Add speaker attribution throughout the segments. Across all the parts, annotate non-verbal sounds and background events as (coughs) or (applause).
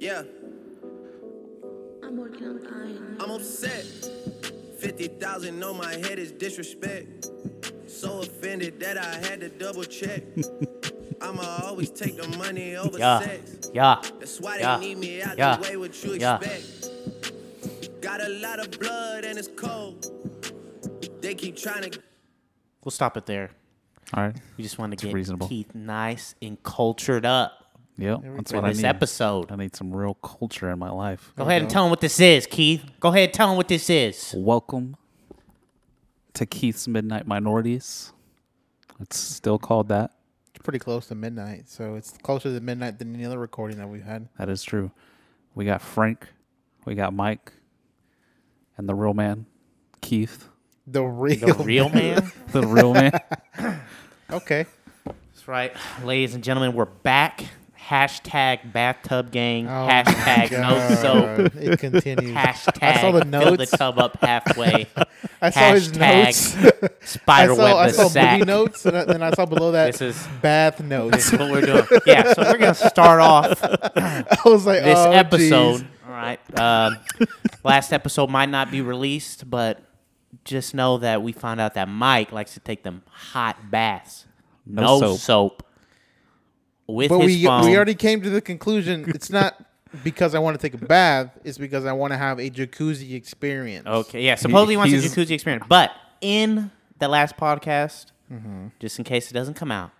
Speaker 1: Yeah,
Speaker 2: I'm working on mine.
Speaker 1: I'm upset. 50,000 on my head is disrespect. So offended that I had to double
Speaker 3: (laughs)
Speaker 1: check. I'ma always take the money over
Speaker 3: Yeah.
Speaker 1: sex.
Speaker 3: Yeah.
Speaker 1: That's why
Speaker 3: Yeah.
Speaker 1: they need me out
Speaker 3: Yeah.
Speaker 1: the way what you
Speaker 3: Yeah.
Speaker 1: expect. Got a lot of blood and it's cold. They keep trying to
Speaker 3: We'll stop it there.
Speaker 4: All right.
Speaker 3: We just want to get
Speaker 4: reasonable.
Speaker 3: Keith nice and cultured up
Speaker 4: Yep. That's
Speaker 3: for
Speaker 4: what I
Speaker 3: this
Speaker 4: need.
Speaker 3: episode.
Speaker 4: I need some real culture in my life.
Speaker 3: Go ahead and tell him what this is, Keith. Go ahead and tell him what this
Speaker 4: (laughs)
Speaker 3: is.
Speaker 4: Welcome to Keith's Midnight Minorities. It's still called that.
Speaker 5: It's pretty close to midnight, so it's closer to midnight than any other recording that we've had.
Speaker 4: That is true. We got Frank, we got Mike, and the real man, Keith.
Speaker 5: The real,
Speaker 3: The
Speaker 5: (laughs)
Speaker 3: real man.
Speaker 4: The
Speaker 3: (laughs)
Speaker 4: real man.
Speaker 5: Okay,
Speaker 3: That's right, ladies and gentlemen. We're back. Hashtag bathtub gang.
Speaker 5: Oh my
Speaker 3: Hashtag no soap.
Speaker 5: God. It continues.
Speaker 3: Hashtag
Speaker 5: (laughs) I saw the
Speaker 3: fill the
Speaker 5: notes.
Speaker 3: tub up halfway.
Speaker 5: (laughs) I saw his
Speaker 3: Hashtag
Speaker 5: notes. I
Speaker 3: Spider
Speaker 5: saw, I
Speaker 3: web the
Speaker 5: saw
Speaker 3: sack.
Speaker 5: movie notes, and I- then I saw below that
Speaker 3: This is-
Speaker 5: bath
Speaker 3: That's
Speaker 5: notes.
Speaker 3: what we're doing. Yeah, so we're gonna start off
Speaker 5: (laughs) I was like,
Speaker 3: this
Speaker 5: oh,
Speaker 3: episode.
Speaker 5: geez.
Speaker 3: All right. Um, (laughs) last episode might not be released, but just know that we found out that Mike likes to take them hot baths. No,
Speaker 4: No
Speaker 3: soap.
Speaker 4: soap.
Speaker 3: With
Speaker 5: But
Speaker 3: his
Speaker 5: we
Speaker 3: phone.
Speaker 5: we already came to the conclusion. It's not because I want to take a bath. It's because I want to have a jacuzzi experience.
Speaker 3: Okay, yeah. Supposedly he wants a
Speaker 4: he's-
Speaker 3: jacuzzi experience, but in the last podcast, just in case it doesn't come out,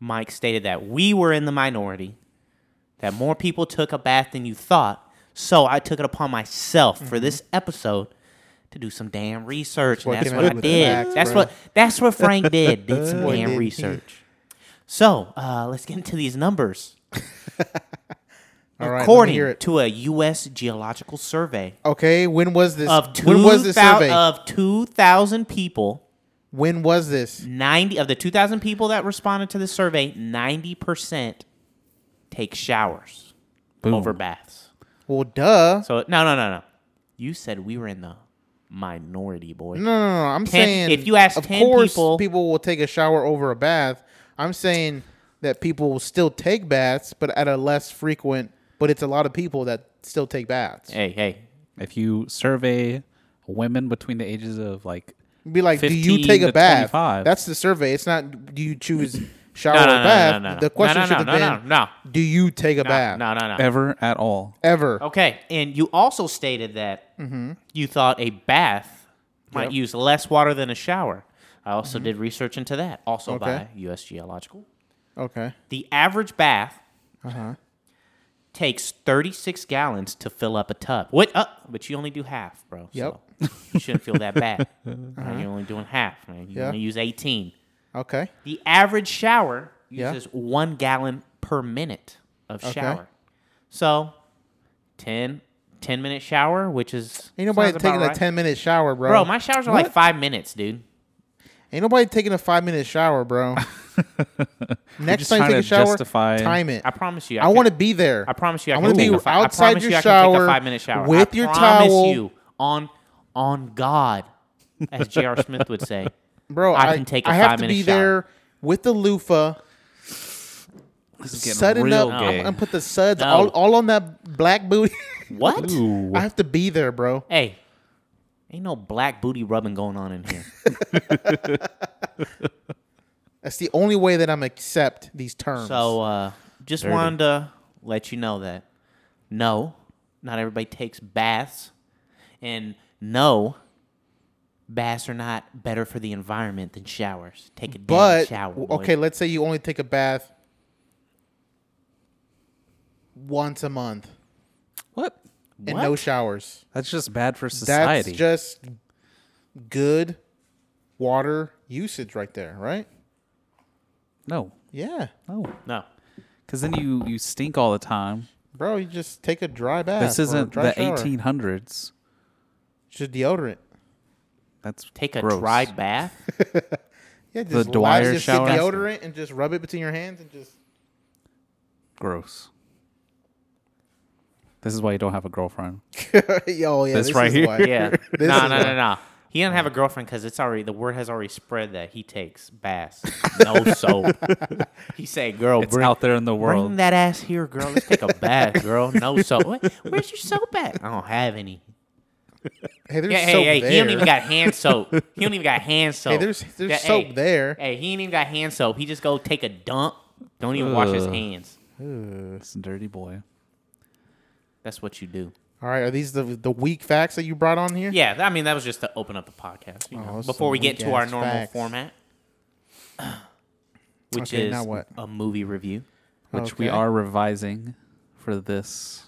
Speaker 3: Mike stated that we were in the minority, that more people took a bath than you thought. So I took it upon myself for this episode to do some damn research, and
Speaker 5: what
Speaker 3: that's
Speaker 5: came
Speaker 3: what
Speaker 5: out
Speaker 3: I
Speaker 5: with the
Speaker 3: did.
Speaker 5: facts,
Speaker 3: that's
Speaker 5: bro.
Speaker 3: what that's what Frank did.
Speaker 5: (laughs)
Speaker 3: Did some
Speaker 5: Boy,
Speaker 3: damn
Speaker 5: did he.
Speaker 3: research. So uh, let's get into these numbers.
Speaker 5: All right, let me
Speaker 3: According
Speaker 5: hear it.
Speaker 3: to a U.S. Geological Survey
Speaker 5: Okay, when was this?
Speaker 3: of two
Speaker 5: when was this
Speaker 3: thou-
Speaker 5: survey?
Speaker 3: of two thousand people.
Speaker 5: when was this?
Speaker 3: 90 of the 2000 people that responded to the survey 90% take showers
Speaker 4: Boom.
Speaker 3: over baths
Speaker 5: Well, duh.
Speaker 3: so no no no no you said we were in the minority boy
Speaker 5: No, no, no. I'm
Speaker 3: 10
Speaker 5: saying
Speaker 3: if you ask
Speaker 5: of
Speaker 3: 10
Speaker 5: course
Speaker 3: people-
Speaker 5: will take a shower over a bath. I'm saying that people will still take baths, but at a less frequent. But it's a lot of people that still take baths.
Speaker 3: hey hey
Speaker 4: if you survey women between the ages of like
Speaker 5: Be like, do you
Speaker 4: 15
Speaker 5: take a
Speaker 4: to
Speaker 5: bath?
Speaker 4: 25.
Speaker 5: That's the survey. It's not do you choose
Speaker 3: (laughs)
Speaker 5: shower
Speaker 3: no no
Speaker 5: or
Speaker 3: no,
Speaker 5: bath.
Speaker 3: no no no
Speaker 5: The question
Speaker 3: no, no,
Speaker 5: should have
Speaker 3: no,
Speaker 5: been,
Speaker 3: no
Speaker 5: do you take a
Speaker 3: no no
Speaker 5: bath
Speaker 3: no no no
Speaker 4: ever at all.
Speaker 5: ever?
Speaker 3: okay and you also stated that
Speaker 5: Mm-hmm.
Speaker 3: you thought a bath might use less water than a shower i also did research into that also by
Speaker 5: Mm-hmm. Okay.
Speaker 3: us geological
Speaker 5: Okay.
Speaker 3: The average bath
Speaker 5: Uh-huh.
Speaker 3: takes 36 gallons to fill up a tub. What? Uh, but you only do half, bro.
Speaker 5: Yep. Uh-huh.
Speaker 3: So (laughs) you shouldn't feel that
Speaker 5: (laughs)
Speaker 3: bad. Right, You're only doing half, man. You
Speaker 5: Yeah.
Speaker 3: only use 18.
Speaker 5: Okay.
Speaker 3: The average shower
Speaker 5: Yeah.
Speaker 3: uses one gallon per minute of shower. So 10, 10 minute shower, which is.
Speaker 5: Ain't nobody
Speaker 3: sounds about
Speaker 5: taking a
Speaker 3: right.
Speaker 5: ten minute shower, bro.
Speaker 3: Bro, my showers are like
Speaker 5: What?
Speaker 3: five minutes, dude.
Speaker 5: Ain't nobody taking a five minute shower,
Speaker 4: (laughs)
Speaker 5: bro. Next
Speaker 4: just
Speaker 5: time
Speaker 4: trying
Speaker 5: you take
Speaker 4: to
Speaker 5: a shower,
Speaker 4: justify-
Speaker 5: time it.
Speaker 3: I promise you.
Speaker 5: I
Speaker 3: could-
Speaker 5: want to be there.
Speaker 3: I promise you, I,
Speaker 5: I
Speaker 3: can
Speaker 5: want to
Speaker 3: take
Speaker 5: be
Speaker 3: a fi- I
Speaker 5: outside
Speaker 3: promise
Speaker 5: your
Speaker 3: you I can take
Speaker 5: shower
Speaker 3: a five minute shower
Speaker 5: with
Speaker 3: I
Speaker 5: your
Speaker 3: promise
Speaker 5: towel,
Speaker 3: You on on God, as J.R. Smith would
Speaker 5: (laughs)
Speaker 3: say.
Speaker 5: bro.
Speaker 3: I can take a
Speaker 5: I have to
Speaker 3: five-minute
Speaker 5: be
Speaker 3: shower.
Speaker 5: there with the loofah,
Speaker 4: This is
Speaker 5: sudding up, I'm gonna put the suds
Speaker 3: No.
Speaker 5: all, all on that black booty.
Speaker 3: What?
Speaker 4: Ooh.
Speaker 5: (laughs) I have to be there, bro.
Speaker 3: Hey, ain't no black booty rubbing going on in
Speaker 5: (laughs)
Speaker 3: here.
Speaker 5: That's the only way that I'm accept these terms.
Speaker 3: So uh, just wanted to let you know that no, not everybody takes baths, and no, baths are not better for the environment than showers. Take a damn
Speaker 5: but
Speaker 3: shower.
Speaker 5: w-
Speaker 3: boy.
Speaker 5: okay, let's say you only take a bath once a month
Speaker 4: What?
Speaker 5: and
Speaker 3: What?
Speaker 5: no showers.
Speaker 4: That's just bad for society.
Speaker 5: That's just good water usage right there, right?
Speaker 4: no,
Speaker 5: Yeah.
Speaker 4: no,
Speaker 3: no.
Speaker 4: because then you you stink all the time.
Speaker 5: Bro, you just take a dry bath.
Speaker 4: This
Speaker 5: or a
Speaker 4: isn't
Speaker 5: dry
Speaker 4: the
Speaker 5: shower.
Speaker 4: 1800s.
Speaker 5: Just deodorant.
Speaker 4: That's
Speaker 3: Take a
Speaker 4: gross.
Speaker 3: dry bath.
Speaker 5: Yeah, just
Speaker 4: Dwyer
Speaker 5: lie- just
Speaker 4: shower?
Speaker 5: Get deodorant and just rub it between your hands and just.
Speaker 4: Gross. This is why you don't have a girlfriend.
Speaker 5: Yo, yeah,
Speaker 4: This right
Speaker 5: is
Speaker 4: here.
Speaker 5: why.
Speaker 3: Yeah.
Speaker 5: (laughs) This
Speaker 3: no,
Speaker 5: is
Speaker 3: no,
Speaker 5: why.
Speaker 3: no, no. He doesn't have a girlfriend because it's already the word has already spread that he takes baths, (laughs) no soap. he say, "Girl,
Speaker 4: It's
Speaker 3: bring,
Speaker 4: out there in the world.
Speaker 3: bring that ass here, girl. Let's take a bath, girl. No soap. Where- Where's your soap at? I don't have any.
Speaker 5: Hey, there's
Speaker 3: Yeah, hey,
Speaker 5: soap
Speaker 3: hey,
Speaker 5: there.
Speaker 3: he don't
Speaker 5: (laughs)
Speaker 3: even got hand soap. He don't even got hand soap.
Speaker 5: there's- there's
Speaker 3: Yeah,
Speaker 5: soap there.
Speaker 3: Hey, he ain't even got hand soap. He just go take a dump. Don't even wash his
Speaker 4: Ugh.
Speaker 3: hands.
Speaker 4: This dirty boy.
Speaker 3: That's what you do.
Speaker 5: All right, are these the the weak facts that you brought on here?
Speaker 3: Yeah, I mean that was just to open up the podcast you know,
Speaker 5: Oh,
Speaker 3: before we
Speaker 5: some
Speaker 3: get to
Speaker 5: weak
Speaker 3: our
Speaker 5: ass
Speaker 3: normal
Speaker 5: facts. (clears throat)
Speaker 3: format, which
Speaker 5: Okay,
Speaker 3: is
Speaker 5: now what?
Speaker 3: a movie review.
Speaker 4: Which we
Speaker 5: Okay.
Speaker 4: are revising for this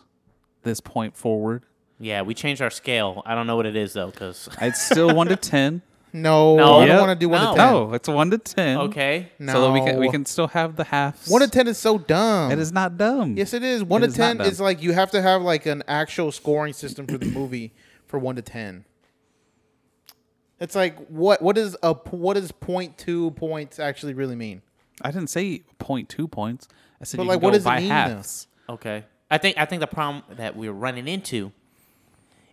Speaker 4: this point forward.
Speaker 3: Yeah, we changed our scale. I don't know what it is though, because
Speaker 4: It's still one
Speaker 3: (laughs)
Speaker 4: to ten.
Speaker 5: No,
Speaker 3: No.
Speaker 5: I don't
Speaker 3: Yep.
Speaker 5: want to do one
Speaker 3: No.
Speaker 5: to ten.
Speaker 4: No, it's one to ten.
Speaker 3: Oh. okay,
Speaker 5: (laughs) No,
Speaker 4: So that we can we can still have the halves.
Speaker 5: one to ten is so dumb.
Speaker 4: It is not dumb.
Speaker 5: Yes, it is. One
Speaker 4: It
Speaker 5: to
Speaker 4: is not
Speaker 5: ten
Speaker 4: dumb.
Speaker 5: is like you have to have like an actual scoring system for the movie for one to ten. It's like what what is a p- what does point two points actually really mean?
Speaker 4: I didn't say point two points. I said
Speaker 5: But,
Speaker 4: you
Speaker 5: like,
Speaker 4: can
Speaker 5: what
Speaker 4: go
Speaker 5: does it
Speaker 4: by
Speaker 5: mean, though?
Speaker 4: halves.
Speaker 3: okay. I think I think the problem that we're running into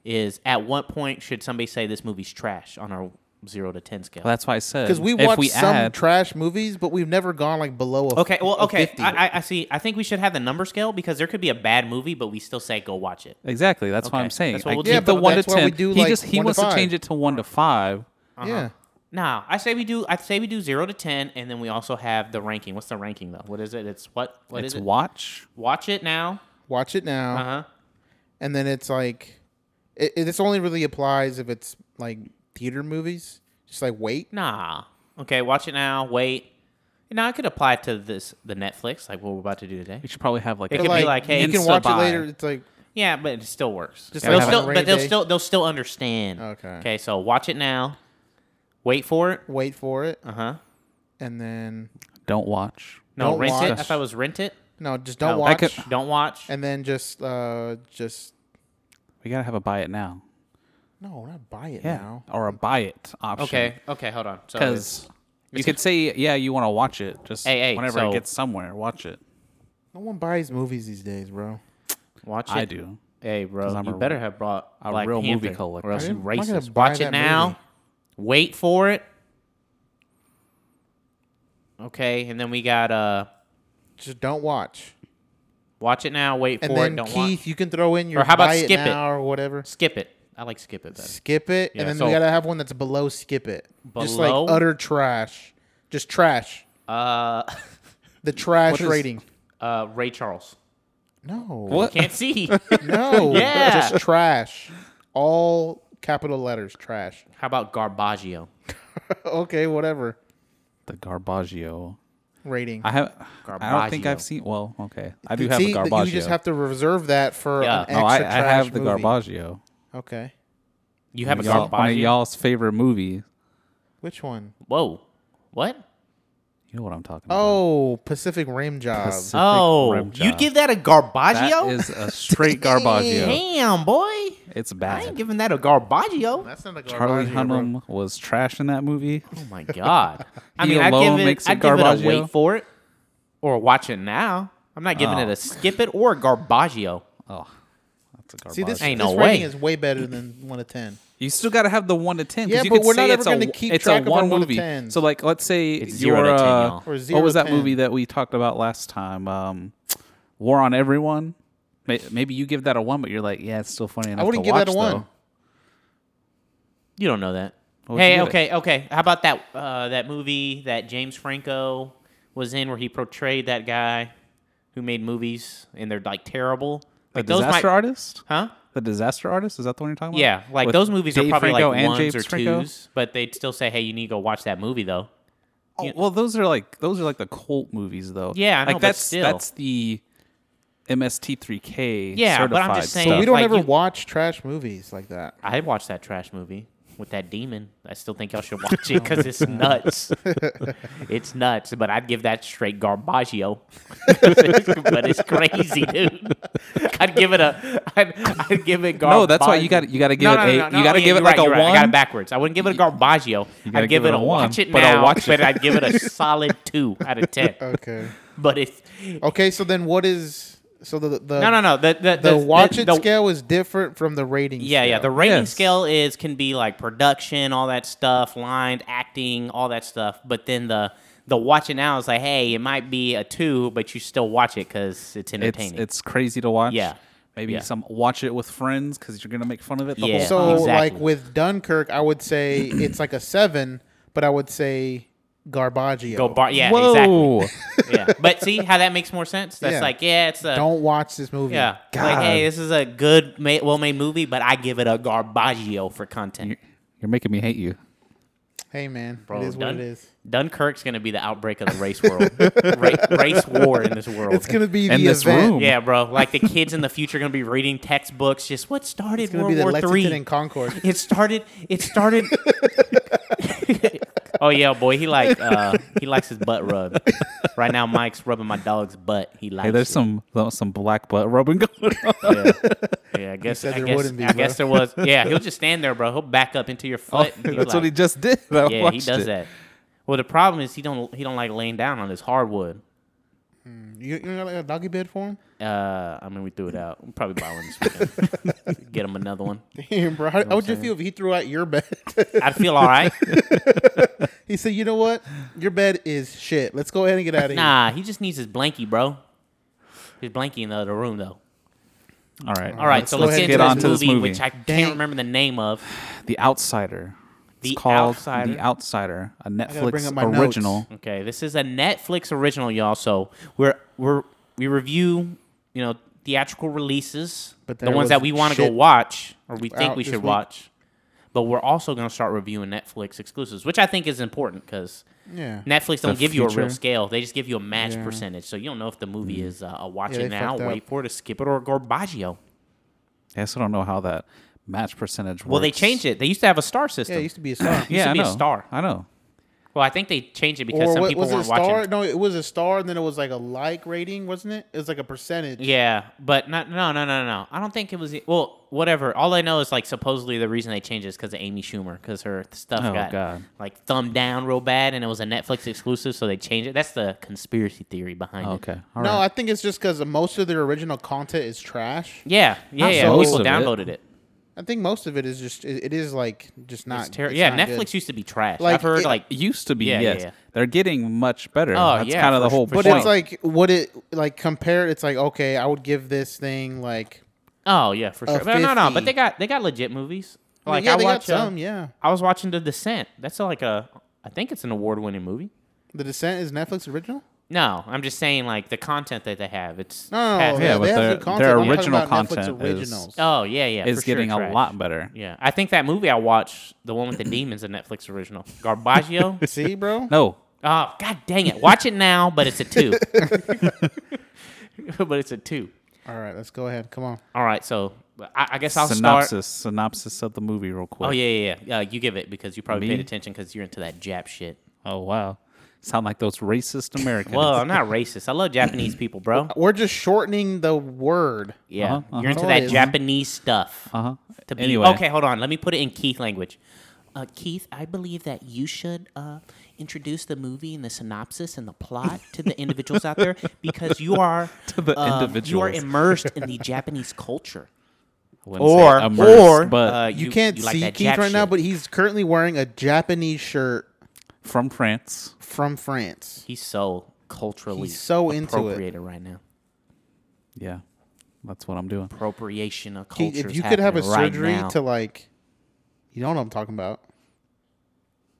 Speaker 3: is at what point should somebody say this movie's trash on our zero to ten scale?
Speaker 4: Well, that's why I said
Speaker 5: Because we
Speaker 4: if
Speaker 5: watch
Speaker 4: we
Speaker 5: some
Speaker 4: add,
Speaker 5: trash movies, but we've never gone like below a
Speaker 3: okay, well,
Speaker 5: a
Speaker 3: okay.
Speaker 5: 50.
Speaker 3: I, I, I see. I think we should have the number scale because there could be a bad movie, but we still say go watch it.
Speaker 4: exactly. That's what
Speaker 3: Okay,
Speaker 4: I'm saying.
Speaker 3: that's what
Speaker 4: I
Speaker 3: we'll
Speaker 4: keep
Speaker 3: do. Yeah,
Speaker 4: the
Speaker 5: but
Speaker 4: one to
Speaker 5: that's why
Speaker 4: ten.
Speaker 5: we do,
Speaker 4: he
Speaker 5: like,
Speaker 4: just he
Speaker 5: one to
Speaker 4: wants to
Speaker 5: five.
Speaker 4: change it to one to five.
Speaker 3: uh-huh.
Speaker 5: yeah.
Speaker 3: Nah, I say we do. I say we do zero to ten, and then we also have the ranking. What's the ranking though? What is it? It's what? What is
Speaker 4: it's
Speaker 3: it?
Speaker 4: watch.
Speaker 3: Watch it now.
Speaker 5: Watch it now,
Speaker 3: Uh huh.
Speaker 5: and then it's like it, it, this only really applies if it's like theater movies. Just like wait.
Speaker 3: Nah. Okay, watch it now. Wait. You know, I could apply it to this the Netflix, like what we're about to do today.
Speaker 4: We should probably have like
Speaker 3: It
Speaker 4: a-
Speaker 3: could be like, hey,
Speaker 5: you can
Speaker 4: Insta
Speaker 5: watch it
Speaker 4: buy.
Speaker 5: later. It's like
Speaker 3: Yeah, but it still works.
Speaker 5: Just
Speaker 3: they'll
Speaker 5: like
Speaker 3: still,
Speaker 5: on a
Speaker 3: but they'll
Speaker 5: rainy day?
Speaker 3: still they'll still understand.
Speaker 5: Okay.
Speaker 3: Okay, so watch it now. Wait for it.
Speaker 5: wait for it,
Speaker 3: Uh huh.
Speaker 5: and then
Speaker 4: don't watch.
Speaker 3: No,
Speaker 5: Don't
Speaker 3: rent it. I
Speaker 5: watch.
Speaker 3: thought it was rent it.
Speaker 5: no, just don't
Speaker 3: No,
Speaker 5: watch.
Speaker 4: that could-
Speaker 3: Don't watch.
Speaker 5: and then just uh just
Speaker 4: We gotta have a buy it now.
Speaker 5: no not buy it now
Speaker 4: or a buy it option.
Speaker 3: okay. Okay, hold on. So it's-
Speaker 4: because you could say, yeah, you want to watch it. Just
Speaker 3: Hey, hey,
Speaker 4: whenever
Speaker 3: so-
Speaker 4: it gets somewhere, watch it.
Speaker 5: no one buys movies these days bro
Speaker 3: watch it.
Speaker 4: I do.
Speaker 3: Hey, bro,
Speaker 4: 'Cause I'm
Speaker 3: you
Speaker 4: a-
Speaker 3: better have brought
Speaker 4: a
Speaker 3: Black
Speaker 4: real movie
Speaker 3: Panther,
Speaker 4: collector.
Speaker 3: or else you
Speaker 5: I'm not gonna
Speaker 3: racist.
Speaker 5: buy
Speaker 3: Watch it
Speaker 5: that
Speaker 3: now.
Speaker 5: movie.
Speaker 3: Wait for it. Okay, and then we got uh,
Speaker 5: just don't watch
Speaker 3: watch it now. Wait
Speaker 5: and
Speaker 3: for
Speaker 5: then
Speaker 3: it. Don't
Speaker 5: keith
Speaker 3: watch.
Speaker 5: you can throw in your
Speaker 3: Or how about
Speaker 5: buy
Speaker 3: skip it?
Speaker 5: it now or whatever
Speaker 3: Skip it. I like skip it better.
Speaker 5: skip it
Speaker 3: Yeah,
Speaker 5: and then
Speaker 3: so-
Speaker 5: we gotta have one that's below skip it just like
Speaker 3: Below?
Speaker 5: utter trash just trash
Speaker 3: Uh, (laughs)
Speaker 5: the trash
Speaker 4: What is-
Speaker 5: rating
Speaker 3: uh, Ray Charles.
Speaker 5: no
Speaker 4: What?
Speaker 3: Can't
Speaker 5: (laughs)
Speaker 3: see.
Speaker 4: (laughs)
Speaker 5: no
Speaker 3: Yeah.
Speaker 5: just trash all capital letters trash
Speaker 3: how about Garbaggio?
Speaker 5: okay whatever
Speaker 4: The Garbaggio.
Speaker 5: rating
Speaker 4: I have. I don't think
Speaker 3: Garbaggio.
Speaker 4: I've seen. Well, okay, I do have
Speaker 5: See,
Speaker 4: a
Speaker 5: th-
Speaker 4: Garbaggio.
Speaker 5: you just have to reserve that for
Speaker 3: Yeah.
Speaker 5: an extra
Speaker 4: no, I, I
Speaker 5: trash
Speaker 4: have the
Speaker 5: movie.
Speaker 4: Garbaggio.
Speaker 5: okay
Speaker 3: You have a
Speaker 4: Y'all- One of
Speaker 3: Garbaggio.
Speaker 4: y'all's favorite movie.
Speaker 5: which one
Speaker 3: Whoa, what?
Speaker 4: You know what I'm talking about.
Speaker 5: Oh, uh, Pacific Rim Job.
Speaker 4: Pacific
Speaker 3: Oh,
Speaker 4: Rim
Speaker 3: you
Speaker 4: Job.
Speaker 3: give that a Garbaggio?
Speaker 4: That is (laughs) a straight Garbaggio.
Speaker 3: Damn, boy.
Speaker 4: It's
Speaker 3: I ain't
Speaker 4: bad.
Speaker 3: giving that a Garbaggio.
Speaker 5: That's not a
Speaker 4: Charlie Hunnam was trash in that movie.
Speaker 3: Oh my
Speaker 4: (laughs)
Speaker 3: god! I mean,
Speaker 4: He
Speaker 3: I give
Speaker 4: alone
Speaker 3: it.
Speaker 4: makes it
Speaker 3: I give it a
Speaker 4: Garbaggio.
Speaker 3: wait for it or watch it now. I'm not giving
Speaker 4: Oh.
Speaker 3: it a skip it or a Garbaggio.
Speaker 4: Oh, that's a Garbaggio.
Speaker 5: See, this,
Speaker 3: Ain't
Speaker 5: this
Speaker 3: no
Speaker 5: rating
Speaker 3: way.
Speaker 5: is way better than one of ten.
Speaker 4: You still got to have the one to ten. 'cause
Speaker 5: Yeah,
Speaker 4: you
Speaker 5: but
Speaker 4: could
Speaker 5: we're
Speaker 4: say
Speaker 5: not ever
Speaker 4: it's a-
Speaker 5: gonna keep
Speaker 4: it's
Speaker 5: track
Speaker 4: a
Speaker 5: of
Speaker 4: one
Speaker 5: our one to
Speaker 4: movie.
Speaker 5: 10s.
Speaker 4: So like, let's say
Speaker 3: It's
Speaker 4: your,
Speaker 3: zero to 10,
Speaker 4: uh,
Speaker 3: y'all. Or
Speaker 5: zero
Speaker 4: what was
Speaker 5: to
Speaker 4: that
Speaker 5: 10.
Speaker 4: movie that we talked about last time? Um, War on Everyone. May- Maybe you give that a one, but you're like, yeah, it's still funny enough.
Speaker 5: I wouldn't
Speaker 4: to
Speaker 5: give that a
Speaker 4: watch,
Speaker 5: one.
Speaker 3: You don't know that.
Speaker 4: What would
Speaker 3: hey,
Speaker 4: you give
Speaker 3: okay, okay. How about that uh, that movie that James Franco was in where he portrayed that guy who made movies and they're like terrible.
Speaker 4: though. The
Speaker 3: Like those might-
Speaker 4: Disaster Artist.
Speaker 3: huh?
Speaker 4: The Disaster Artist is that the one you're talking about?
Speaker 3: Yeah, like
Speaker 4: With
Speaker 3: those movies are
Speaker 4: Dave
Speaker 3: probably
Speaker 4: Franco
Speaker 3: like
Speaker 4: and
Speaker 3: ones
Speaker 4: James
Speaker 3: or twos,
Speaker 4: Franco?
Speaker 3: but they'd still say, "Hey, you need to go watch that movie, though."
Speaker 4: Oh, well, those are like those are like the cult movies though.
Speaker 3: Yeah, I know,
Speaker 4: like
Speaker 3: but
Speaker 4: that's
Speaker 3: still.
Speaker 4: that's the MST3K.
Speaker 3: Yeah, but I'm
Speaker 4: certified
Speaker 3: just saying-
Speaker 4: stuff.
Speaker 5: We
Speaker 3: It's
Speaker 5: don't
Speaker 3: like
Speaker 5: ever
Speaker 3: you-
Speaker 5: watch trash movies like that.
Speaker 3: I watched that trash movie with that demon. I still think y'all should watch it because it's
Speaker 5: (laughs)
Speaker 3: nuts. it's nuts, but I'd give that straight Garbaggio. (laughs) but it's crazy, dude. I'd give it a. I'd, I'd give it Garbaggio.
Speaker 4: No, that's why you got you got to give
Speaker 3: No,
Speaker 4: it
Speaker 3: no,
Speaker 4: a
Speaker 3: no, no,
Speaker 4: you got to
Speaker 3: yeah,
Speaker 4: give it
Speaker 3: you're
Speaker 4: like
Speaker 3: right,
Speaker 4: a
Speaker 3: you're right. I
Speaker 4: one.
Speaker 3: got it backwards. I wouldn't give it a Garbaggio.
Speaker 4: gotta
Speaker 3: I'd give it a watch it now,
Speaker 4: but
Speaker 3: but,
Speaker 4: I'll watch it.
Speaker 3: I'd give it a solid two out of ten.
Speaker 5: (laughs) Okay.
Speaker 3: But it's
Speaker 5: Okay, so then what is So the the
Speaker 3: No, no, no. The the,
Speaker 5: the, watch it
Speaker 3: the-
Speaker 5: scale is different from the rating.
Speaker 3: Yeah, yeah. The
Speaker 5: scale.
Speaker 3: rating
Speaker 4: Yes.
Speaker 3: scale is can be like production, all that stuff, lined acting, all that stuff. But then the the watching now is like, hey, it might be a two, but you still watch it because it's
Speaker 4: It's
Speaker 3: entertaining.
Speaker 4: it's crazy to watch.
Speaker 3: Yeah.
Speaker 4: Maybe
Speaker 3: Yeah.
Speaker 4: some watch it with friends because you're gonna make fun of it the
Speaker 3: Yeah.
Speaker 4: whole
Speaker 5: so
Speaker 4: time.
Speaker 3: Exactly.
Speaker 5: like with Dunkirk, I would
Speaker 4: (clears throat)
Speaker 5: say it's like a seven, but I would say Garbaggio.
Speaker 3: Go bar. Yeah,
Speaker 4: Whoa.
Speaker 3: exactly. Yeah. But see how that makes more sense? That's
Speaker 5: Yeah.
Speaker 3: like, yeah, it's a
Speaker 5: Don't watch this movie.
Speaker 3: yeah. Like,
Speaker 4: God.
Speaker 3: hey, this is a good, ma- well-made movie, but I give it a garbaggio for content.
Speaker 4: (laughs) You're making me hate you.
Speaker 5: Hey man,
Speaker 3: Bro,
Speaker 5: it is what
Speaker 3: Dun-
Speaker 5: it is.
Speaker 3: Dunkirk's gonna be the outbreak of the race world, Ra- race war in this world.
Speaker 5: It's gonna be
Speaker 4: In
Speaker 5: the
Speaker 4: this
Speaker 5: event.
Speaker 4: room.
Speaker 3: Yeah, bro. Like the kids in the future are gonna be reading textbooks. Just what started
Speaker 5: It's gonna
Speaker 3: World
Speaker 5: be the
Speaker 3: War
Speaker 5: Lexington
Speaker 3: Three?
Speaker 5: and Concord.
Speaker 3: (laughs) it started. It
Speaker 5: (laughs)
Speaker 3: started. oh yeah, boy. He like uh, he likes his butt rubbed. Right now, Mike's rubbing my dog's butt. He likes.
Speaker 4: Hey, there's
Speaker 3: it.
Speaker 4: some there's some black butt rubbing (laughs) going on.
Speaker 5: (laughs)
Speaker 3: Yeah, Yeah, I guess.
Speaker 5: said
Speaker 3: I,
Speaker 5: there
Speaker 3: guess
Speaker 5: wouldn't be, Oh,
Speaker 3: I guess there was. Yeah,
Speaker 5: (laughs)
Speaker 3: he'll just stand there, bro. He'll back up into your foot. and
Speaker 4: That's
Speaker 3: be
Speaker 4: what he
Speaker 3: like-
Speaker 4: just did. (laughs)
Speaker 3: Yeah,
Speaker 4: I
Speaker 3: he
Speaker 4: watched
Speaker 3: does
Speaker 4: it.
Speaker 3: that. Well, the problem is he don't he don't like laying down on his hardwood.
Speaker 5: You, you got like a doggy bed for him?
Speaker 3: Uh, I mean, we threw it out. We'll probably buy one this
Speaker 5: (laughs)
Speaker 3: weekend. Get him another one.
Speaker 5: Damn, bro. How, how would you feel if he threw out your bed? (laughs)
Speaker 3: I'd feel all right.
Speaker 5: he said, "You know what? Your bed is shit. Let's go ahead and get out of here."
Speaker 3: Nah, he just needs his blankie, bro. His blankie in the other room, though.
Speaker 4: All right.
Speaker 3: All right, so let's
Speaker 5: ahead
Speaker 3: get
Speaker 5: and
Speaker 3: into
Speaker 5: get
Speaker 3: this,
Speaker 5: on
Speaker 4: to this
Speaker 3: movie,
Speaker 4: movie.
Speaker 3: which I
Speaker 5: Dang.
Speaker 3: can't remember the name of.
Speaker 4: The Outsider.
Speaker 3: The
Speaker 4: it's called
Speaker 3: Outsider.
Speaker 4: The Outsider, a
Speaker 5: bring up
Speaker 4: Netflix
Speaker 5: my notes.
Speaker 4: original.
Speaker 3: Okay, this is a Netflix original, y'all. So we're we're we review, you know, theatrical releases,
Speaker 5: But
Speaker 3: but the
Speaker 5: there
Speaker 3: ones
Speaker 5: was
Speaker 3: that we want to go
Speaker 5: shit
Speaker 3: watch or we think
Speaker 5: out
Speaker 3: we
Speaker 5: this
Speaker 3: should
Speaker 5: week.
Speaker 3: watch. But we're also going to start reviewing Netflix exclusives, which I think is important because
Speaker 5: Yeah.
Speaker 3: Netflix don't give you a real
Speaker 4: future.
Speaker 3: scale; they just give you a match
Speaker 5: Yeah.
Speaker 3: percentage, so you don't know if the movie is uh, a watch
Speaker 5: Yeah,
Speaker 3: it
Speaker 5: they
Speaker 3: now,
Speaker 5: fucked up.
Speaker 3: wait for it, or skip it, or a Garbaggio.
Speaker 4: I still don't know how that match percentage works.
Speaker 3: Well, they changed it. They used to have a star
Speaker 5: Yeah,
Speaker 3: system.
Speaker 5: it used to be a star.
Speaker 3: used to
Speaker 4: I
Speaker 3: be a
Speaker 4: know.
Speaker 3: star.
Speaker 4: I know.
Speaker 3: well, I think they changed it because
Speaker 5: or
Speaker 3: some
Speaker 5: what,
Speaker 3: people
Speaker 5: was it a
Speaker 3: weren't
Speaker 5: star?
Speaker 3: watching.
Speaker 5: No, it was a star, and then it was like a like rating, wasn't it? It was like a percentage.
Speaker 3: Yeah, but not no no no no. I don't think it was e, well whatever. All I know is like supposedly the reason they changed it is because of Amy Schumer because her stuff
Speaker 4: Oh,
Speaker 3: got
Speaker 4: God.
Speaker 3: like thumbed down real bad and it was a Netflix exclusive, so they changed it. That's the conspiracy theory behind it.
Speaker 4: Okay. All right.
Speaker 5: no, I think it's just because most of their original content is trash.
Speaker 3: Yeah, yeah,
Speaker 4: Not
Speaker 3: yeah.
Speaker 4: most
Speaker 3: People
Speaker 4: of it.
Speaker 3: downloaded it.
Speaker 5: I think most of it is just it, it is like just not.
Speaker 3: It's terrible.
Speaker 5: it's
Speaker 3: Yeah,
Speaker 5: not
Speaker 3: Netflix
Speaker 5: good.
Speaker 3: used to be trash.
Speaker 5: Like,
Speaker 3: I've heard
Speaker 5: it-
Speaker 3: like
Speaker 4: It used to be,
Speaker 3: Yeah, yeah,
Speaker 4: yes.
Speaker 3: yeah.
Speaker 4: They're getting much better.
Speaker 3: Oh,
Speaker 4: That's
Speaker 3: yeah,
Speaker 4: kind of the
Speaker 3: for
Speaker 4: whole
Speaker 3: sure.
Speaker 5: But
Speaker 4: point.
Speaker 5: it's like what it like compare. It's like okay, I would give this thing like
Speaker 3: oh yeah for
Speaker 5: a
Speaker 3: sure. No, no, no.
Speaker 5: 50.
Speaker 3: But they got they got legit movies.
Speaker 5: I mean,
Speaker 3: Like
Speaker 5: yeah,
Speaker 3: I
Speaker 5: they
Speaker 3: watch
Speaker 5: got
Speaker 3: uh,
Speaker 5: some. yeah,
Speaker 3: I was watching The Descent. That's like a I think it's an award winning movie.
Speaker 5: The Descent is Netflix original.
Speaker 3: No, I'm just saying like the content that they have. It's
Speaker 5: No, no,
Speaker 3: has-
Speaker 5: no
Speaker 4: Yeah,
Speaker 5: they-
Speaker 4: but
Speaker 5: they have
Speaker 4: their-
Speaker 5: good content.
Speaker 4: their
Speaker 5: I'm talking
Speaker 4: original
Speaker 5: about
Speaker 4: content
Speaker 5: Netflix
Speaker 4: is-
Speaker 5: originals.
Speaker 3: Oh yeah, yeah.
Speaker 4: it's
Speaker 3: for sure,
Speaker 4: getting a
Speaker 3: trash.
Speaker 4: lot better.
Speaker 3: Yeah, I think that movie I watched, the one with
Speaker 4: (clears throat)
Speaker 3: the demons, a Netflix original. Garbaggio.
Speaker 4: (laughs)
Speaker 3: (laughs)
Speaker 5: See, bro.
Speaker 4: No.
Speaker 3: oh god dang it! Watch it now, but it's a
Speaker 4: (laughs)
Speaker 3: two. but it's a two.
Speaker 5: All right, let's go ahead. Come on.
Speaker 3: All right, so I, I guess I'll
Speaker 4: synopsis.
Speaker 3: start.
Speaker 4: Synopsis of the movie, real quick.
Speaker 3: Oh yeah, yeah, yeah. Uh, you give it because you probably
Speaker 4: Me?
Speaker 3: paid attention because you're into that Jap shit.
Speaker 4: Oh, wow. Sound like those racist Americans.
Speaker 3: Well, I'm not racist. I love Japanese people,
Speaker 4: (clears throat)
Speaker 3: bro.
Speaker 5: We're just shortening the word.
Speaker 3: Yeah,
Speaker 4: Uh-huh,
Speaker 3: you're
Speaker 4: uh-huh.
Speaker 3: into
Speaker 5: Oh,
Speaker 3: that
Speaker 5: yeah.
Speaker 3: Japanese stuff.
Speaker 4: uh-huh.
Speaker 3: to be
Speaker 4: anyway.
Speaker 3: okay hold on let me put it in keith language uh, keith i believe that you should uh, introduce the movie and the synopsis and the plot to the individuals out
Speaker 4: (laughs)
Speaker 3: there because you are uh,
Speaker 4: To the
Speaker 3: you are
Speaker 4: individuals.
Speaker 3: immersed in the japanese culture
Speaker 4: I wouldn't say immersed, but
Speaker 3: uh,
Speaker 5: You, can't
Speaker 3: you like
Speaker 5: see
Speaker 3: that
Speaker 5: Keith
Speaker 3: Jap
Speaker 5: right now,
Speaker 3: shit.
Speaker 5: but he's currently wearing a Japanese shirt
Speaker 4: from France.
Speaker 5: from France.
Speaker 3: he's so culturally
Speaker 5: He's so into it.
Speaker 3: appropriated right now
Speaker 4: Yeah. That's what I'm doing.
Speaker 3: appropriation of
Speaker 5: Keith,
Speaker 3: culture
Speaker 5: if
Speaker 3: is
Speaker 5: you could have a
Speaker 3: happening right
Speaker 5: surgery
Speaker 3: now.
Speaker 5: to like, you know what I'm talking about.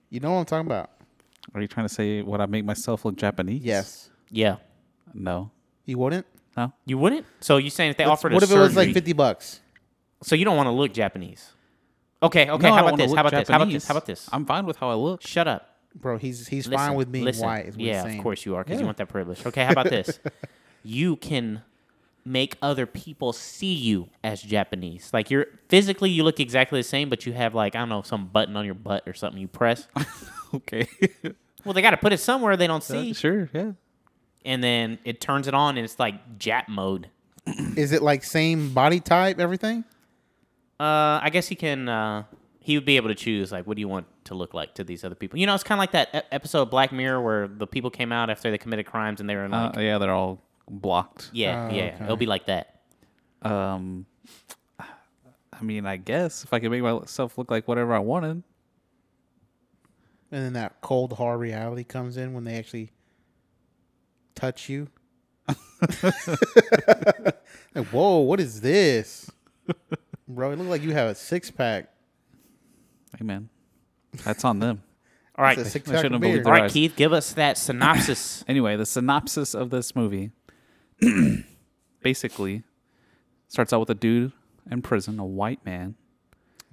Speaker 5: You know what I'm talking about.
Speaker 4: Are you trying to say would I make myself look Japanese?
Speaker 5: Yes,
Speaker 3: yeah
Speaker 4: No.
Speaker 5: you wouldn't.
Speaker 4: No.
Speaker 3: you wouldn't so you saying if they offered
Speaker 5: what
Speaker 3: a
Speaker 5: if it was like
Speaker 3: surgery-
Speaker 5: fifty bucks?
Speaker 3: so you don't want to look japanese okay okay
Speaker 4: No, I
Speaker 3: how
Speaker 4: don't
Speaker 3: about
Speaker 4: wanna
Speaker 3: this
Speaker 4: look
Speaker 3: how about this how about
Speaker 4: Japanese.
Speaker 3: this how about this
Speaker 4: I'm fine with how I look. (laughs)
Speaker 3: shut up
Speaker 5: Bro, he's he's
Speaker 3: Listen,
Speaker 5: fine with being
Speaker 3: listen.
Speaker 5: white. Is what he's
Speaker 3: yeah,
Speaker 5: saying.
Speaker 3: of course you are, because you want that privilege. Okay, how about this? you can make other people see you as Japanese. Like you're physically, you look exactly the same, but you have like I don't know some button on your butt or something you press.
Speaker 4: Okay.
Speaker 3: well, they got to put it somewhere they don't see,
Speaker 4: (laughs) sure. Yeah.
Speaker 3: and then it turns it on, and it's like Jap mode.
Speaker 5: Is it like same body type, everything?
Speaker 3: Uh, I guess he can. Uh, he would be able to choose like what do you want to look like to these other people. You know, it's kind of like that e- episode of Black Mirror where the people came out after they committed crimes and they were in like
Speaker 4: Uh, yeah, they're all blocked.
Speaker 3: Yeah,
Speaker 5: Oh,
Speaker 3: yeah.
Speaker 5: okay.
Speaker 3: It'll be like that.
Speaker 4: Um, I mean, I guess if I could make myself look like whatever I wanted,
Speaker 5: And then that cold, hard reality comes in when they actually touch you. (laughs) like, whoa, what is this? Bro, it looks like you have a six pack.
Speaker 4: hey man, that's
Speaker 3: (laughs)
Speaker 4: on them.
Speaker 3: All right.
Speaker 5: It's a six
Speaker 4: I
Speaker 5: pack
Speaker 4: shouldn't have
Speaker 5: of
Speaker 4: believed
Speaker 5: beer.
Speaker 4: the
Speaker 3: All right,
Speaker 4: Rise.
Speaker 3: Keith, give us that
Speaker 4: (coughs)
Speaker 3: synopsis.
Speaker 4: Anyway, the synopsis of
Speaker 3: (clears throat)
Speaker 4: this movie basically starts out with a dude in prison, a white man,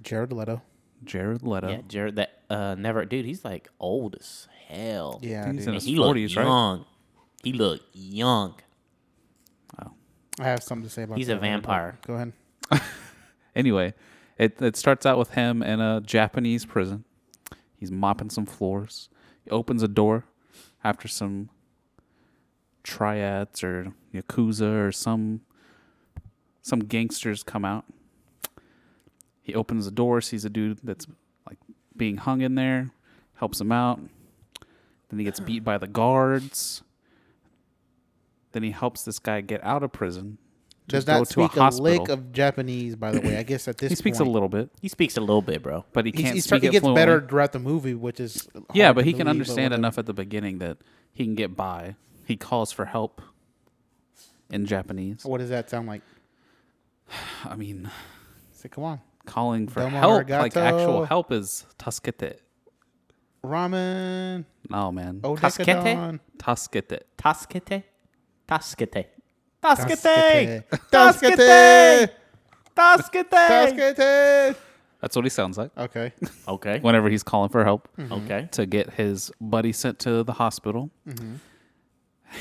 Speaker 5: Jared Leto.
Speaker 4: Jared Leto.
Speaker 3: yeah, Jared, that uh, never, dude, he's like old as hell.
Speaker 5: Yeah,
Speaker 4: He's
Speaker 5: dude.
Speaker 4: in
Speaker 3: And
Speaker 4: his
Speaker 3: he looked
Speaker 4: 40s, right?
Speaker 3: young. He looked young.
Speaker 5: I have something to say about
Speaker 3: He's
Speaker 5: that
Speaker 3: a vampire.
Speaker 5: Go ahead.
Speaker 4: Anyway, it, it starts out with him in a Japanese prison. He's mopping some floors. He opens a door after some triads or yakuza or some some gangsters come out. He opens the door, sees a dude that's like being hung in there, helps him out. Then he gets beat by the guards. Then he helps this guy get out of prison. to
Speaker 5: Does
Speaker 4: go
Speaker 5: not
Speaker 4: to a
Speaker 5: speak a, lick
Speaker 4: hospital.
Speaker 5: of Japanese, by the way.
Speaker 4: (laughs)
Speaker 5: I guess at this
Speaker 4: He speaks
Speaker 5: point,
Speaker 4: a little bit,
Speaker 3: He speaks a little bit, bro.
Speaker 4: but he
Speaker 5: He,
Speaker 4: can't
Speaker 5: he,
Speaker 4: speak
Speaker 5: start, he
Speaker 4: it
Speaker 5: gets
Speaker 4: fluently.
Speaker 5: better throughout the movie, which is
Speaker 4: Yeah,
Speaker 5: hard
Speaker 4: but
Speaker 5: to
Speaker 4: he can
Speaker 5: believe,
Speaker 4: understand
Speaker 5: whatever.
Speaker 4: enough at the beginning that he can get by. He calls for help in Japanese.
Speaker 5: What does that sound like?
Speaker 4: I mean,
Speaker 5: Say, come on,
Speaker 4: calling for
Speaker 5: Domo
Speaker 4: help, like
Speaker 5: arigato.
Speaker 4: actual help, is taskete.
Speaker 5: ramen,
Speaker 4: No, man.
Speaker 5: oh
Speaker 3: Taskete?
Speaker 5: decadon,
Speaker 4: Taskete.
Speaker 3: Tascate? Tascate. Tascate!
Speaker 5: taskete,
Speaker 3: Tascate!
Speaker 5: taskete.
Speaker 4: That's what he sounds like
Speaker 5: Okay,
Speaker 3: Okay.
Speaker 4: whenever he's calling for help
Speaker 3: Okay.
Speaker 4: to get his buddy sent to the hospital.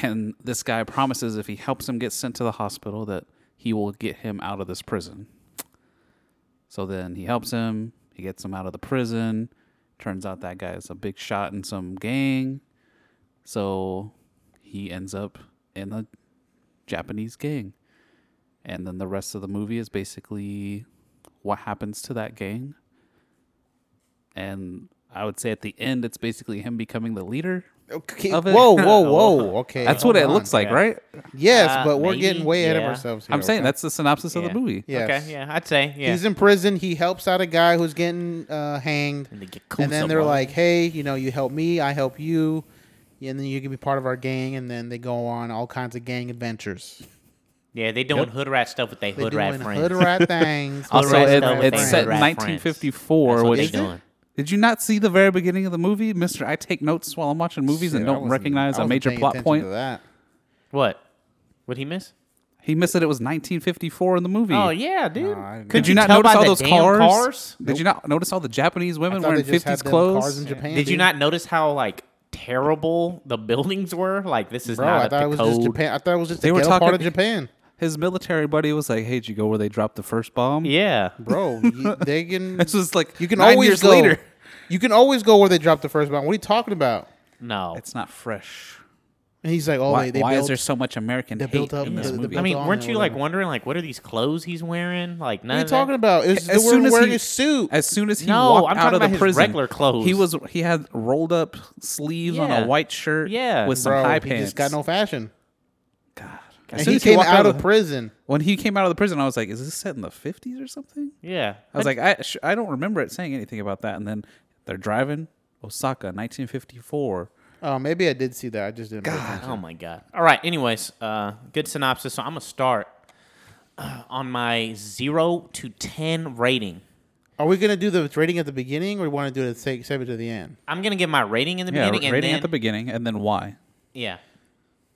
Speaker 4: And this guy promises if he helps him get sent to the hospital that he will get him out of this prison. So then he helps him, he gets him out of the prison. Turns out that guy is a big shot in some gang. So he ends up in a Japanese gang. And then the rest of the movie is basically what happens to that gang. And I would say at the end, it's basically him becoming the leader.
Speaker 5: okay.
Speaker 4: Of it.
Speaker 5: whoa, whoa, whoa. (laughs) Okay,
Speaker 4: That's
Speaker 5: hold
Speaker 4: what it
Speaker 5: on.
Speaker 4: looks like, right?
Speaker 5: Yes,
Speaker 3: Uh,
Speaker 5: but we're
Speaker 3: maybe,
Speaker 5: getting way ahead of
Speaker 3: yeah.
Speaker 5: ourselves. Here,
Speaker 4: I'm saying
Speaker 5: okay?
Speaker 4: that's the synopsis of
Speaker 3: Yeah.
Speaker 4: the movie.
Speaker 5: Yes.
Speaker 3: Okay, yeah, I'd say. Yeah.
Speaker 5: He's in prison. He helps out a guy who's getting uh, hanged.
Speaker 3: And they get
Speaker 5: and then
Speaker 3: Kusa,
Speaker 5: they're
Speaker 3: bro.
Speaker 5: like, "Hey, you know, you help me, I help you, and then you can be part of our gang." And then they go on all kinds of gang adventures.
Speaker 3: yeah, they doing hood rat stuff with their
Speaker 5: They
Speaker 3: hood
Speaker 5: doing
Speaker 3: rat friends.
Speaker 5: hood rat things.
Speaker 4: Also,
Speaker 3: Hood rat
Speaker 4: it,
Speaker 3: stuff with
Speaker 4: it's
Speaker 3: their
Speaker 4: set in
Speaker 3: hood rat friends.
Speaker 4: 1954,
Speaker 3: That's what they
Speaker 4: which
Speaker 3: doing.
Speaker 4: Did you not see the very beginning of the movie, Mister? I take notes while I'm watching movies
Speaker 5: Shit,
Speaker 4: and
Speaker 5: I
Speaker 4: don't
Speaker 5: wasn't-
Speaker 4: recognize a
Speaker 5: I wasn't
Speaker 4: major
Speaker 5: paying
Speaker 4: plot
Speaker 5: attention
Speaker 4: point.
Speaker 5: to that.
Speaker 3: (laughs) What? What he miss?
Speaker 4: He missed that it was 1954 in the movie.
Speaker 3: Oh yeah, dude.
Speaker 5: I didn't
Speaker 4: Did
Speaker 5: know.
Speaker 4: you not
Speaker 3: tell
Speaker 4: notice
Speaker 3: by
Speaker 4: all
Speaker 3: the
Speaker 4: those
Speaker 3: damn
Speaker 4: cars?
Speaker 3: cars?
Speaker 4: Did you not notice all the Japanese
Speaker 5: I
Speaker 4: women
Speaker 5: thought
Speaker 4: wearing
Speaker 5: they just had
Speaker 4: 50s
Speaker 5: them Cars
Speaker 4: clothes?
Speaker 5: in Japan.
Speaker 3: Did you
Speaker 5: dude.
Speaker 3: not notice how like terrible the buildings were? Like this is
Speaker 5: Bro,
Speaker 3: not
Speaker 5: I
Speaker 3: up
Speaker 5: thought
Speaker 3: to
Speaker 5: it was just
Speaker 3: code.
Speaker 5: Japan. I thought it was just
Speaker 4: They
Speaker 5: the
Speaker 4: were
Speaker 5: ghetto
Speaker 4: talking-
Speaker 5: part of Japan.
Speaker 4: His military buddy was like, "Hey, did you go where they dropped the first bomb?" (laughs)
Speaker 3: Yeah.
Speaker 5: Bro, you, they can.
Speaker 4: This was like
Speaker 5: you can
Speaker 4: nine
Speaker 5: always
Speaker 4: years
Speaker 5: go.
Speaker 4: later.
Speaker 3: (laughs)
Speaker 5: You can always go where they dropped the first bomb. What are you talking about?
Speaker 3: No.
Speaker 4: It's not fresh.
Speaker 5: And he's like, "Oh,
Speaker 4: why
Speaker 5: they, they
Speaker 4: why
Speaker 5: built,
Speaker 4: is there so much American
Speaker 5: they
Speaker 4: hate
Speaker 5: built up
Speaker 4: in this
Speaker 5: the- the
Speaker 4: movie?
Speaker 3: I
Speaker 5: built
Speaker 4: I mean,
Speaker 3: mean,
Speaker 5: on
Speaker 3: weren't
Speaker 5: or
Speaker 3: you like
Speaker 5: whatever.
Speaker 3: wondering like what are these clothes he's wearing? Like none
Speaker 5: What are you
Speaker 3: of that-
Speaker 5: talking about? It was, they
Speaker 4: as
Speaker 5: were
Speaker 4: soon as
Speaker 5: wearing
Speaker 4: he
Speaker 5: his suit.
Speaker 4: as soon as he
Speaker 3: No,
Speaker 4: walked
Speaker 3: I'm
Speaker 4: out
Speaker 3: talking
Speaker 4: of the
Speaker 3: about his
Speaker 4: prison,
Speaker 3: regular clothes.
Speaker 4: he was he had rolled up sleeves on
Speaker 3: Yeah.
Speaker 4: a white shirt,
Speaker 3: Yeah.
Speaker 4: with some
Speaker 5: Bro,
Speaker 4: high
Speaker 5: he
Speaker 4: pants.
Speaker 5: just got no fashion.
Speaker 4: God.
Speaker 5: And he came
Speaker 4: walked
Speaker 5: out
Speaker 4: the-
Speaker 5: of prison.
Speaker 4: when he came out of the prison, I was like, "Is this set in the fifties or something?"
Speaker 3: Yeah.
Speaker 4: I was like, "I sh- I don't remember it saying anything about that." And then they're driving Osaka, nineteen fifty four.
Speaker 5: Oh, maybe I did see that. I just didn't. pay attention.
Speaker 3: Oh my god. All right. Anyways, uh, good synopsis. So I'm gonna start uh, on my zero to ten rating.
Speaker 5: Are we gonna do the rating at the beginning, or we want to do it save, save it to the end?
Speaker 3: I'm gonna give my rating in the
Speaker 4: Yeah,
Speaker 3: beginning.
Speaker 4: rating
Speaker 3: and then,
Speaker 4: at the beginning, and then why?
Speaker 3: Yeah.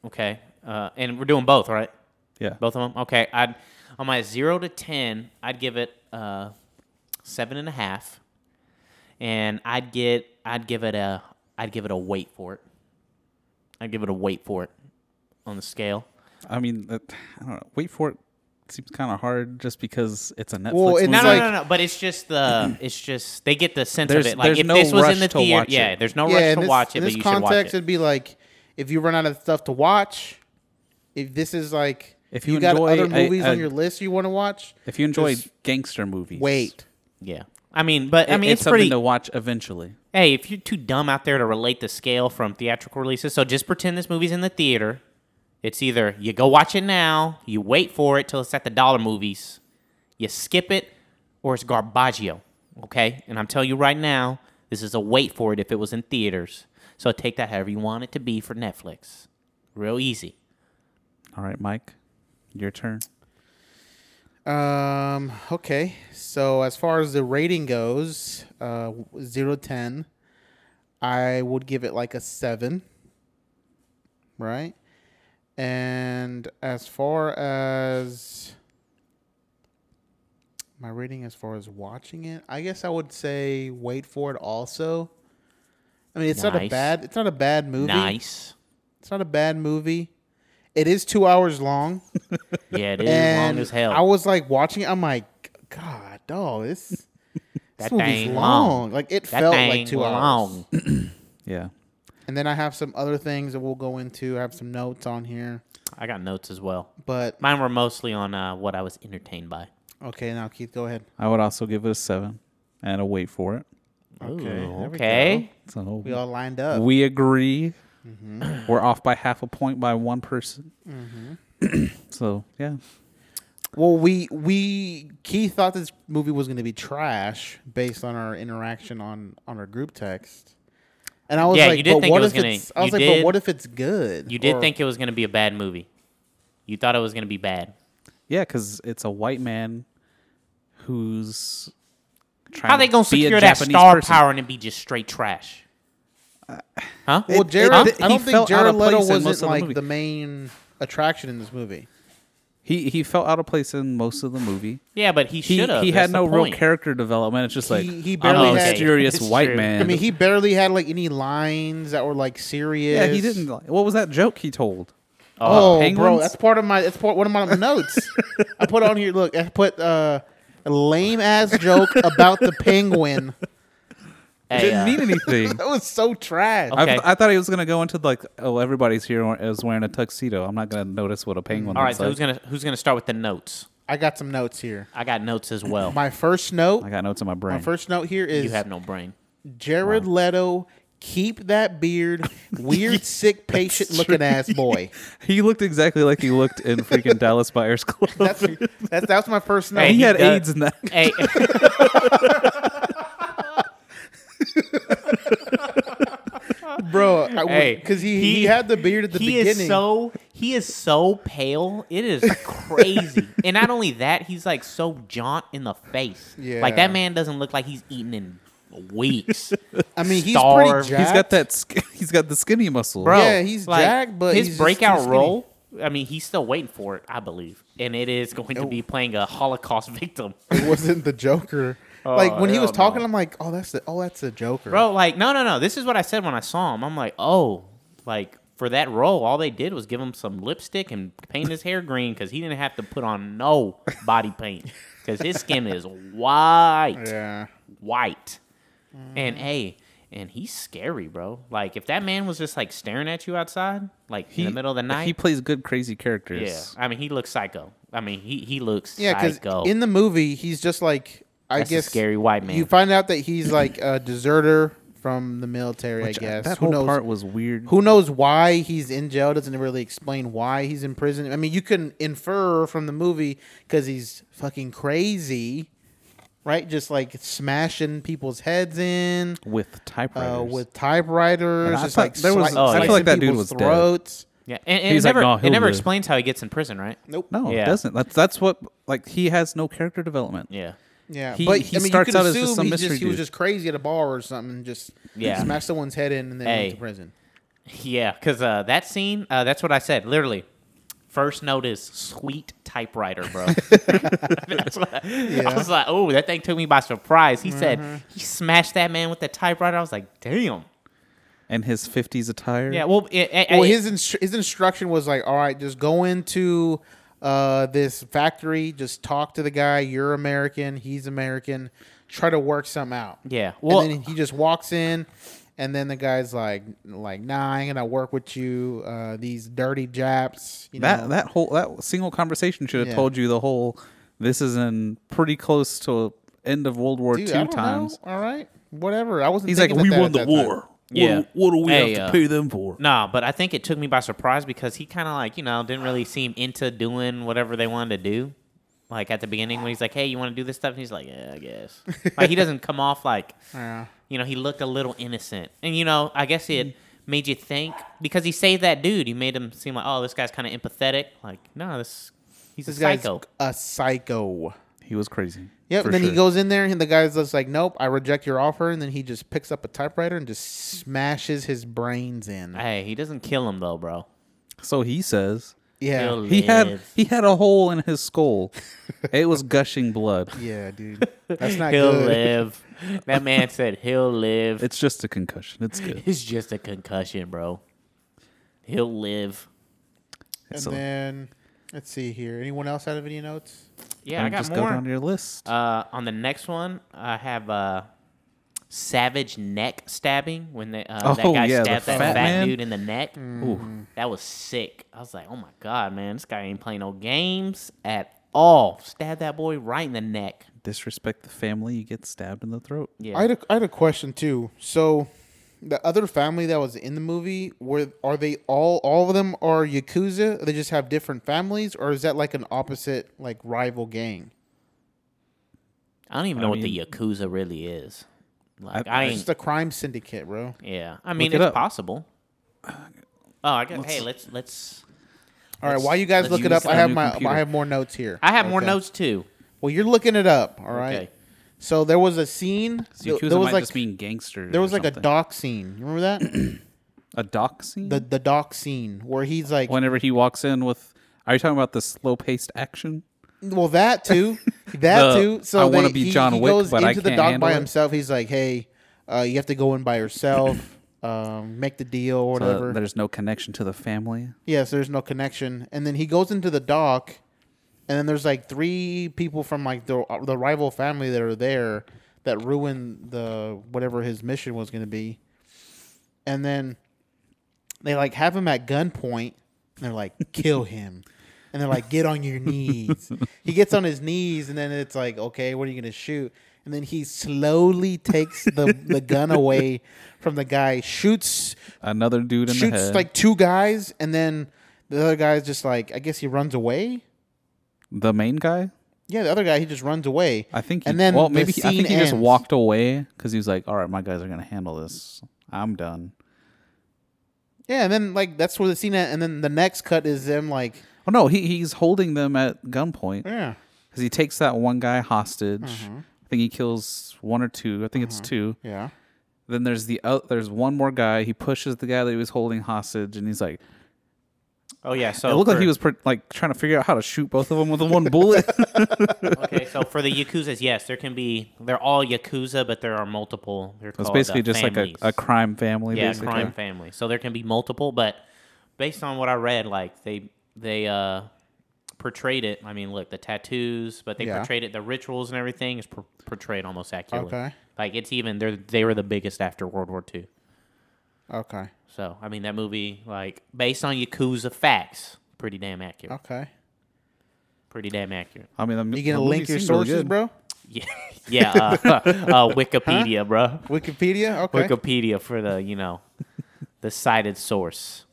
Speaker 3: Okay. Uh, and we're doing both, right?
Speaker 4: Yeah,
Speaker 3: Both of them. Okay. I'd on my zero to ten, I'd give it uh, seven and a half, and I'd get I'd give it a I'd give it a wait for it. I'd give it a wait for it on the scale.
Speaker 4: I mean, that, I don't know. Wait for it seems kind of hard just because it's a Netflix.
Speaker 5: Well, it-
Speaker 4: movie.
Speaker 3: No,
Speaker 5: It's
Speaker 3: no,
Speaker 5: like-
Speaker 3: no, no, no. But it's just
Speaker 4: (clears throat)
Speaker 3: the it's just they get the sense
Speaker 4: There's-
Speaker 3: of it. Like
Speaker 4: there's
Speaker 3: if
Speaker 4: no
Speaker 3: this was
Speaker 4: rush
Speaker 3: in the
Speaker 4: to
Speaker 3: theater,
Speaker 4: watch it.
Speaker 3: yeah. There's no rush
Speaker 5: in
Speaker 3: to
Speaker 5: this,
Speaker 3: watch it,
Speaker 5: in
Speaker 3: but
Speaker 5: this
Speaker 3: you should watch
Speaker 5: context,
Speaker 3: it.
Speaker 5: it'd be like if you run out of stuff to watch. If this is like
Speaker 4: If you
Speaker 5: got
Speaker 4: enjoy
Speaker 5: other
Speaker 4: a-
Speaker 5: movies
Speaker 4: a-
Speaker 5: on your list you want to watch,
Speaker 4: if you enjoy
Speaker 5: just
Speaker 4: gangster movies,
Speaker 5: wait.
Speaker 3: Yeah. I mean, but I
Speaker 4: It-
Speaker 3: mean,
Speaker 4: it's,
Speaker 3: it's,
Speaker 4: something
Speaker 3: pretty.
Speaker 4: to watch eventually.
Speaker 3: hey, if you're too dumb out there to relate the scale from theatrical releases, so just pretend this movie's in the theater It's either you go watch it now, you wait for it till it's at the dollar movies, you skip it, or it's garbaggio. Okay? And I'm telling you right now, this is a wait for it if it was in theaters. So take that however you want it to be for Netflix. Real easy.
Speaker 4: All right, Mike, your turn.
Speaker 5: Um. Okay. So as far as the rating goes, uh, zero to ten, I would give it like a seven. Right, and as far as my rating, as far as watching it, I guess I would say wait for it. Also, I mean, it's not a
Speaker 3: Nice.
Speaker 5: bad. It's not a bad movie.
Speaker 3: Nice.
Speaker 5: It's not a bad movie. It is two hours long.
Speaker 3: Yeah, it is
Speaker 5: and
Speaker 3: long as hell.
Speaker 5: I was like watching it. I'm like, God, dog, this (laughs)
Speaker 3: That
Speaker 5: this movie's
Speaker 3: thing
Speaker 5: long.
Speaker 3: long.
Speaker 5: Like it
Speaker 3: that
Speaker 5: felt
Speaker 3: thing
Speaker 5: like two hours.
Speaker 3: long.
Speaker 4: Yeah.
Speaker 5: And then I have some other things that we'll go into. I have some notes on here,
Speaker 3: I got notes as well.
Speaker 5: but
Speaker 3: Mine were mostly on uh, what I was entertained by.
Speaker 5: okay, now Keith, go ahead.
Speaker 4: I would also give it a seven and a wait for it.
Speaker 3: Ooh,
Speaker 5: Okay, there we
Speaker 3: okay.
Speaker 4: So
Speaker 5: We all Mm-hmm. lined up.
Speaker 4: we agree. (clears throat) We're off by half a point by one person.
Speaker 5: Mm-hmm.
Speaker 4: (clears throat) so yeah,
Speaker 5: well, we we Keith thought this movie was going to be trash based on our interaction on on our group text. And I was
Speaker 3: Yeah,
Speaker 5: like,
Speaker 3: you did
Speaker 5: but
Speaker 3: think it
Speaker 5: what
Speaker 3: was
Speaker 5: if
Speaker 3: gonna-
Speaker 5: it's? I was
Speaker 3: you
Speaker 5: like,
Speaker 3: did-
Speaker 5: but what if it's good?
Speaker 3: You did
Speaker 5: Or-
Speaker 3: think it was going to be a bad movie. You thought it was going to be bad.
Speaker 4: yeah, because it's a white man who's trying.
Speaker 3: How they going to
Speaker 4: be a
Speaker 3: secure that
Speaker 4: Japanese
Speaker 3: star
Speaker 4: person.
Speaker 3: power and it be just straight trash? Huh?
Speaker 5: Well,
Speaker 4: It-
Speaker 5: Jared,
Speaker 4: it-
Speaker 5: I
Speaker 4: he
Speaker 5: don't think
Speaker 4: felt out
Speaker 5: Jared
Speaker 4: of
Speaker 5: Leto
Speaker 4: place in most
Speaker 5: wasn't
Speaker 4: of the
Speaker 5: like
Speaker 4: movie.
Speaker 5: the main attraction in this movie.
Speaker 4: He he felt out of place in most of the movie.
Speaker 3: yeah, but he
Speaker 4: He
Speaker 3: should have.
Speaker 4: he had
Speaker 3: That's the
Speaker 4: no real
Speaker 3: point.
Speaker 4: character development. It's just like
Speaker 5: He- he
Speaker 4: I'm
Speaker 5: barely
Speaker 4: a
Speaker 5: had-
Speaker 4: mysterious
Speaker 3: It's
Speaker 4: white
Speaker 3: true.
Speaker 4: man.
Speaker 5: I mean, he barely had like any lines that were like serious.
Speaker 4: yeah, he
Speaker 3: Oh,
Speaker 4: didn't. like- What was that joke he told?
Speaker 5: Oh, bro,
Speaker 4: Penguins?
Speaker 5: that's part of my. That's part one of my
Speaker 4: (laughs)
Speaker 5: notes. I put on here. Look, I put uh, a lame ass joke about the penguin.
Speaker 3: Hey,
Speaker 4: Didn't
Speaker 3: uh,
Speaker 4: mean
Speaker 3: (laughs)
Speaker 4: anything.
Speaker 5: That was so trash.
Speaker 3: Okay.
Speaker 4: I, I thought he was gonna go into like, oh, everybody's here is wearing a tuxedo. I'm not gonna notice what a penguin.
Speaker 3: all right,
Speaker 4: looks
Speaker 3: so
Speaker 4: like.
Speaker 3: who's gonna who's gonna start with the notes?
Speaker 5: I got some notes here.
Speaker 3: I got notes as well.
Speaker 5: My first note.
Speaker 4: I got notes in my brain.
Speaker 5: My first note here
Speaker 3: you
Speaker 5: is
Speaker 3: have no brain.
Speaker 5: Jared Leto. Keep that
Speaker 3: (laughs)
Speaker 5: beard, weird, sick, patient looking ass boy.
Speaker 4: he looked exactly like he looked
Speaker 3: (laughs)
Speaker 4: in freaking Dallas Buyers Club.
Speaker 5: That's that's that's my first note.
Speaker 3: Hey,
Speaker 4: (laughs) he,
Speaker 3: he
Speaker 4: had
Speaker 3: does-
Speaker 4: AIDS in that.
Speaker 5: (laughs)
Speaker 3: Hey,
Speaker 5: bro. I,
Speaker 3: Hey,
Speaker 5: because he,
Speaker 3: he-
Speaker 5: he had the beard at the
Speaker 3: he
Speaker 5: beginning.
Speaker 3: is so he is so pale. It is
Speaker 5: (laughs)
Speaker 3: crazy. and not only that, he's like so jaunt in the face. Like
Speaker 5: Yeah.
Speaker 3: that man doesn't look like he's eaten in
Speaker 5: (laughs)
Speaker 3: weeks.
Speaker 5: I mean, he's
Speaker 3: starved. He's
Speaker 5: pretty
Speaker 4: (laughs)
Speaker 5: jacked.
Speaker 4: He's got that. Sk- he's got the skinny muscle,
Speaker 3: Bro,
Speaker 5: Yeah, he's
Speaker 3: like,
Speaker 5: jacked, but
Speaker 3: his
Speaker 5: he's just too
Speaker 3: breakout
Speaker 5: skinny.
Speaker 3: role. I mean, he's still waiting for it, I believe, and it is going to be playing a Holocaust (laughs) victim.
Speaker 5: It (laughs) wasn't the Joker. like when he
Speaker 3: Oh, hell
Speaker 5: was talking,
Speaker 3: no.
Speaker 5: I'm like, oh, that's the oh, that's the Joker,
Speaker 3: Bro, like, no, no, no. This is what I said when I saw him. I'm like, oh, like for that role, all they did was give him some lipstick and paint his hair green because he didn't have to put on
Speaker 4: (laughs)
Speaker 3: no body paint because his skin is white,
Speaker 5: Yeah,
Speaker 3: white.
Speaker 4: Mm-hmm.
Speaker 3: And hey, and he's scary, bro. Like if that man was just like staring at you outside, like in the middle of the
Speaker 4: He
Speaker 3: night,
Speaker 4: plays good, crazy
Speaker 3: yeah.
Speaker 4: characters.
Speaker 3: I mean, he looks psycho. I mean, he he looks
Speaker 5: yeah.
Speaker 3: psycho.
Speaker 5: Because in the movie, he's just like I
Speaker 3: That's a
Speaker 5: guess
Speaker 3: scary white man.
Speaker 5: You find out that he's like a deserter from the military. I guess
Speaker 4: uh, that
Speaker 5: who
Speaker 4: whole
Speaker 5: knows?
Speaker 4: part was weird.
Speaker 5: who knows why he's in jail? Doesn't really explain why he's in prison. I mean, you can infer from the movie because he's fucking crazy, right? Just like smashing people's heads in.
Speaker 4: with typewriters?
Speaker 5: uh, with typewriters.
Speaker 4: And I
Speaker 5: Just
Speaker 4: thought
Speaker 5: like
Speaker 4: there was-
Speaker 5: slice-
Speaker 3: Oh, I
Speaker 5: slicing
Speaker 3: feel
Speaker 4: like that dude
Speaker 5: people's
Speaker 4: was dead.
Speaker 5: throats.
Speaker 3: yeah, and, and it
Speaker 4: He's like,
Speaker 3: never
Speaker 4: "No,
Speaker 3: it
Speaker 4: he'll
Speaker 3: never
Speaker 4: live."
Speaker 3: explains how he gets in prison, right?
Speaker 5: Nope.
Speaker 4: no,
Speaker 3: Yeah.
Speaker 4: it doesn't. That's that's what like he has no character development.
Speaker 3: Yeah.
Speaker 5: Yeah,
Speaker 4: He-
Speaker 5: but
Speaker 4: he
Speaker 5: I mean,
Speaker 4: starts
Speaker 5: you could
Speaker 4: out as just
Speaker 5: assume
Speaker 4: some
Speaker 5: he's just,
Speaker 4: mystery
Speaker 5: he was
Speaker 4: dude.
Speaker 5: just crazy at a bar or something, and just
Speaker 3: Yeah.
Speaker 5: smashed someone's head in and then
Speaker 3: Hey.
Speaker 5: went to prison.
Speaker 3: Yeah, because uh, that scene, uh, that's what I said. Literally, first note is sweet typewriter,
Speaker 5: (laughs)
Speaker 3: bro. (laughs) That's what I, I was like, oh, that thing took me by surprise. He
Speaker 5: Mm-hmm.
Speaker 3: said he smashed that man with the typewriter. I was like, damn.
Speaker 4: And his fifties attire.
Speaker 3: Yeah, well, it, it-
Speaker 5: Well,
Speaker 3: it-
Speaker 5: his instru- his instruction was like, "All right, just go into uh, this factory, just talk to the guy. You're American, he's American. Try to work something out."
Speaker 3: yeah. Well,
Speaker 5: and then he just walks in, and then the guy's like, "Like, nah, I ain't gonna work with you. Uh, these dirty Japs." You
Speaker 4: that
Speaker 5: know?
Speaker 4: that whole that single conversation should have
Speaker 5: Yeah.
Speaker 4: told you the whole. This is in pretty close to end of World War
Speaker 5: Dude, I
Speaker 4: II
Speaker 5: don't
Speaker 4: times.
Speaker 5: know. All right, whatever. I wasn't.
Speaker 4: He's like,
Speaker 5: thinking
Speaker 4: we
Speaker 5: of that
Speaker 4: won
Speaker 5: at
Speaker 4: the
Speaker 5: that time."
Speaker 4: war.
Speaker 3: Yeah.
Speaker 4: What, what do we
Speaker 3: Hey,
Speaker 4: have to
Speaker 3: uh,
Speaker 4: pay them for?
Speaker 3: No, but I think it took me by surprise because he kind of like, you know, didn't really seem into doing whatever they wanted to do. Like at the beginning when he's like, "Hey, you want to do this stuff?" and he's like, "Yeah, I
Speaker 5: (laughs)
Speaker 3: guess." like he doesn't come off like,
Speaker 5: Yeah. Mm.
Speaker 3: you know, he looked a little innocent. And you know, I guess it made you think because he saved that dude. He made him seem like, "Oh, this guy's kind of empathetic." Like, no, this he's
Speaker 5: This
Speaker 3: a
Speaker 5: guy's
Speaker 3: psycho.
Speaker 5: a psycho.
Speaker 4: He was crazy.
Speaker 5: Yep.
Speaker 4: for
Speaker 5: And then he
Speaker 4: sure.
Speaker 5: goes in there, and the guy's just like, "Nope, I reject your offer." And then he just picks up a typewriter and just smashes his brains in.
Speaker 3: Hey, he doesn't kill him though, bro.
Speaker 4: So he says
Speaker 5: yeah.
Speaker 3: He'll
Speaker 4: he had
Speaker 3: live.
Speaker 4: he had a hole in his skull. it was gushing
Speaker 5: (laughs)
Speaker 4: blood.
Speaker 5: Yeah, dude. That's not
Speaker 3: He'll
Speaker 5: good.
Speaker 3: live. That man said he'll live.
Speaker 4: It's just a concussion. It's good.
Speaker 3: It's just a concussion, bro. He'll live.
Speaker 5: And
Speaker 4: So-
Speaker 5: then let's see here. Anyone else out of any notes?
Speaker 3: Yeah,
Speaker 4: Um,
Speaker 3: I got
Speaker 4: just
Speaker 3: more.
Speaker 4: go down to your list.
Speaker 3: uh, on the next one, I have uh, savage neck stabbing when they, uh, that
Speaker 4: Oh,
Speaker 3: guy
Speaker 4: yeah, the
Speaker 3: stabbed that fat,
Speaker 4: fat man.
Speaker 3: dude in the neck.
Speaker 4: Ooh.
Speaker 3: That was sick. I was like, oh my god, man, this guy ain't playing no games at all. Stab that boy right in the neck.
Speaker 4: Disrespect the family, you get stabbed in the throat.
Speaker 3: Yeah,
Speaker 5: I had a, I had a question too. So, the other family that was in the movie were are they all all of them are yakuza? They just have different families, or is that like an opposite like rival gang?
Speaker 3: I don't even know
Speaker 4: I
Speaker 3: what
Speaker 4: mean-
Speaker 3: the yakuza really is. Like,
Speaker 4: I-
Speaker 3: I,
Speaker 4: I
Speaker 5: It's
Speaker 3: ain't.
Speaker 5: just a crime syndicate, bro.
Speaker 3: yeah, I mean,
Speaker 4: it
Speaker 3: it's
Speaker 4: up. Uh,
Speaker 3: possible. Oh, I guess. Hey, let's let's.
Speaker 5: All right,
Speaker 3: Let's-
Speaker 5: while you guys
Speaker 3: let's
Speaker 5: look
Speaker 3: use
Speaker 5: it up, I
Speaker 4: the
Speaker 5: have
Speaker 4: new
Speaker 5: my
Speaker 4: computer.
Speaker 5: I have more notes here.
Speaker 3: I have more
Speaker 5: Okay.
Speaker 3: notes too.
Speaker 5: Well, you're looking it up, all right.
Speaker 3: Okay.
Speaker 5: So there was a scene.
Speaker 4: So
Speaker 5: there was
Speaker 4: might
Speaker 5: like
Speaker 4: just mean gangster.
Speaker 5: there
Speaker 4: or
Speaker 5: was like a
Speaker 4: something.
Speaker 5: dock scene. You
Speaker 3: (clears throat)
Speaker 5: remember that
Speaker 4: a dock scene.
Speaker 5: the the dock scene where he's like,
Speaker 4: Whenever he walks in with, are you talking about the slow paced action?
Speaker 5: Well,
Speaker 4: (laughs)
Speaker 5: that too.
Speaker 4: The,
Speaker 5: That too. So
Speaker 4: I wanna
Speaker 5: they-
Speaker 4: be
Speaker 5: he-
Speaker 4: John
Speaker 5: he
Speaker 4: Wick,
Speaker 5: goes
Speaker 4: but I
Speaker 5: into the
Speaker 4: can't
Speaker 5: dock by
Speaker 4: handle it.
Speaker 5: himself. He's like, "Hey, uh, you have to go in by
Speaker 4: (coughs)
Speaker 5: yourself. um, make the deal or
Speaker 4: So
Speaker 5: whatever."
Speaker 4: there's no connection to the family.
Speaker 5: yeah, so there's no connection. And then he goes into the dock, and then there's like three people from like the uh, the rival family that are there that ruin the whatever his mission was going to be. And then they like have him at gunpoint. And they're like, (laughs) "Kill him." and they're like, "Get on your knees." he gets on his knees, and then it's like, "Okay, what are you gonna shoot?" And then he slowly takes the, the gun away from the guy, shoots
Speaker 4: Another dude in the
Speaker 5: shoots
Speaker 4: head.
Speaker 5: like two guys, and then the other guy's just like, I guess he runs away.
Speaker 4: the main guy.
Speaker 5: Yeah, the other guy he just runs away.
Speaker 4: I think. He,
Speaker 5: and then
Speaker 4: well,
Speaker 5: the
Speaker 4: maybe he, I
Speaker 5: scene
Speaker 4: think he just
Speaker 5: ends.
Speaker 4: walked away because he was like, "All right, my guys are gonna handle this. I'm done."
Speaker 5: Yeah, and then like that's where the scene ends, and then the next cut is them like,
Speaker 4: Oh no, he, he's holding them at gunpoint because
Speaker 5: yeah,
Speaker 4: he takes that one guy hostage.
Speaker 5: Mm-hmm.
Speaker 4: I think he kills one or two. I think it's two.
Speaker 5: yeah.
Speaker 4: Then there's the o there's one more guy. He pushes the guy that he was holding hostage, and he's like,
Speaker 3: Oh yeah, so
Speaker 4: it looked like
Speaker 3: for-
Speaker 4: he was pre- like trying to figure out how to shoot both of them with the one bullet.
Speaker 3: Okay, so for the yakuza's, yes, there can be. They're all yakuza, but there are multiple. They're
Speaker 4: it's
Speaker 3: called,
Speaker 4: basically
Speaker 3: uh,
Speaker 4: just
Speaker 3: families.
Speaker 4: like a, a crime family.
Speaker 3: yeah
Speaker 4: basically.
Speaker 3: crime family. So there can be multiple, but based on what I read, like they they uh portrayed it. I mean, look, the tattoos, but they
Speaker 5: Yeah.
Speaker 3: portrayed it. The rituals and everything is por- portrayed almost accurately.
Speaker 5: Okay.
Speaker 3: like it's even. They are they were the biggest after World War II.
Speaker 5: Okay,
Speaker 3: So I mean, that movie, like based on yakuza facts, pretty damn accurate.
Speaker 5: okay.
Speaker 3: Pretty damn accurate. (laughs)
Speaker 4: I mean, the,
Speaker 5: You gonna
Speaker 4: the
Speaker 5: link
Speaker 4: movie
Speaker 5: your
Speaker 4: seemed really
Speaker 5: sources,
Speaker 4: good.
Speaker 5: bro?
Speaker 3: Yeah, yeah. Uh, (laughs) uh, Wikipedia, bro.
Speaker 5: Wikipedia, okay.
Speaker 3: Wikipedia for the you know the cited source.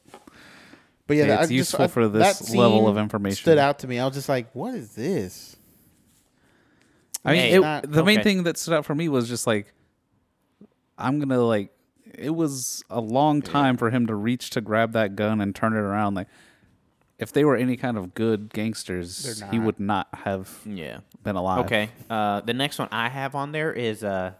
Speaker 5: But yeah,
Speaker 4: Hey,
Speaker 5: that- I
Speaker 4: it's
Speaker 5: just-
Speaker 4: useful
Speaker 5: I-
Speaker 4: for
Speaker 5: that
Speaker 4: this level of
Speaker 5: scene
Speaker 4: information.
Speaker 5: Stood out to me. I was just like, "What is this?"
Speaker 4: I mean,
Speaker 3: Hey,
Speaker 4: it,
Speaker 5: not-
Speaker 4: the main
Speaker 3: okay.
Speaker 4: thing that stood out for me was just like, I'm gonna like, it was a long time for him to reach to grab that gun and turn it around. Like, if they were any kind of good gangsters,
Speaker 5: They're
Speaker 4: he
Speaker 5: not.
Speaker 4: would not have
Speaker 3: Yeah.
Speaker 4: been alive.
Speaker 3: Okay. Uh, the next one I have on there is uh,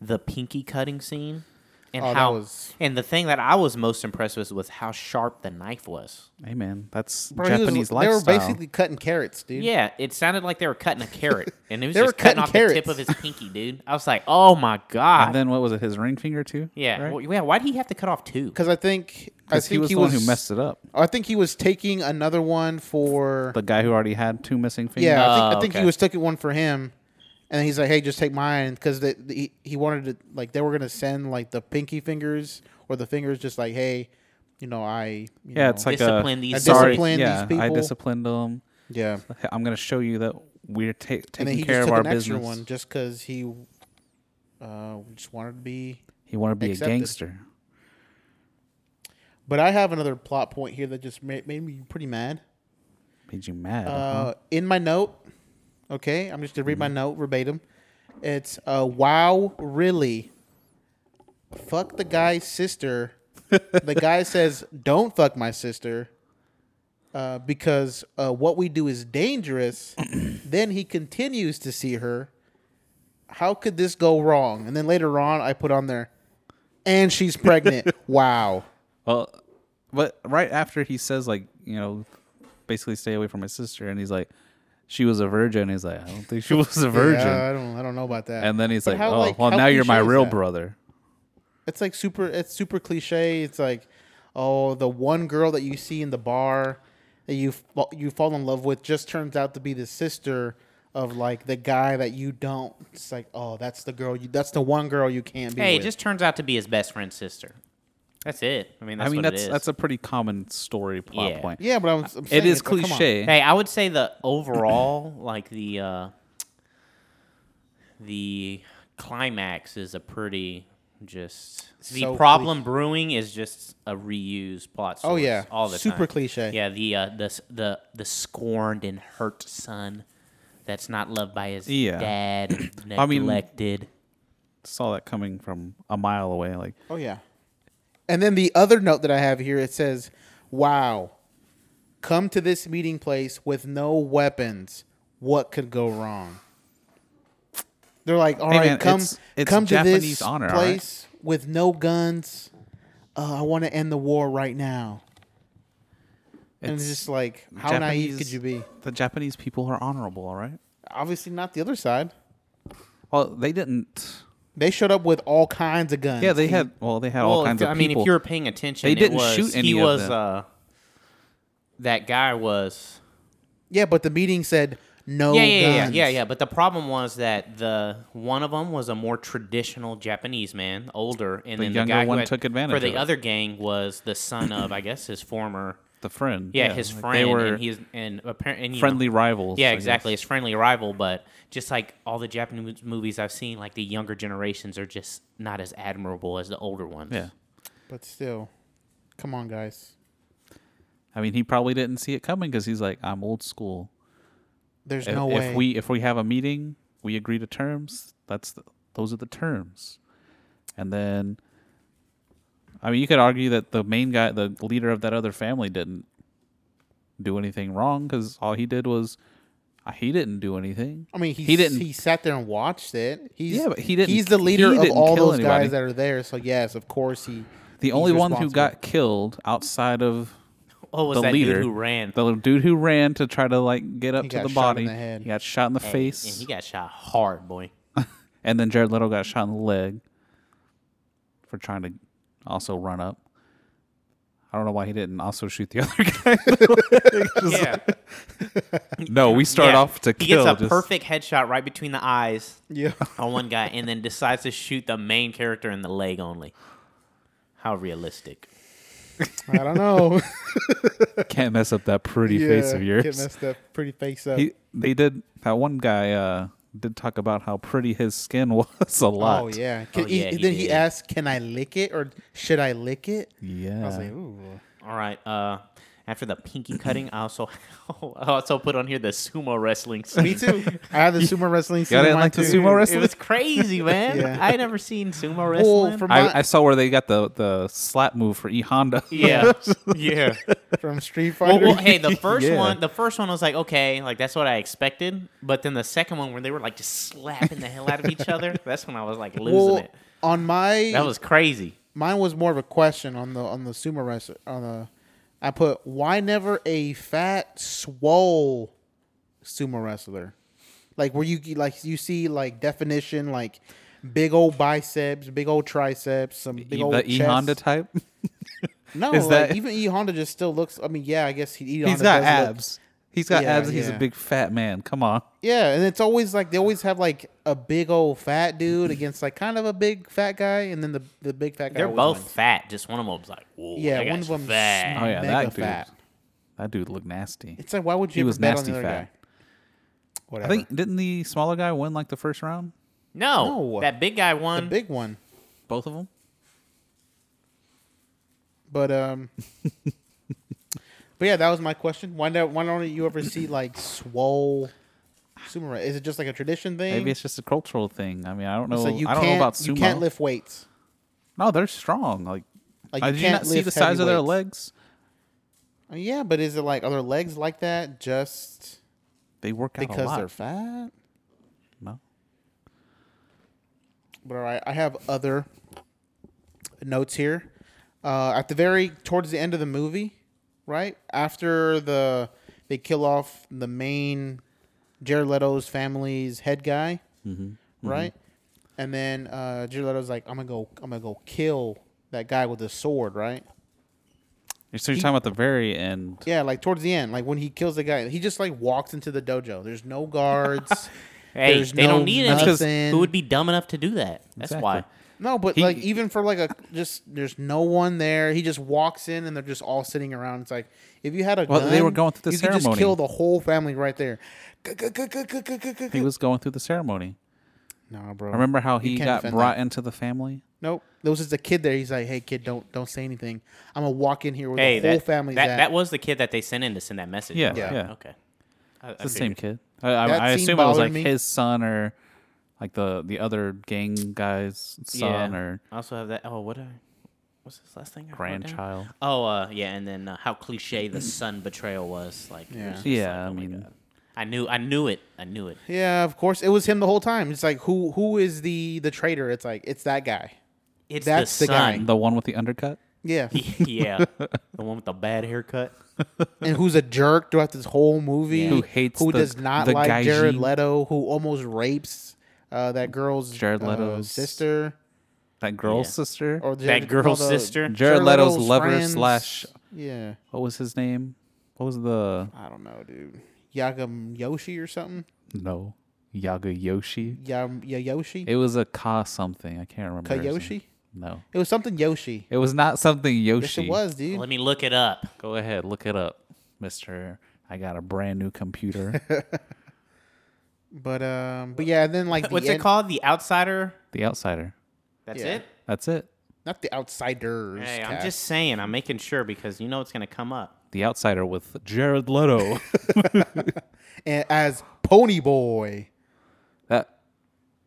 Speaker 3: the pinky cutting scene, and
Speaker 5: Oh, that
Speaker 3: how
Speaker 5: was-
Speaker 3: and the thing that I was most impressed with was how sharp the knife was.
Speaker 4: hey man, that's
Speaker 5: Bro, he was-
Speaker 4: Japanese
Speaker 5: They
Speaker 4: lifestyle.
Speaker 5: were basically cutting carrots, dude.
Speaker 3: Yeah, it sounded like they were cutting a
Speaker 5: (laughs)
Speaker 3: carrot, and it was
Speaker 5: They
Speaker 3: just
Speaker 5: were
Speaker 3: cutting,
Speaker 5: cutting
Speaker 3: off the tip
Speaker 5: carrots.
Speaker 3: of his pinky, dude. I was like, oh my god.
Speaker 4: and then what was it? His ring finger too.
Speaker 3: yeah.
Speaker 4: right?
Speaker 3: Well, yeah. Why did he have to cut off two?
Speaker 5: Because I think I
Speaker 4: Because
Speaker 5: think
Speaker 4: he was the one who messed it up.
Speaker 5: I think he was taking another one for
Speaker 4: The guy who already had two missing fingers.
Speaker 5: Yeah, I think,
Speaker 3: Oh,
Speaker 5: I think he
Speaker 3: okay.
Speaker 5: was taking one for him, and then he's like, "Hey, just take mine," because the, the, he, he wanted to like they were gonna send like the pinky fingers or the fingers, just like, "Hey, you know, I you
Speaker 4: yeah,
Speaker 5: know,
Speaker 4: it's like
Speaker 3: Discipline
Speaker 4: a,
Speaker 3: these I
Speaker 5: sorry- disciplined these
Speaker 4: yeah, I
Speaker 5: people.
Speaker 4: disciplined them.
Speaker 5: yeah."
Speaker 4: I'm gonna show you that we're ta-
Speaker 5: And then
Speaker 4: taking
Speaker 5: he
Speaker 4: care
Speaker 5: just
Speaker 4: of
Speaker 5: took
Speaker 4: our
Speaker 5: an extra
Speaker 4: business.
Speaker 5: one just because he uh, just wanted to be
Speaker 4: He wanted to be
Speaker 5: Accepted.
Speaker 4: a gangster.
Speaker 5: But I have another plot point here that just made, made me pretty mad.
Speaker 4: Made you mad. huh?
Speaker 5: Uh, in my note, okay, I'm just gonna read my
Speaker 4: Mm-hmm.
Speaker 5: note verbatim. It's uh, wow, really? Fuck the guy's sister.
Speaker 4: (laughs)
Speaker 5: the guy says, "Don't fuck my sister," uh, because uh, what we do
Speaker 4: (clears throat)
Speaker 5: is dangerous. then he continues to see her. How could this go wrong? And then later on, I put on there, and
Speaker 4: (laughs)
Speaker 5: she's pregnant. wow.
Speaker 4: Well, but right after he says like you know, basically stay away from my sister, and he's like, she was a virgin. He's like, I don't think she (laughs) was a virgin.
Speaker 5: Yeah, I don't. I don't know about that.
Speaker 4: And then he's
Speaker 5: But
Speaker 4: like,
Speaker 5: how,
Speaker 4: oh,
Speaker 5: like,
Speaker 4: well
Speaker 5: how
Speaker 4: now you're my
Speaker 5: cliche is
Speaker 4: real
Speaker 5: that?
Speaker 4: brother.
Speaker 5: It's like super. It's super cliche. It's like, oh, the one girl that you see in the bar that you fa- you fall in love with just turns out to be the sister of like the guy that you don't. It's like, oh, that's the girl. You that's the one girl you can't be.
Speaker 3: Hey, it
Speaker 5: with.
Speaker 3: just turns out to be his best friend's sister. That's it. I mean, that's
Speaker 4: I mean,
Speaker 3: what
Speaker 4: that's
Speaker 3: it is.
Speaker 4: that's a pretty common story plot
Speaker 3: Yeah.
Speaker 4: point.
Speaker 5: yeah, but I'm, I'm
Speaker 4: it
Speaker 5: saying
Speaker 4: is
Speaker 5: it's like, come on.
Speaker 4: cliche.
Speaker 3: Hey, I would say the overall, like the uh, the climax is a pretty just the
Speaker 5: So
Speaker 3: problem brewing is just a reused plot.
Speaker 5: Oh,
Speaker 3: source
Speaker 5: yeah.
Speaker 3: all the
Speaker 5: Super
Speaker 3: time.
Speaker 5: cliche.
Speaker 3: Yeah, the uh, the s- the the scorned and hurt son that's not loved by his
Speaker 4: Yeah.
Speaker 3: dad, (clears throat) and
Speaker 4: I mean-
Speaker 3: neglected.
Speaker 4: Saw that coming from a mile away. Like
Speaker 5: Oh yeah. And then the other note that I have here it says, "Wow, come to this meeting place with no weapons. What could go wrong?" They're like, "All
Speaker 4: Hey,
Speaker 5: right,
Speaker 4: man,
Speaker 5: come,
Speaker 4: it's- it's
Speaker 5: come to this
Speaker 4: Japanese honor, all right?
Speaker 5: place with no guns. Uh, I want to end the war right now." And it's just like, how naive could
Speaker 4: Japanese-
Speaker 5: you be?
Speaker 4: The Japanese people are honorable, all right.
Speaker 5: Obviously, not the other side.
Speaker 4: Well, they didn't.
Speaker 5: They showed up with all kinds of guns.
Speaker 4: Yeah, they had. Well, they had all
Speaker 3: if-
Speaker 4: kinds of.
Speaker 3: I mean,
Speaker 4: people.
Speaker 3: if you were paying attention,
Speaker 4: They
Speaker 3: it
Speaker 4: didn't
Speaker 3: was-
Speaker 4: shoot any
Speaker 3: He
Speaker 4: of
Speaker 3: was
Speaker 4: them.
Speaker 3: uh, that guy was
Speaker 5: yeah, but the meeting said no
Speaker 3: yeah, yeah, yeah,
Speaker 5: guns.
Speaker 3: yeah, yeah. But the problem was that the one of them was a more traditional Japanese man, older, and
Speaker 4: The
Speaker 3: then
Speaker 4: younger
Speaker 3: the guy who
Speaker 4: one
Speaker 3: had-
Speaker 4: took advantage
Speaker 3: For the
Speaker 4: of it.
Speaker 3: other gang was the son of, I guess, his former,
Speaker 4: the friend.
Speaker 3: yeah, his
Speaker 4: like,
Speaker 3: friend,
Speaker 4: They were
Speaker 3: and he's and apparently and, you know-
Speaker 4: friendly rivals.
Speaker 3: yeah,
Speaker 4: I guess.
Speaker 3: exactly, his friendly rival. But just like all the Japanese movies I've seen, like the younger generations are just not as admirable as the older ones.
Speaker 4: Yeah.
Speaker 5: But still, come on, guys.
Speaker 4: I mean, he probably didn't see it coming because he's like, I'm old school.
Speaker 5: There's
Speaker 4: If,
Speaker 5: no
Speaker 4: if
Speaker 5: way.
Speaker 4: we if we have a meeting, we agree to terms. That's the, those are the terms. And then, I mean, you could argue that the main guy, the leader of that other family, didn't do anything wrong because all he did was uh, he didn't do anything.
Speaker 5: I mean, he,
Speaker 4: he didn't.
Speaker 5: He sat there and watched it. He's,
Speaker 4: Yeah, but he didn't-
Speaker 5: He's the leader
Speaker 4: he
Speaker 5: of
Speaker 4: didn't
Speaker 5: all
Speaker 4: kill
Speaker 5: those
Speaker 4: anybody.
Speaker 5: guys that are there. So yes, of course
Speaker 3: (laughs)
Speaker 5: he.
Speaker 4: the
Speaker 5: he's
Speaker 4: only one who
Speaker 5: responsible.
Speaker 4: got killed outside of
Speaker 3: Oh, was
Speaker 4: the
Speaker 3: that
Speaker 4: leader
Speaker 3: dude who ran?
Speaker 4: the dude who ran to try to like get up
Speaker 5: He
Speaker 4: to
Speaker 5: got
Speaker 4: the
Speaker 5: shot
Speaker 4: body.
Speaker 5: in the head.
Speaker 4: He got shot in the
Speaker 3: Hey,
Speaker 4: face.
Speaker 3: and he got shot hard, boy.
Speaker 4: And then Jared Leto got shot in the leg for trying to also run up. I don't know why he didn't also shoot the (laughs) other guy.
Speaker 3: (laughs) yeah.
Speaker 4: no, we start
Speaker 3: Yeah.
Speaker 4: off to
Speaker 3: he
Speaker 4: kill.
Speaker 3: gets a
Speaker 4: just-
Speaker 3: perfect headshot right between the eyes
Speaker 5: Yeah.
Speaker 3: on one guy, and then decides to shoot the main character in the leg only. How realistic!
Speaker 5: (laughs) I don't know.
Speaker 4: can't mess up that pretty face of
Speaker 5: yeah,
Speaker 4: yours.
Speaker 5: Get messed up. Pretty face up.
Speaker 4: He, they did that one guy uh, did talk about how pretty his skin (laughs) was a lot.
Speaker 5: oh yeah. Can,
Speaker 3: Oh,
Speaker 5: he-
Speaker 3: yeah, he
Speaker 5: then he
Speaker 3: did.
Speaker 5: asked, "Can I lick it or should I lick it?" I was
Speaker 4: Yeah.
Speaker 5: like, "Ooh."
Speaker 3: All right. Uh, after the
Speaker 5: (clears throat)
Speaker 3: pinky cutting, I also (laughs) I also put on here the sumo wrestling. Scene.
Speaker 5: Me too.
Speaker 4: (laughs)
Speaker 5: I had the sumo wrestling. Scene
Speaker 4: I
Speaker 5: in
Speaker 4: didn't
Speaker 5: mine
Speaker 4: like the
Speaker 5: too.
Speaker 4: sumo
Speaker 3: It
Speaker 5: (laughs)
Speaker 4: wrestling?
Speaker 3: was crazy, man.
Speaker 5: Yeah.
Speaker 3: I never seen sumo
Speaker 5: Well,
Speaker 3: wrestling.
Speaker 5: from my,
Speaker 4: I, I saw where they got the, the slap move for (laughs) E Honda.
Speaker 3: (laughs)
Speaker 5: (laughs)
Speaker 3: yeah, yeah.
Speaker 5: from Street
Speaker 3: Well,
Speaker 5: Fighter.
Speaker 3: well, hey, the first
Speaker 4: Yeah.
Speaker 3: one, the first one was like, okay, like that's what I expected. But then the second one, where they were like just slapping the hell out of each
Speaker 5: (laughs)
Speaker 3: other, that's when I was like losing
Speaker 5: Well,
Speaker 3: it.
Speaker 5: on my
Speaker 3: That was crazy.
Speaker 5: mine was more of a question on the on the sumo wrestler on the I put why never a fat swole sumo wrestler like where you like you see like definition like big old biceps big old triceps some big old
Speaker 4: the E
Speaker 5: chest.
Speaker 4: Honda type. (laughs)
Speaker 5: no
Speaker 4: is
Speaker 5: like,
Speaker 4: that-
Speaker 5: even E Honda just still looks I mean yeah I guess he E Honda
Speaker 4: He's got
Speaker 5: does look-
Speaker 4: abs. He's got
Speaker 5: Yeah,
Speaker 4: abs. He's a
Speaker 5: yeah.
Speaker 4: big fat man. Come on.
Speaker 5: yeah and it's always like they always have like a big old fat dude against like kind of a big fat guy and then the the big fat guy
Speaker 3: They're
Speaker 5: always
Speaker 3: both
Speaker 5: wins.
Speaker 3: fat. Just one of them's like, whoa,
Speaker 5: Yeah,
Speaker 3: that
Speaker 5: one
Speaker 3: guy's
Speaker 5: of 'em's
Speaker 3: fat.
Speaker 4: Oh yeah,
Speaker 5: Mega
Speaker 4: that dude.
Speaker 5: fat.
Speaker 4: That dude looked nasty.
Speaker 5: it's like why would you
Speaker 4: He
Speaker 5: ever
Speaker 4: was
Speaker 5: bet on
Speaker 4: nasty
Speaker 5: the other
Speaker 4: fat.
Speaker 5: guy?
Speaker 4: I
Speaker 5: whatever
Speaker 4: think didn't the smaller guy win like the first round?
Speaker 3: No,
Speaker 5: No.
Speaker 3: that big guy
Speaker 5: the
Speaker 3: won.
Speaker 5: big one
Speaker 4: Both of them.
Speaker 5: But um, (laughs) but yeah, that was my question. Why don't Why don't you ever see like swole sumo? wrest- Is it just like a tradition thing?
Speaker 4: Maybe it's just a cultural thing. I mean, I don't know.
Speaker 5: so Eh. you
Speaker 4: I don't know
Speaker 5: can't
Speaker 4: about sumo.
Speaker 5: you can't lift weights.
Speaker 4: no, they're strong. Like,
Speaker 5: Like
Speaker 4: uh,
Speaker 5: you
Speaker 4: did you
Speaker 5: can't
Speaker 4: not see
Speaker 5: lift
Speaker 4: the size of their
Speaker 5: heavyweights.
Speaker 4: legs?
Speaker 5: Uh, Yeah, but is it like are their legs like that just
Speaker 4: They work out a
Speaker 5: because
Speaker 4: lot.
Speaker 5: they're fat?
Speaker 4: no,
Speaker 5: But all right, I have other notes here. Uh, at the very towards the end of the movie, right after the they kill off the main Jared Leto's family's head guy, right, and then uh, Jared Leto's like, "I'm gonna go, I'm gonna go kill that guy with the sword," right?
Speaker 4: so you're talking about the very end.
Speaker 5: Yeah, like towards the end, like when he kills the guy, he just like walks into the dojo. There's no guards.
Speaker 3: (laughs) Hey,
Speaker 5: There's
Speaker 3: they
Speaker 5: no
Speaker 3: don't need
Speaker 5: That's 'cause-
Speaker 3: anything. Who would be dumb enough to do that? That's
Speaker 4: Exactly.
Speaker 3: why.
Speaker 5: No, but
Speaker 4: He-
Speaker 5: like even for like a just there's no one there. He just walks in and they're just all sitting around. It's like if you had a
Speaker 4: Well,
Speaker 5: gun,
Speaker 4: they were going through the
Speaker 5: you could just
Speaker 4: ceremony.
Speaker 5: kill the whole family right there.
Speaker 4: He was going through the ceremony.
Speaker 5: No, bro.
Speaker 4: I remember how
Speaker 5: You
Speaker 4: he
Speaker 5: can't
Speaker 4: got
Speaker 5: defend
Speaker 4: brought
Speaker 5: that.
Speaker 4: into the family.
Speaker 5: Nope, there was just a kid there. He's like, "Hey, kid, don't don't say anything. I'm gonna walk in here with
Speaker 3: Hey,
Speaker 5: the whole
Speaker 3: that,
Speaker 5: family's
Speaker 3: that,
Speaker 5: at."
Speaker 3: that was the kid that they sent in to send that message.
Speaker 4: Yeah,
Speaker 3: right?
Speaker 4: yeah.
Speaker 3: Okay. I, I
Speaker 4: It's the same
Speaker 3: figured.
Speaker 4: kid. I, I,
Speaker 5: That
Speaker 4: I
Speaker 5: scene
Speaker 4: assume it was like
Speaker 5: bothered me.
Speaker 4: his son or like the the other gang guy's son
Speaker 3: yeah.
Speaker 4: or
Speaker 3: I also have that. Oh, what? Are, what's this last thing? I wrote down?
Speaker 4: grandchild.
Speaker 3: Oh, uh, yeah, and then uh, how cliche the son betrayal was. Like, it was
Speaker 5: Yeah.
Speaker 3: just
Speaker 4: Yeah,
Speaker 3: like,
Speaker 4: I
Speaker 3: oh my
Speaker 4: mean-
Speaker 3: God. I knew, I knew it, I knew it.
Speaker 5: yeah, of course, it was him the whole time. It's like who who is the the traitor? It's like it's that guy.
Speaker 3: It's
Speaker 5: That's
Speaker 3: the
Speaker 5: the guy.
Speaker 3: son.
Speaker 4: The one with the undercut.
Speaker 5: Yeah,
Speaker 3: (laughs)
Speaker 4: (laughs)
Speaker 3: yeah, the one with the bad haircut.
Speaker 5: and who's a jerk throughout this whole movie?
Speaker 3: Yeah.
Speaker 4: Who hates
Speaker 5: Who
Speaker 4: the-
Speaker 5: does not
Speaker 4: the
Speaker 5: like Jared
Speaker 4: gaijin.
Speaker 5: Leto? Who almost rapes uh, that girl's
Speaker 4: Jared
Speaker 5: uh,
Speaker 4: Leto's-
Speaker 5: sister?
Speaker 4: That girl's
Speaker 3: Yeah.
Speaker 4: sister.
Speaker 5: or
Speaker 3: That
Speaker 5: Jared-
Speaker 3: girl's
Speaker 5: no, the-
Speaker 3: sister.
Speaker 4: Jared Leto's lover
Speaker 5: friends.
Speaker 4: slash-
Speaker 5: yeah,
Speaker 4: what was his name? What was the
Speaker 5: I don't know, dude. Yagam Yoshi or something.
Speaker 4: no Yaga Yoshi?
Speaker 5: Yam Yayoshi,
Speaker 4: It was a Ka something. I can't remember. his name.
Speaker 5: Kayoshi.
Speaker 4: No,
Speaker 5: It was something Yoshi.
Speaker 4: it was not something
Speaker 5: Yes,
Speaker 4: Yoshi.
Speaker 5: it was, dude.
Speaker 3: Let me look it up.
Speaker 4: Go ahead, look it up, Mister. I got a brand new computer.
Speaker 5: (laughs) But um, but yeah, and then like
Speaker 3: (laughs)
Speaker 5: the
Speaker 3: What's it
Speaker 5: end-
Speaker 3: called? The Outsider.
Speaker 4: the Outsider.
Speaker 3: That's
Speaker 5: Yeah.
Speaker 3: it.
Speaker 4: That's it.
Speaker 5: Not the Outsiders.
Speaker 3: Hey, I'm
Speaker 5: Kat.
Speaker 3: just saying. I'm making sure because you know it's gonna come up.
Speaker 4: The Outsider with Jared
Speaker 5: (laughs)
Speaker 4: Leto.
Speaker 5: And as Pony Boy.
Speaker 4: that.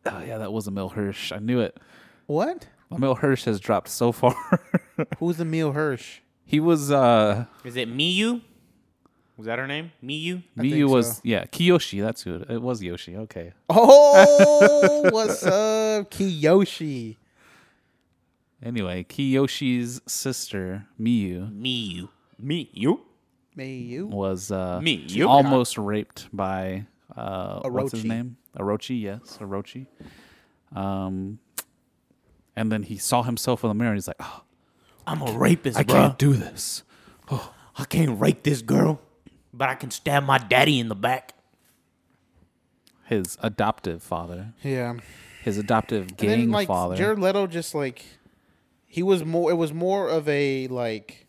Speaker 4: Oh yeah, that was Emil Hirsch. I knew it.
Speaker 5: What?
Speaker 4: Emil Hirsch has dropped so far. (laughs)
Speaker 5: Who's Emil Hirsch?
Speaker 4: he was uh
Speaker 3: Is it Miyu? Was that her name? Miyu.
Speaker 5: think
Speaker 4: Miyu was
Speaker 5: so.
Speaker 4: yeah Kiyoshi. That's who it, it was. Yoshi. Okay. (laughs)
Speaker 5: Oh, what's up, Kiyoshi?
Speaker 4: Anyway, Kiyoshi's sister Miyu
Speaker 3: Miyu. Miyu.
Speaker 5: May you?
Speaker 4: was uh,
Speaker 3: Miyu.
Speaker 4: almost raped by uh, what's his
Speaker 5: Orochi.
Speaker 4: name? Orochi. Yes, Orochi. Um, and then he saw himself in the mirror. and He's like, oh,
Speaker 3: I'm a rapist,
Speaker 4: I
Speaker 3: bro.
Speaker 4: can't do this.
Speaker 3: I can't rape this girl, but I can stab my daddy in the back.
Speaker 4: His adoptive father,
Speaker 5: Yeah.
Speaker 4: his adoptive gang
Speaker 5: and then, like,
Speaker 4: father.
Speaker 5: Jared Leto just like he was more. It was more of a like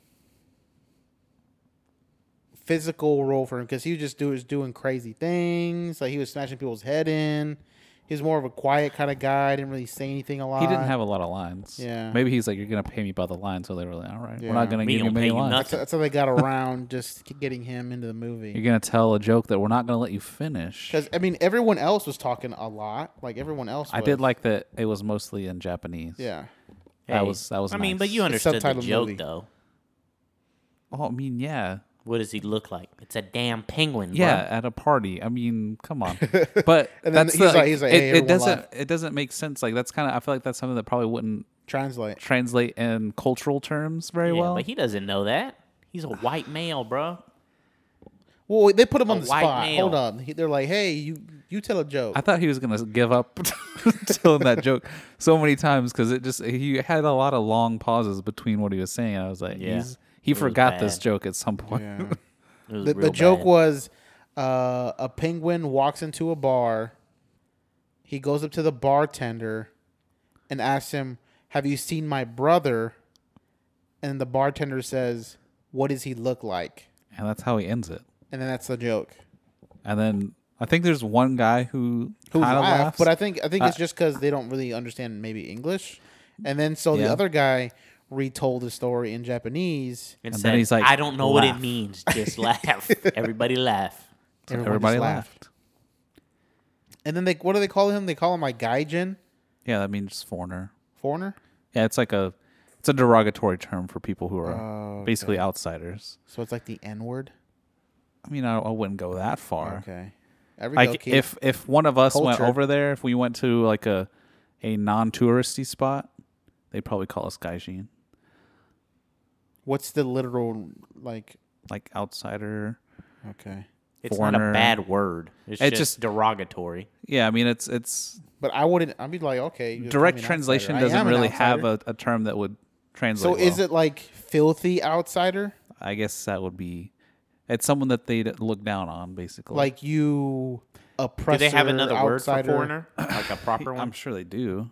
Speaker 5: physical role for him because he was just do was doing crazy things. Like he was smashing people's head in. He was more of a quiet kind of guy. Didn't really say anything a lot.
Speaker 4: he didn't
Speaker 5: (laughs)
Speaker 4: have a lot of lines.
Speaker 5: Yeah.
Speaker 4: Maybe he's like, you're gonna pay me by the line. So they were like, all right,
Speaker 5: Yeah.
Speaker 4: we're not gonna
Speaker 3: We
Speaker 4: give you
Speaker 3: don't pay
Speaker 4: many
Speaker 3: you
Speaker 4: lines.
Speaker 5: That's, that's how they got around just getting him into the movie.
Speaker 4: You're gonna tell a joke that we're not gonna let you finish.
Speaker 5: Because I mean, everyone else was talking a lot. Like everyone else.
Speaker 4: I
Speaker 5: was.
Speaker 4: did like that it was mostly in Japanese.
Speaker 5: Yeah.
Speaker 4: That was- that was
Speaker 3: I mean,
Speaker 4: nice.
Speaker 3: but you
Speaker 4: The
Speaker 3: understood the
Speaker 5: subtitled
Speaker 3: joke
Speaker 5: movie.
Speaker 3: though.
Speaker 4: Oh, I mean, yeah.
Speaker 3: What does he look like? It's a damn penguin. bro.
Speaker 4: Yeah, at a party. I mean, come
Speaker 5: (laughs)
Speaker 4: on. But
Speaker 5: And then
Speaker 4: that's
Speaker 5: he's
Speaker 4: the-
Speaker 5: like- he's like, "Hey,
Speaker 4: it, it
Speaker 5: everyone
Speaker 4: doesn't
Speaker 5: laugh."
Speaker 4: it doesn't make sense. Like that's kind of I feel like that's something that probably wouldn't
Speaker 5: Translate.
Speaker 4: translate in cultural terms very
Speaker 3: Yeah,
Speaker 4: well.
Speaker 3: but he doesn't know that. He's a white male, bro.
Speaker 5: Well, they put him on
Speaker 3: A
Speaker 5: the
Speaker 3: white
Speaker 5: spot.
Speaker 3: male.
Speaker 5: Hold on. He- They're like, "Hey, you you tell a joke."
Speaker 4: I thought he was gonna give up (laughs) telling that
Speaker 5: (laughs)
Speaker 4: joke so many times because it just he had a lot of long pauses between what he was saying. I was like,
Speaker 3: Yeah.
Speaker 4: he's, he
Speaker 3: It was
Speaker 4: forgot this
Speaker 3: bad.
Speaker 4: joke at some point.
Speaker 5: Yeah.
Speaker 3: It was
Speaker 5: the,
Speaker 3: real
Speaker 5: the joke
Speaker 3: bad.
Speaker 5: was uh, a penguin walks into a bar. He goes up to the bartender and asks him, Have you seen my brother? And the bartender says, What does he look like?
Speaker 4: (laughs) And that's how he ends it.
Speaker 5: And then that's the joke.
Speaker 4: And then I think there's one guy who
Speaker 5: Who
Speaker 4: kind of
Speaker 5: laughed,
Speaker 4: laughs.
Speaker 5: But I think I think it's
Speaker 4: I-
Speaker 5: just because they don't really understand maybe English. And then so
Speaker 4: Yeah.
Speaker 5: the other guy retold the story in Japanese.
Speaker 3: And,
Speaker 4: And
Speaker 3: said,
Speaker 4: then he's like,
Speaker 3: I don't know what it
Speaker 4: "Laugh."
Speaker 3: means. Just
Speaker 4: (laughs)
Speaker 3: laugh. Everybody laugh.
Speaker 5: Everyone just
Speaker 4: Everybody
Speaker 5: laughed.
Speaker 4: laughed.
Speaker 5: And then they what do they call him? They call him like gaijin,
Speaker 4: Yeah, that means foreigner.
Speaker 5: foreigner.
Speaker 4: Yeah, it's like a it's a derogatory term for people who are
Speaker 5: Oh,
Speaker 4: basically outsiders.
Speaker 5: So it's like the N word.
Speaker 4: I mean, I, I wouldn't go that far.
Speaker 5: Okay. Every
Speaker 4: Like if if one of us went
Speaker 5: Culture.
Speaker 4: over there, if we went to like a a non-touristy spot, they'd probably call us gaijin,
Speaker 5: what's the literal like?
Speaker 4: like outsider.
Speaker 5: Okay.
Speaker 3: It's not a
Speaker 4: Foreigner.
Speaker 3: bad word. It's,
Speaker 4: It's
Speaker 3: just,
Speaker 4: just-
Speaker 3: derogatory.
Speaker 4: Yeah, I mean, it's it's
Speaker 5: But I wouldn't. I'd be like, okay. you call
Speaker 4: direct
Speaker 5: me an
Speaker 4: translation
Speaker 5: outsider. I am
Speaker 4: doesn't
Speaker 5: an
Speaker 4: really have
Speaker 5: outsider.
Speaker 4: a, a term that would translate.
Speaker 5: So is
Speaker 4: well.
Speaker 5: it like filthy outsider?
Speaker 4: I guess that would be. It's someone that they would look down on, basically.
Speaker 5: Like you
Speaker 3: Do
Speaker 5: oppressor?
Speaker 3: they have another word
Speaker 5: outsider?
Speaker 3: for foreigner? Like a proper one?
Speaker 4: (laughs) I'm sure they do.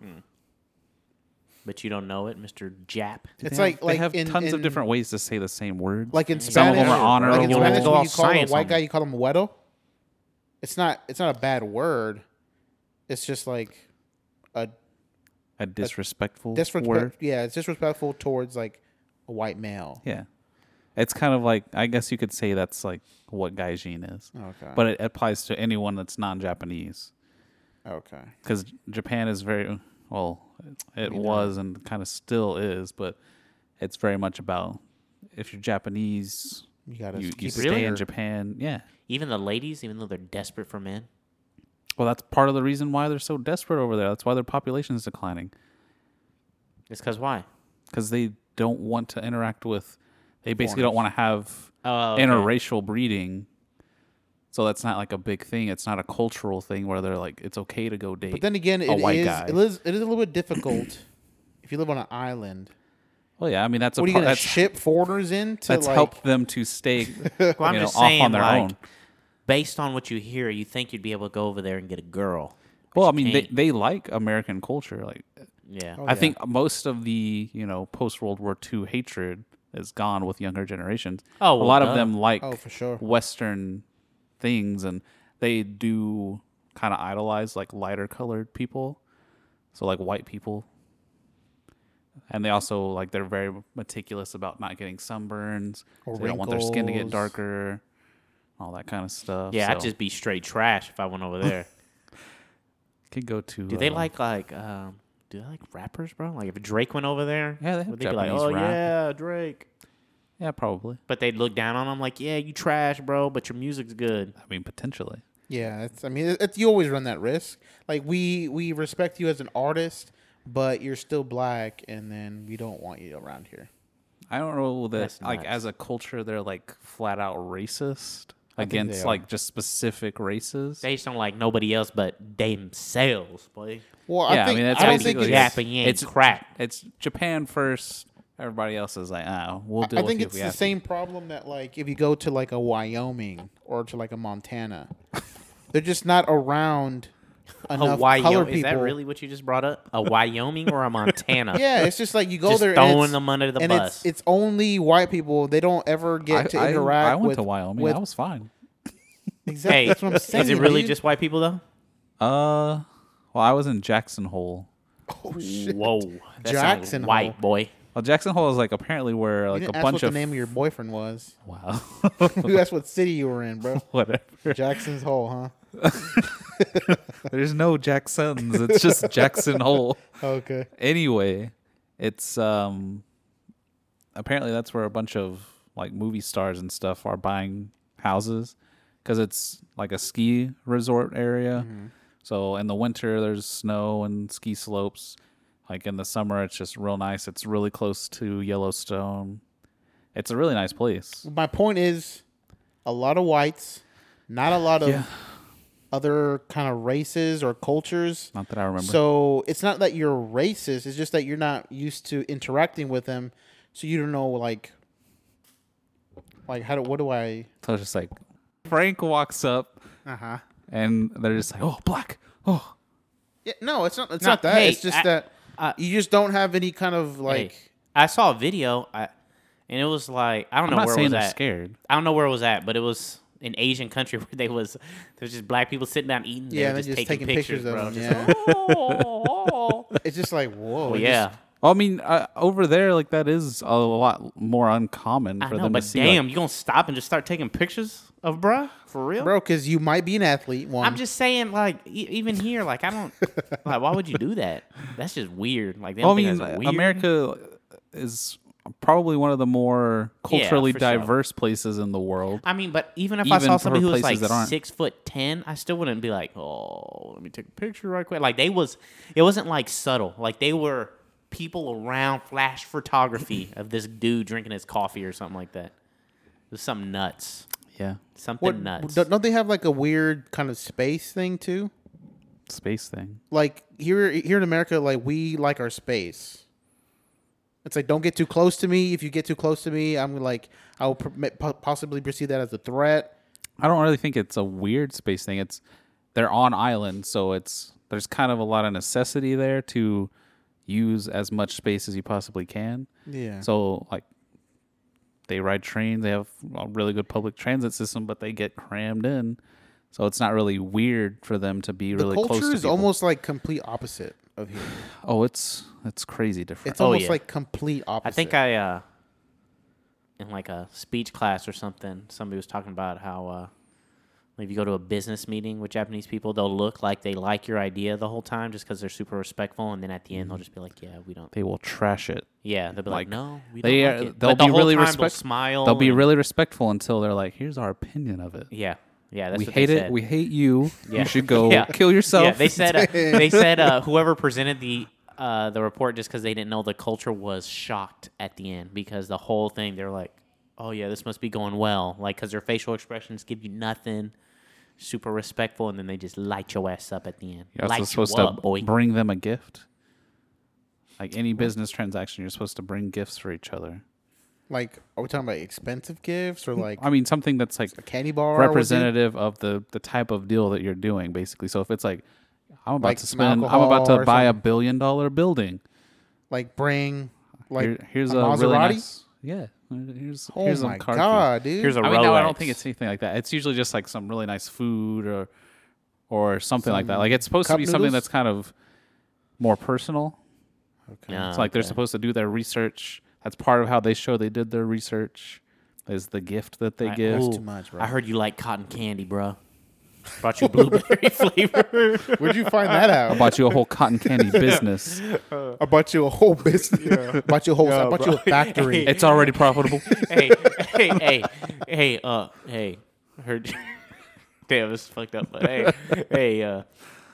Speaker 3: but you don't know it, Mr. Jap.
Speaker 5: It's
Speaker 4: They have-
Speaker 5: like like
Speaker 4: they have
Speaker 5: in,
Speaker 4: tons
Speaker 5: in,
Speaker 4: of different ways to say the same word.
Speaker 5: Like in
Speaker 4: Some of
Speaker 5: Spanish,
Speaker 4: them are
Speaker 5: Like in
Speaker 4: honorable.
Speaker 5: Spanish,
Speaker 3: Go
Speaker 5: when
Speaker 3: off
Speaker 5: you call a
Speaker 3: science on
Speaker 5: white guy,
Speaker 3: me.
Speaker 5: you call him hueto. It's not. It's not a bad word. It's just like a
Speaker 4: a disrespectful word.
Speaker 5: disrespect. Yeah, it's disrespectful towards like a white male.
Speaker 4: Yeah. It's kind of like I guess you could say that's like what gaijin is.
Speaker 5: Okay.
Speaker 4: But it applies to anyone that's non-Japanese
Speaker 5: Okay.
Speaker 4: cuz Japan is very well it was and kind of still is, but it's very much about if you're Japanese
Speaker 5: You gotta
Speaker 4: you, you
Speaker 5: keep it
Speaker 4: stay in
Speaker 5: pure.
Speaker 4: Japan. Yeah.
Speaker 3: Even the ladies, even though they're desperate for men,
Speaker 4: Well, that's part of the reason why they're so desperate over there. That's why their population is declining
Speaker 3: it's because why?
Speaker 4: cuz they don't want to interact with they basically don't
Speaker 5: Foreigners.
Speaker 4: want to have
Speaker 3: Oh, okay.
Speaker 4: interracial breeding. So that's not like a big thing. It's not a cultural thing where they're like, it's okay to go date.
Speaker 5: But then again,
Speaker 4: a
Speaker 5: it
Speaker 4: white
Speaker 5: is,
Speaker 4: guy.
Speaker 5: it is it is a little bit difficult (coughs) if you live on an island.
Speaker 4: well, yeah, I mean that's a
Speaker 5: What are you
Speaker 4: part-
Speaker 5: gonna
Speaker 4: that's,
Speaker 5: ship foreigners in to
Speaker 4: that's
Speaker 5: like?
Speaker 4: helped them to stay
Speaker 5: (laughs)
Speaker 4: you
Speaker 3: Well, I'm
Speaker 4: know,
Speaker 3: just
Speaker 4: off
Speaker 3: saying,
Speaker 4: on their
Speaker 3: like,
Speaker 4: own.
Speaker 3: based on what you hear, you think you'd be able to go over there and get a girl.
Speaker 4: Well, I mean they, Oh,
Speaker 3: can't.
Speaker 4: they like American culture. Like
Speaker 3: Oh, Yeah.
Speaker 4: I think most of the you know post World War II hatred is gone with younger generations.
Speaker 3: Oh,
Speaker 4: a
Speaker 3: well,
Speaker 4: lot of
Speaker 3: duh.
Speaker 4: them like
Speaker 5: Oh, for sure.
Speaker 4: Western things, and they do kind of idolize like lighter colored people, so like white people. And they also like they're very meticulous about not getting sunburns.
Speaker 5: Or
Speaker 4: so they don't want their skin to get
Speaker 5: wrinkles.
Speaker 4: darker, all that kind of stuff.
Speaker 3: yeah, I'd
Speaker 4: so
Speaker 3: just be straight trash if I went over
Speaker 4: (laughs)
Speaker 3: there.
Speaker 4: could go to.
Speaker 3: Do they
Speaker 4: uh,
Speaker 3: like like um do they like rappers, bro? Like if Drake went over there,
Speaker 4: Yeah, they have
Speaker 3: would they be like,
Speaker 4: Japanese
Speaker 3: oh
Speaker 4: rap."
Speaker 3: yeah, Drake.
Speaker 4: Yeah, probably.
Speaker 3: But they'd look down on him like, yeah, you trash, bro, but your music's good.
Speaker 4: I mean, potentially.
Speaker 5: Yeah, it's, I mean, it's, you always run that risk. Like we we respect you as an artist, but you're still black, and then we don't want you around here.
Speaker 4: I don't know that
Speaker 3: That's
Speaker 4: like
Speaker 3: nuts.
Speaker 4: as a culture they're like flat out racist
Speaker 5: think they
Speaker 4: against
Speaker 5: are.
Speaker 4: like just specific races.
Speaker 3: They just don't like nobody else but themselves, boy.
Speaker 5: Well,
Speaker 4: Yeah,
Speaker 5: I
Speaker 4: I
Speaker 5: think I,
Speaker 4: mean, that's
Speaker 5: don't think
Speaker 4: basically-
Speaker 5: it's,
Speaker 3: Japan
Speaker 4: it's-
Speaker 3: crap.
Speaker 4: it's Japan first. Everybody else is like, ah, we'll
Speaker 5: I-
Speaker 4: deal
Speaker 5: I
Speaker 4: with
Speaker 5: think
Speaker 4: you
Speaker 5: it's
Speaker 4: if we
Speaker 5: the
Speaker 4: have to."
Speaker 5: same problem that like if you go to like a Wyoming or to like a Montana, they're just not around
Speaker 3: (laughs) A
Speaker 5: enough color
Speaker 3: Wyoming
Speaker 5: people.
Speaker 3: is that really what you just brought up? A Wyoming or a Montana?
Speaker 5: (laughs) Yeah, it's just like you go
Speaker 3: Just
Speaker 5: there
Speaker 3: throwing
Speaker 5: and it's,
Speaker 3: them under the
Speaker 5: and
Speaker 3: bus.
Speaker 5: It's, it's only white people. They don't ever get to
Speaker 4: I,
Speaker 5: interact.
Speaker 4: I, I went
Speaker 5: with,
Speaker 4: to Wyoming.
Speaker 5: With,
Speaker 4: I was fine.
Speaker 5: exactly.
Speaker 3: Hey,
Speaker 5: that's what I'm saying.
Speaker 3: is it really
Speaker 5: dude.
Speaker 3: just white people though?
Speaker 4: Uh, well, I was in Jackson Hole.
Speaker 5: Oh shit!
Speaker 3: Whoa, that sounds
Speaker 5: Jackson
Speaker 3: white
Speaker 5: Hole.
Speaker 3: boy.
Speaker 4: Well, Jackson Hole is like apparently where
Speaker 5: You
Speaker 4: like
Speaker 5: didn't
Speaker 4: a
Speaker 5: ask
Speaker 4: bunch
Speaker 5: what
Speaker 4: of
Speaker 5: the name of your
Speaker 3: (laughs)
Speaker 5: boyfriend was.
Speaker 4: wow, (laughs)
Speaker 5: (laughs) You asked what city you were in, bro.
Speaker 4: whatever.
Speaker 5: Jackson's Hole, huh?
Speaker 4: There's no Jacksons. It's
Speaker 5: (laughs)
Speaker 4: just Jackson Hole.
Speaker 5: Okay.
Speaker 4: Anyway, it's um apparently that's where a bunch of like movie stars and stuff are buying houses because it's like a ski resort area.
Speaker 3: Mm-hmm.
Speaker 4: So in the winter, there's snow and ski slopes. Like in the summer, it's just real nice. It's really close to Yellowstone. It's a really nice place.
Speaker 5: My point is, a lot of whites, not a lot of
Speaker 4: Yeah.
Speaker 5: other kind of races or cultures.
Speaker 4: Not that I remember.
Speaker 5: So it's not that you're racist. It's just that you're not used to interacting with them, so you don't know like, like how do what do I?
Speaker 4: So it's just like Frank walks up
Speaker 5: Uh
Speaker 3: Uh-huh.
Speaker 5: huh.
Speaker 4: and they're just like, oh, black. Oh,
Speaker 5: Yeah, no, it's not. It's
Speaker 3: No,
Speaker 5: not that.
Speaker 3: hey,
Speaker 5: it's just
Speaker 3: I-
Speaker 5: that
Speaker 3: I-
Speaker 5: you just don't have any kind of like.
Speaker 3: Hey, I saw a video, I, and it was like I don't
Speaker 4: I'm
Speaker 3: know
Speaker 4: not
Speaker 3: where it
Speaker 4: saying
Speaker 3: was
Speaker 4: they're
Speaker 3: at.
Speaker 4: scared.
Speaker 3: I don't know where it was at, but it was an Asian country (laughs) where they was there's just black people sitting down eating. They
Speaker 5: yeah,
Speaker 3: were
Speaker 5: they're
Speaker 3: just, (laughs)
Speaker 5: just
Speaker 3: taking, pictures,
Speaker 5: of
Speaker 3: bro.
Speaker 5: them.
Speaker 3: Just-
Speaker 5: Yeah. (laughs) it's just like whoa.
Speaker 3: Well,
Speaker 5: it
Speaker 3: yeah,
Speaker 5: just-
Speaker 4: I mean, uh, over there, like that is a lot more uncommon
Speaker 3: I
Speaker 4: for
Speaker 3: know,
Speaker 4: them
Speaker 3: but
Speaker 4: to see. like-
Speaker 3: damn, you gonna stop and just start taking pictures of bruh for real?
Speaker 5: bro, because you might be an athlete. One,
Speaker 4: um,
Speaker 3: I'm just saying, like e- even here, like I
Speaker 4: (laughs)
Speaker 3: don't, like why would you do that? That's just weird. Like they
Speaker 4: Well,
Speaker 3: don't
Speaker 4: I
Speaker 3: think
Speaker 4: mean,
Speaker 3: that's weird.
Speaker 4: America is probably one of the more culturally
Speaker 3: for sure.
Speaker 4: diverse places in the world.
Speaker 3: I mean, but even if I
Speaker 4: Even
Speaker 3: saw
Speaker 4: for
Speaker 3: somebody who was like
Speaker 4: places that aren't.
Speaker 3: six foot ten, I still wouldn't be like, oh, let me take a picture right quick. Like they was, it wasn't like subtle. Like they were people around flash photography of this dude drinking his coffee or something like that. It was something nuts.
Speaker 4: Yeah,
Speaker 3: Something
Speaker 5: what,
Speaker 3: nuts.
Speaker 5: don't don't they have like a weird kind of space thing too?
Speaker 4: space thing.
Speaker 5: Like here, here in America, like we like our space. It's like don't get too close to me. If you get too close to me, I'm like I will per- ma- po- possibly perceive that as a threat.
Speaker 4: I don't really think it's a weird space thing. It's they're on island, so it's there's kind of a lot of necessity there to use as much space as you possibly can.
Speaker 5: Yeah.
Speaker 4: So like they ride trains, they have a really good public transit system, but they get crammed in. So it's not really weird for them to be
Speaker 5: the
Speaker 4: really close
Speaker 5: culture
Speaker 4: to
Speaker 5: is
Speaker 4: people.
Speaker 5: almost like complete opposite
Speaker 4: (sighs)
Speaker 5: of here.
Speaker 4: Oh, it's it's crazy different.
Speaker 5: It's almost
Speaker 3: yeah.
Speaker 5: like complete opposite.
Speaker 3: I think I uh in like a speech class or something, somebody was talking about how uh if you go to a business meeting with Japanese people, they'll look like they like your idea the whole time just because they're super respectful, and then at the end they'll just be like, "Yeah, we don't."
Speaker 4: they will trash it.
Speaker 3: Yeah, they'll be like,
Speaker 4: Mm-hmm. Like,
Speaker 3: "No, we don't."
Speaker 4: They
Speaker 3: like
Speaker 4: are,
Speaker 3: it."
Speaker 4: they'll
Speaker 3: But the
Speaker 4: be
Speaker 3: whole
Speaker 4: really
Speaker 3: time They'll
Speaker 4: respectful.
Speaker 3: smile.
Speaker 4: They'll be
Speaker 3: and-
Speaker 4: really respectful until they're like, "Here's our opinion of it.
Speaker 3: Yeah, yeah. That's
Speaker 4: we
Speaker 3: what they
Speaker 4: hate it.
Speaker 3: said.
Speaker 4: We hate you.
Speaker 3: Yeah.
Speaker 4: You should go
Speaker 3: Yeah.
Speaker 4: kill yourself."
Speaker 3: Yeah,
Speaker 4: (laughs)
Speaker 3: (laughs) they said uh, they said uh, whoever presented the uh, the report just because they didn't know the culture was shocked at the end because the whole thing they're like, oh yeah, this must be going well, like because their facial expressions give you nothing, super respectful, and then they just light your ass up at the end.
Speaker 4: You're also
Speaker 3: light
Speaker 4: supposed
Speaker 3: you
Speaker 4: to
Speaker 3: up, boy.
Speaker 4: bring them a gift. Like any business transaction, you're supposed to bring gifts for each other.
Speaker 5: like are we talking about expensive gifts or like
Speaker 4: I mean, something that's like
Speaker 5: a candy bar? represented?
Speaker 4: representative of the the type of deal that you're doing, basically. So if it's like, I'm about
Speaker 5: Like
Speaker 4: to
Speaker 5: some
Speaker 4: spend, I'm about
Speaker 5: alcohol
Speaker 4: to
Speaker 5: or
Speaker 4: buy a
Speaker 5: something.
Speaker 4: billion dollar building.
Speaker 5: Like bring like
Speaker 4: Here- here's
Speaker 5: a
Speaker 4: a, really
Speaker 5: Maserati?
Speaker 4: nice, yeah. Here's
Speaker 5: Oh
Speaker 4: here's
Speaker 5: my
Speaker 4: some car
Speaker 5: god, dude!
Speaker 3: Here's a
Speaker 4: I mean, no, I
Speaker 3: Rolex.
Speaker 4: don't think it's anything like that. It's usually just like some really nice food or or something like that. Like it's supposed to
Speaker 5: cup
Speaker 4: be something
Speaker 5: noodles?
Speaker 4: that's kind of more personal.
Speaker 5: okay.
Speaker 3: Yeah.
Speaker 4: it's like
Speaker 3: Ah,
Speaker 4: they're
Speaker 3: okay.
Speaker 4: supposed to do their research. That's part of how they show they did their research. Is the gift that they
Speaker 3: I-
Speaker 4: give.
Speaker 3: ooh,
Speaker 5: too much, bro.
Speaker 3: I heard you like cotton candy, bro. Brought you blueberry (laughs) flavor.
Speaker 5: Where'd you find that out?
Speaker 4: I bought you (laughs) a whole cotton
Speaker 5: (laughs)
Speaker 4: candy business.
Speaker 5: I bought you a whole business. I bought you a whole. I bought (laughs) you a factory.
Speaker 4: It's already
Speaker 5: (laughs)
Speaker 4: profitable.
Speaker 3: hey, hey, hey, hey, uh, hey, heard. (laughs) Damn, this is fucked up. But hey, hey, uh,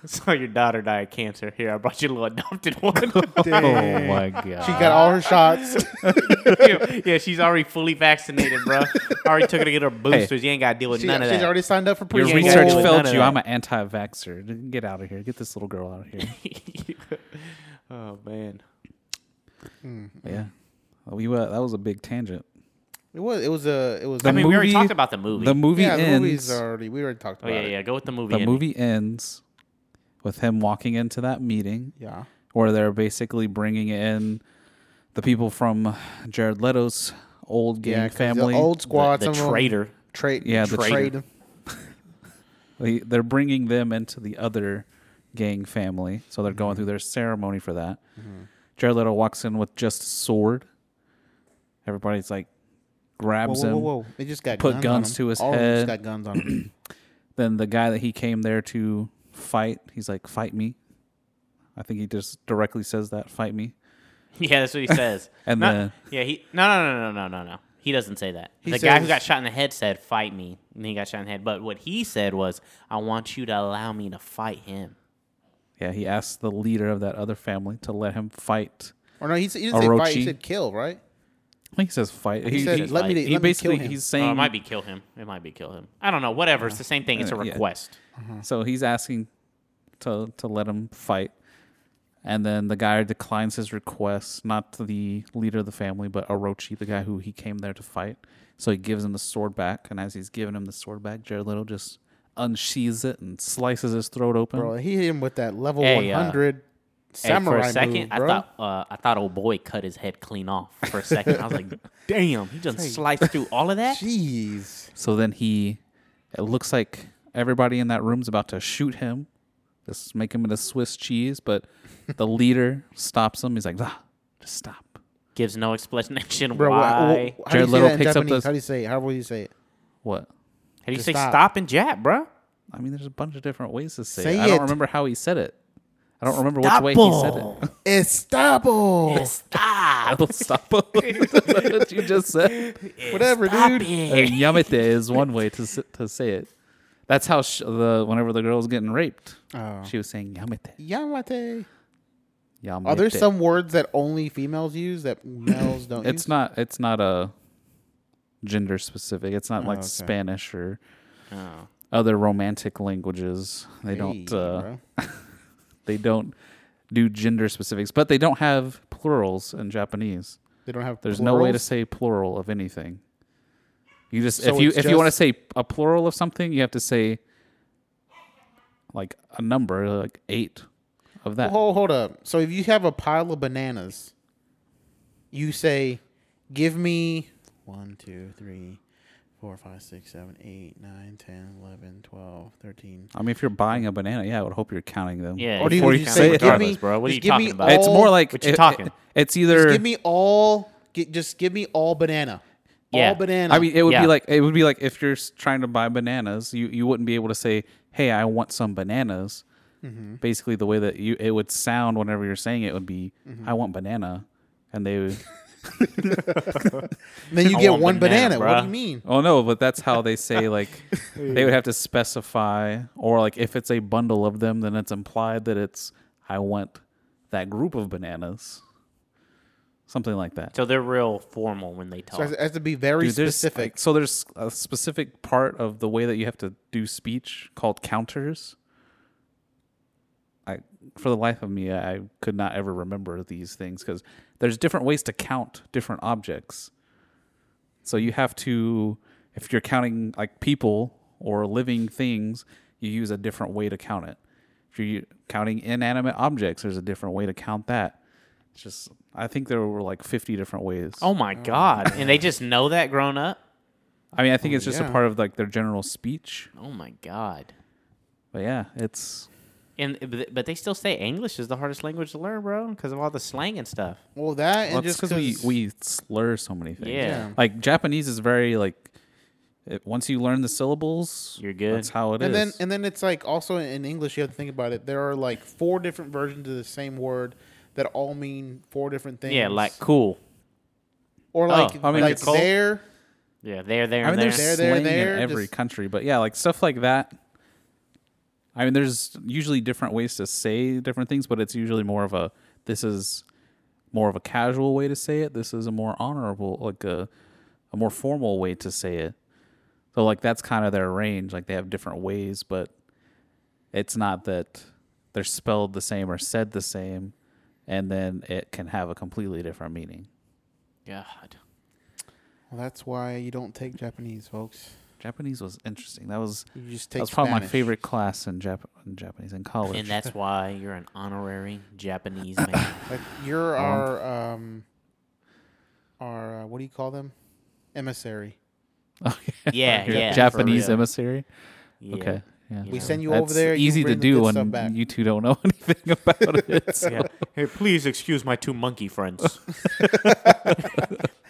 Speaker 3: saw your daughter die of cancer. Here, I brought you a little adopted
Speaker 5: (laughs)
Speaker 3: one.
Speaker 4: oh my god!
Speaker 5: she got all her shots. (laughs)
Speaker 3: (laughs) yeah, she's already fully vaccinated, bro. Already took her to get her boosters. You ain't got to deal with
Speaker 5: She,
Speaker 3: none of
Speaker 5: she's
Speaker 3: that.
Speaker 5: already signed up for
Speaker 4: Your
Speaker 5: preschool.
Speaker 3: Yeah,
Speaker 4: research
Speaker 3: exactly. None
Speaker 4: failed
Speaker 3: of
Speaker 4: you.
Speaker 3: that.
Speaker 4: I'm an anti-vaxxer. Get out of here. Get this little girl out of here.
Speaker 3: (laughs) (laughs) oh man,
Speaker 4: yeah. Oh, we were, that was a big tangent.
Speaker 5: It was. It was a. It was.
Speaker 4: The
Speaker 3: I mean, we already
Speaker 4: movie-
Speaker 3: talked about the movie.
Speaker 4: The movie
Speaker 5: yeah, the
Speaker 4: ends.
Speaker 5: movies are already. We already talked
Speaker 3: oh
Speaker 5: about
Speaker 3: yeah,
Speaker 5: it.
Speaker 3: yeah. Go with the movie.
Speaker 4: the
Speaker 3: ending.
Speaker 4: movie ends with him walking into that meeting
Speaker 5: Yeah.
Speaker 4: where they're basically bringing in the people from Jared Leto's old gang
Speaker 5: Yeah, 'cause the
Speaker 4: family.
Speaker 5: old
Speaker 3: The-
Speaker 5: squad.
Speaker 3: the,
Speaker 5: some of them-
Speaker 3: traitor.
Speaker 5: Trade.
Speaker 4: Yeah, the
Speaker 5: trade.
Speaker 4: traitor. They, they're bringing them into the other gang family. So they're
Speaker 5: Mm-hmm.
Speaker 4: going through their ceremony for that. Jared Leto walks in with just a sword. Everybody's like
Speaker 5: Whoa,
Speaker 4: grabs
Speaker 5: whoa, whoa,
Speaker 4: him.
Speaker 5: whoa! They just got
Speaker 4: Put
Speaker 5: guns,
Speaker 4: guns
Speaker 5: on 'em.
Speaker 4: to his
Speaker 5: All of them just
Speaker 4: head.
Speaker 5: got guns on him.
Speaker 4: Then the guy that he came there to fight, he's like, "Fight me." I think he just directly says that, "Fight me."
Speaker 3: (laughs) Yeah, that's what
Speaker 5: (laughs)
Speaker 3: he says.
Speaker 4: And
Speaker 3: No-
Speaker 4: then-
Speaker 3: yeah, he no no no no no no no. He doesn't say that.
Speaker 5: He
Speaker 3: the guy who
Speaker 5: says-
Speaker 3: got shot in the head said, "Fight me," and he got shot in the head. But what he said was, "I want you to allow me to fight him."
Speaker 4: Yeah, he asked the leader of that other family to let him fight.
Speaker 5: Or no, he, said- he didn't say fight. He
Speaker 4: Orochi.
Speaker 5: said kill. Right?
Speaker 4: I think he says fight.
Speaker 5: He, said
Speaker 3: says
Speaker 5: let
Speaker 3: fight.
Speaker 4: he
Speaker 5: me. Let me kill
Speaker 4: basically
Speaker 5: him."
Speaker 4: he's
Speaker 3: Oh,
Speaker 4: saying
Speaker 3: it might be kill him. It might be kill him. I don't know. Whatever. It's the same thing. It's a
Speaker 5: Uh,
Speaker 4: Yeah.
Speaker 3: request.
Speaker 5: Mm-hmm.
Speaker 4: so he's asking to to let him fight. And then the guy declines his request, not to the leader of the family, but Orochi, the guy who he came there to fight. So he gives him the sword back, and as he's giving him the sword back, Jared Little just unsheathes it and slices his throat open.
Speaker 5: bro. He hit him with that level
Speaker 3: Hey, uh,
Speaker 5: 100
Speaker 3: Hey,
Speaker 5: samurai
Speaker 3: for a second,
Speaker 5: move,
Speaker 3: I
Speaker 5: bro.
Speaker 3: thought uh, I thought old boy cut his head clean off for a second. I was
Speaker 5: (laughs)
Speaker 3: like, "Damn, he just sliced through all of that."
Speaker 5: Jeez.
Speaker 4: So then he, it looks like everybody in that room's about to shoot him,
Speaker 5: (laughs)
Speaker 4: just make him into Swiss cheese. But the leader stops him. He's like, ah, Just stop.
Speaker 3: Gives no explanation
Speaker 5: Bro, wha- wha-
Speaker 3: why.
Speaker 5: how do you
Speaker 4: Jared
Speaker 5: say
Speaker 4: Leto
Speaker 5: that in
Speaker 4: picks up
Speaker 5: Japanese?
Speaker 4: those-
Speaker 5: How do you say it? How will you say it?
Speaker 4: What?
Speaker 3: How do you
Speaker 5: Just
Speaker 3: say
Speaker 5: stop.
Speaker 3: stop. and jab, bro?
Speaker 4: I mean, there's a bunch of different ways to say,
Speaker 5: Say
Speaker 4: it. I
Speaker 5: it.
Speaker 4: don't remember how he said it. I don't remember which way he said (laughs) it.
Speaker 5: (laughs) Estable.
Speaker 3: Stop.
Speaker 4: I'll stop. (laughs) what you just said.
Speaker 5: Whatever,
Speaker 3: Stop
Speaker 5: dude.
Speaker 4: Uh,
Speaker 3: it.
Speaker 4: Yamete is one way to s- to say it. That's how sh- the whenever the girl was getting raped,
Speaker 5: Oh.
Speaker 4: she was saying yamete.
Speaker 5: Yamate.
Speaker 4: Yamete.
Speaker 5: Are there some words that only females use that males don't use?
Speaker 4: It's not. It's not a gender specific. It's not like
Speaker 5: Oh, okay.
Speaker 4: Spanish or
Speaker 3: Oh.
Speaker 4: other romantic languages. They don't.
Speaker 5: Hey,
Speaker 4: Uh,
Speaker 5: bro.
Speaker 4: they don't do gender specifics, but they don't have plurals in Japanese.
Speaker 5: They don't have.
Speaker 4: There's no way to
Speaker 5: plurals?
Speaker 4: say plural of anything. You just
Speaker 5: So
Speaker 4: if you if
Speaker 5: it's
Speaker 4: you want to
Speaker 5: just-
Speaker 4: say a plural of something, you have to say like a number, like eight of that.
Speaker 5: Hold, hold up. So if you have a pile of bananas, you say, "Give me one, two, three, four, five, six, seven, eight, nine, ten, eleven, twelve, thirteen.
Speaker 4: I mean, if you're buying a banana, yeah, I would hope you're counting them.
Speaker 3: Yeah.
Speaker 5: Or do you,
Speaker 4: Before
Speaker 5: would
Speaker 4: you
Speaker 5: you
Speaker 4: count
Speaker 5: say,
Speaker 4: it,
Speaker 5: "Give
Speaker 3: regardless,
Speaker 5: me,
Speaker 3: bro. What are
Speaker 5: just
Speaker 3: you
Speaker 5: give me
Speaker 3: talking about?
Speaker 4: it's
Speaker 5: all-
Speaker 4: more like
Speaker 3: What you
Speaker 4: it-
Speaker 3: talking?
Speaker 4: it- it's
Speaker 5: Oh, just
Speaker 4: either.
Speaker 5: give me all. Get, just give me all banana.
Speaker 3: Yeah.
Speaker 5: All banana.
Speaker 4: I mean, it would
Speaker 3: Yeah.
Speaker 4: be like it would be like if you're s- trying to buy bananas, you you wouldn't be able to say, "Hey, I want some bananas." Basically, the way that you it would sound whenever you're saying it would be, "I want banana," and they would. (laughs)
Speaker 5: then you
Speaker 3: I
Speaker 5: get
Speaker 3: want
Speaker 5: one banana.
Speaker 3: banana,
Speaker 5: What do
Speaker 3: bruh.
Speaker 5: you mean?
Speaker 4: Oh no, but that's how they say like they would have to specify or like if it's a bundle of them then it's implied that it's I want that group of bananas. Something like that.
Speaker 3: So they're real formal when they talk.
Speaker 5: So it has to be very
Speaker 4: Dude, there's,
Speaker 5: specific.
Speaker 4: like, so there's a specific part of the way that you have to do speech called counters. I for the life of me I could not ever remember these things cuz there's different ways to count different objects. So you have to if you're counting like people or living things, you use a different way to count it. If you're u- counting inanimate objects, there's a different way to count that. It's just I think there were like 50 different ways.
Speaker 3: oh my god! and they just know that grown up.
Speaker 4: I mean, I think it's just
Speaker 5: Oh, yeah.
Speaker 4: a part of like their general speech.
Speaker 3: Oh my god!
Speaker 4: But yeah, it's
Speaker 3: And uh, but- but they still say English is the hardest language to learn, bro, because of all the slang and stuff.
Speaker 5: well, that and
Speaker 4: well,
Speaker 5: just
Speaker 4: just because we we slur so many things.
Speaker 3: Yeah.
Speaker 4: like Japanese is very like it, once you learn the syllables,
Speaker 3: You're good.
Speaker 4: That's how it is.
Speaker 5: and then and then it's like also in English you have to think about it. There are like four different versions of the same word that all mean four different things.
Speaker 3: Yeah, like oh, cool.
Speaker 5: or like
Speaker 4: I mean,
Speaker 5: like
Speaker 4: it's called-
Speaker 5: there.
Speaker 3: Yeah, there, there,
Speaker 4: I
Speaker 3: and
Speaker 4: mean,
Speaker 3: there.
Speaker 4: there's
Speaker 5: There,
Speaker 4: slang
Speaker 5: there, there,
Speaker 4: in every
Speaker 5: just-
Speaker 4: country, but yeah, like stuff like that. I mean, there's usually different ways to say different things, but it's usually more of a this is more of a casual way to say it. This is a more honorable, like a a more formal way to say it. So like that's kind of their range. Like they have different ways, but it's not that they're spelled the same or said the same, and then it can have a completely different meaning.
Speaker 3: God.
Speaker 5: Well, that's why you don't take Japanese, folks.
Speaker 4: Japanese was interesting. That was
Speaker 5: You just take.
Speaker 4: that was probably my
Speaker 5: Spanish.
Speaker 4: favorite class in, Jap- in Japanese in college. (laughs)
Speaker 3: And that's why you're an honorary Japanese man.
Speaker 5: Like you're our um, our uh, what do you call them? Emissary.
Speaker 4: Oh,
Speaker 3: Yeah,
Speaker 4: Your
Speaker 3: yeah, for
Speaker 4: Japanese
Speaker 3: real.
Speaker 4: emissary.
Speaker 3: Yeah.
Speaker 4: Okay. Yeah.
Speaker 5: We
Speaker 3: Yeah.
Speaker 5: send you
Speaker 4: That's
Speaker 5: over there. you
Speaker 4: Easy to
Speaker 5: bring the
Speaker 4: do
Speaker 5: good
Speaker 4: when
Speaker 5: stuff back.
Speaker 4: you two don't know (laughs) anything
Speaker 3: (laughs)
Speaker 4: about it. so-
Speaker 3: Yeah. Hey, please excuse my two monkey friends. (laughs)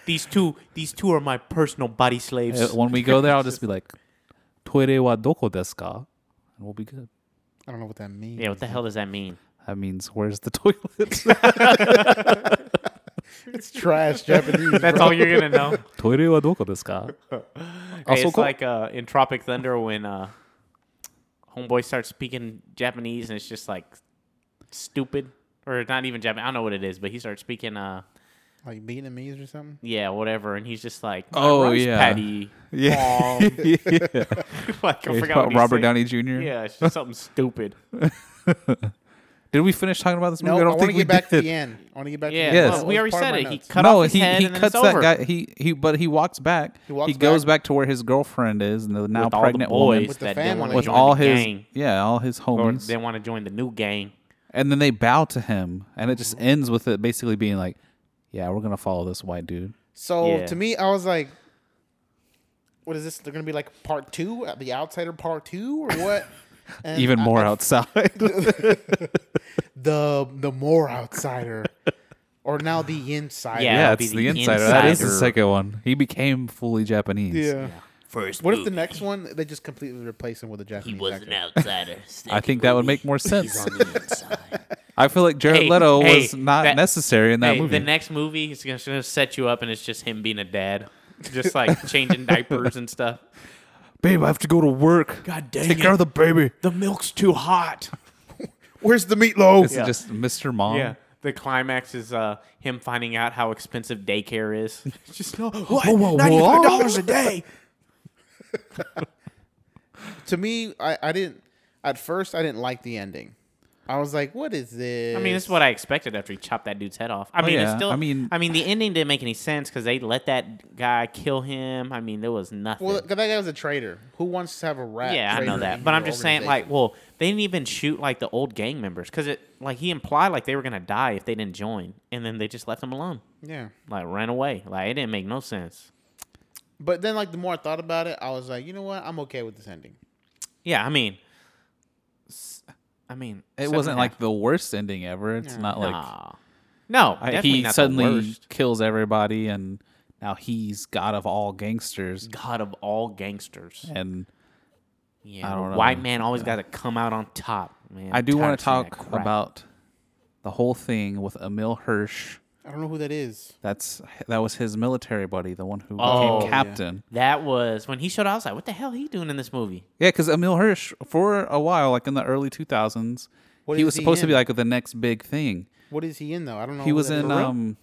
Speaker 3: these two, these two are my personal body slaves.
Speaker 4: Uh, When we go there, I'll just be like, "Toire wa doko desu ka?" and we'll be good.
Speaker 5: I don't know what that means.
Speaker 3: yeah, what the hell does that mean?
Speaker 4: That means where's the (laughs) toilet?
Speaker 5: (laughs) It's trash Japanese.
Speaker 3: (laughs) That's
Speaker 5: bro.
Speaker 3: all you're gonna know.
Speaker 4: Toire wa doko desu ka?
Speaker 3: Hey,
Speaker 4: Also
Speaker 3: it's
Speaker 4: cool.
Speaker 3: like uh, in Tropic Thunder when uh, Homeboy starts speaking Japanese and it's just like stupid or not even Japanese. I don't know what it is, but he starts speaking uh,
Speaker 5: Like Vietnamese
Speaker 4: (laughs)
Speaker 5: or something.
Speaker 3: yeah, whatever, and he's just like, "My
Speaker 4: Oh,
Speaker 3: rice
Speaker 4: yeah.
Speaker 3: patty,
Speaker 4: Yeah. (laughs)
Speaker 3: palm."
Speaker 4: yeah.
Speaker 3: (laughs) like I forgot
Speaker 4: It's
Speaker 3: what
Speaker 4: about
Speaker 3: he
Speaker 4: Robert
Speaker 3: said.
Speaker 4: Downey Jr.
Speaker 3: Yeah, it's just something
Speaker 4: (laughs)
Speaker 3: stupid.
Speaker 4: Did we finish talking about this movie? I
Speaker 5: No, I,
Speaker 4: don't
Speaker 5: want
Speaker 4: think
Speaker 5: to
Speaker 4: we
Speaker 5: get back
Speaker 4: did.
Speaker 5: to the end. I want to get back.
Speaker 3: Yeah,
Speaker 5: to the end.
Speaker 4: Yes.
Speaker 5: That
Speaker 3: well,
Speaker 5: was
Speaker 3: we already
Speaker 5: part of
Speaker 3: said
Speaker 5: my
Speaker 3: it. He
Speaker 5: notes.
Speaker 3: cut
Speaker 4: no,
Speaker 3: off his
Speaker 4: he,
Speaker 3: head and
Speaker 4: he
Speaker 3: then
Speaker 4: cuts
Speaker 3: it's
Speaker 4: that
Speaker 3: over.
Speaker 4: guy. He he, but he walks back.
Speaker 5: He
Speaker 4: He,
Speaker 5: walks
Speaker 4: goes
Speaker 5: back.
Speaker 4: back to where his girlfriend is, and the now
Speaker 3: with all the
Speaker 4: pregnant woman
Speaker 3: boys
Speaker 5: With the
Speaker 3: that
Speaker 5: family.
Speaker 3: didn't want to
Speaker 4: with
Speaker 3: join
Speaker 4: all
Speaker 3: the
Speaker 4: his
Speaker 3: gang,
Speaker 4: yeah, all his
Speaker 3: or
Speaker 4: homies,
Speaker 3: they want to join the new gang.
Speaker 4: and then they bow to him, and it
Speaker 5: Mm-hmm.
Speaker 4: just ends with it basically being like, "Yeah, we're gonna follow this white dude."
Speaker 5: So
Speaker 3: Yeah.
Speaker 5: to me, I was like, "What is this? They're gonna be like part two, uh, the Outsider part two, or
Speaker 3: (laughs)
Speaker 5: what?" And
Speaker 4: Even (laughs)
Speaker 5: I-
Speaker 4: more
Speaker 5: I-
Speaker 4: outside.
Speaker 5: the the more Outsider. or now the inside.
Speaker 3: Yeah,
Speaker 4: yeah,
Speaker 3: it'd be
Speaker 4: it's the,
Speaker 3: the
Speaker 4: insider. That is the
Speaker 3: insider.
Speaker 4: second one. He became fully Japanese.
Speaker 3: First,
Speaker 5: What if the next one they just completely replace him with a Japanese actor?
Speaker 3: outsider.
Speaker 4: I think that would make more sense. I feel like Jared Leto
Speaker 3: Hey,
Speaker 4: was
Speaker 3: hey,
Speaker 4: not
Speaker 3: that-
Speaker 4: necessary in that
Speaker 3: hey,
Speaker 4: movie.
Speaker 3: The next movie is going to set you up, and it's just him being a dad, just like changing diapers and stuff.
Speaker 4: babe, I have to go to work.
Speaker 3: God dang
Speaker 4: Take care of the baby.
Speaker 3: The milk's too hot.
Speaker 5: Where's the meatloaf?
Speaker 4: It's just Mr. Mom.
Speaker 3: Yeah. The climax is uh, him finding out how expensive daycare is. (laughs) It's just
Speaker 4: (laughs)
Speaker 3: no. What?
Speaker 4: Whoa, whoa, whoa.
Speaker 3: $95 a day.
Speaker 5: To me, I, I didn't. At first, I didn't like the ending. I was like, "What is this?"
Speaker 3: I mean, it's what I expected after he chopped that dude's head off. I mean, it's
Speaker 4: Oh, yeah.
Speaker 3: still.
Speaker 4: I mean-
Speaker 3: I mean, the ending didn't make any sense because they let that guy kill him. I mean, there was nothing.
Speaker 5: Well, that guy was a traitor. Who wants to have a rat?
Speaker 3: yeah, I
Speaker 5: traitor
Speaker 3: know that,
Speaker 5: in
Speaker 3: but
Speaker 5: your
Speaker 3: I'm just saying, like,
Speaker 5: organization?
Speaker 3: well, they didn't even shoot like the old gang members because it, like, he implied like they were gonna die if they didn't join, and then they just left them alone,
Speaker 5: yeah.
Speaker 3: like, ran away. Like, it didn't make no sense.
Speaker 5: But then, like, the more I thought about it, I was like, you know what? I'm okay with this ending.
Speaker 3: Yeah, I mean, s- I mean,
Speaker 4: It
Speaker 3: seven
Speaker 4: wasn't
Speaker 3: and a
Speaker 4: like
Speaker 3: half-
Speaker 4: the worst ending ever. It's not like
Speaker 3: Nah. no,
Speaker 4: I-
Speaker 3: definitely
Speaker 4: he
Speaker 3: not the
Speaker 4: suddenly
Speaker 3: worst.
Speaker 4: kills everybody and now he's god of all gangsters.
Speaker 3: God of all gangsters.
Speaker 4: And
Speaker 3: Yeah,
Speaker 4: I don't
Speaker 3: white
Speaker 4: know.
Speaker 3: man always got to come out on top, man.
Speaker 4: I do
Speaker 3: Tired
Speaker 4: want
Speaker 3: of
Speaker 4: to
Speaker 3: seeing that
Speaker 4: talk
Speaker 3: crap.
Speaker 4: about the whole thing with Emil Hirsch.
Speaker 5: I don't know who that is.
Speaker 4: That's that was his military buddy, the one who
Speaker 3: Oh, yeah.
Speaker 4: became captain.
Speaker 3: that was when he showed. up, I was like, what the hell he doing in this movie?
Speaker 4: Yeah, because Emil Hirsch for a while, like in the early two thousands,
Speaker 5: What
Speaker 4: he
Speaker 5: is
Speaker 4: was
Speaker 5: he
Speaker 4: supposed to be
Speaker 5: in?
Speaker 4: like the next big thing.
Speaker 5: What is he in though? I don't know.
Speaker 3: Oh,
Speaker 4: He
Speaker 5: who
Speaker 4: was
Speaker 5: that is.
Speaker 4: in
Speaker 5: For real?
Speaker 4: um,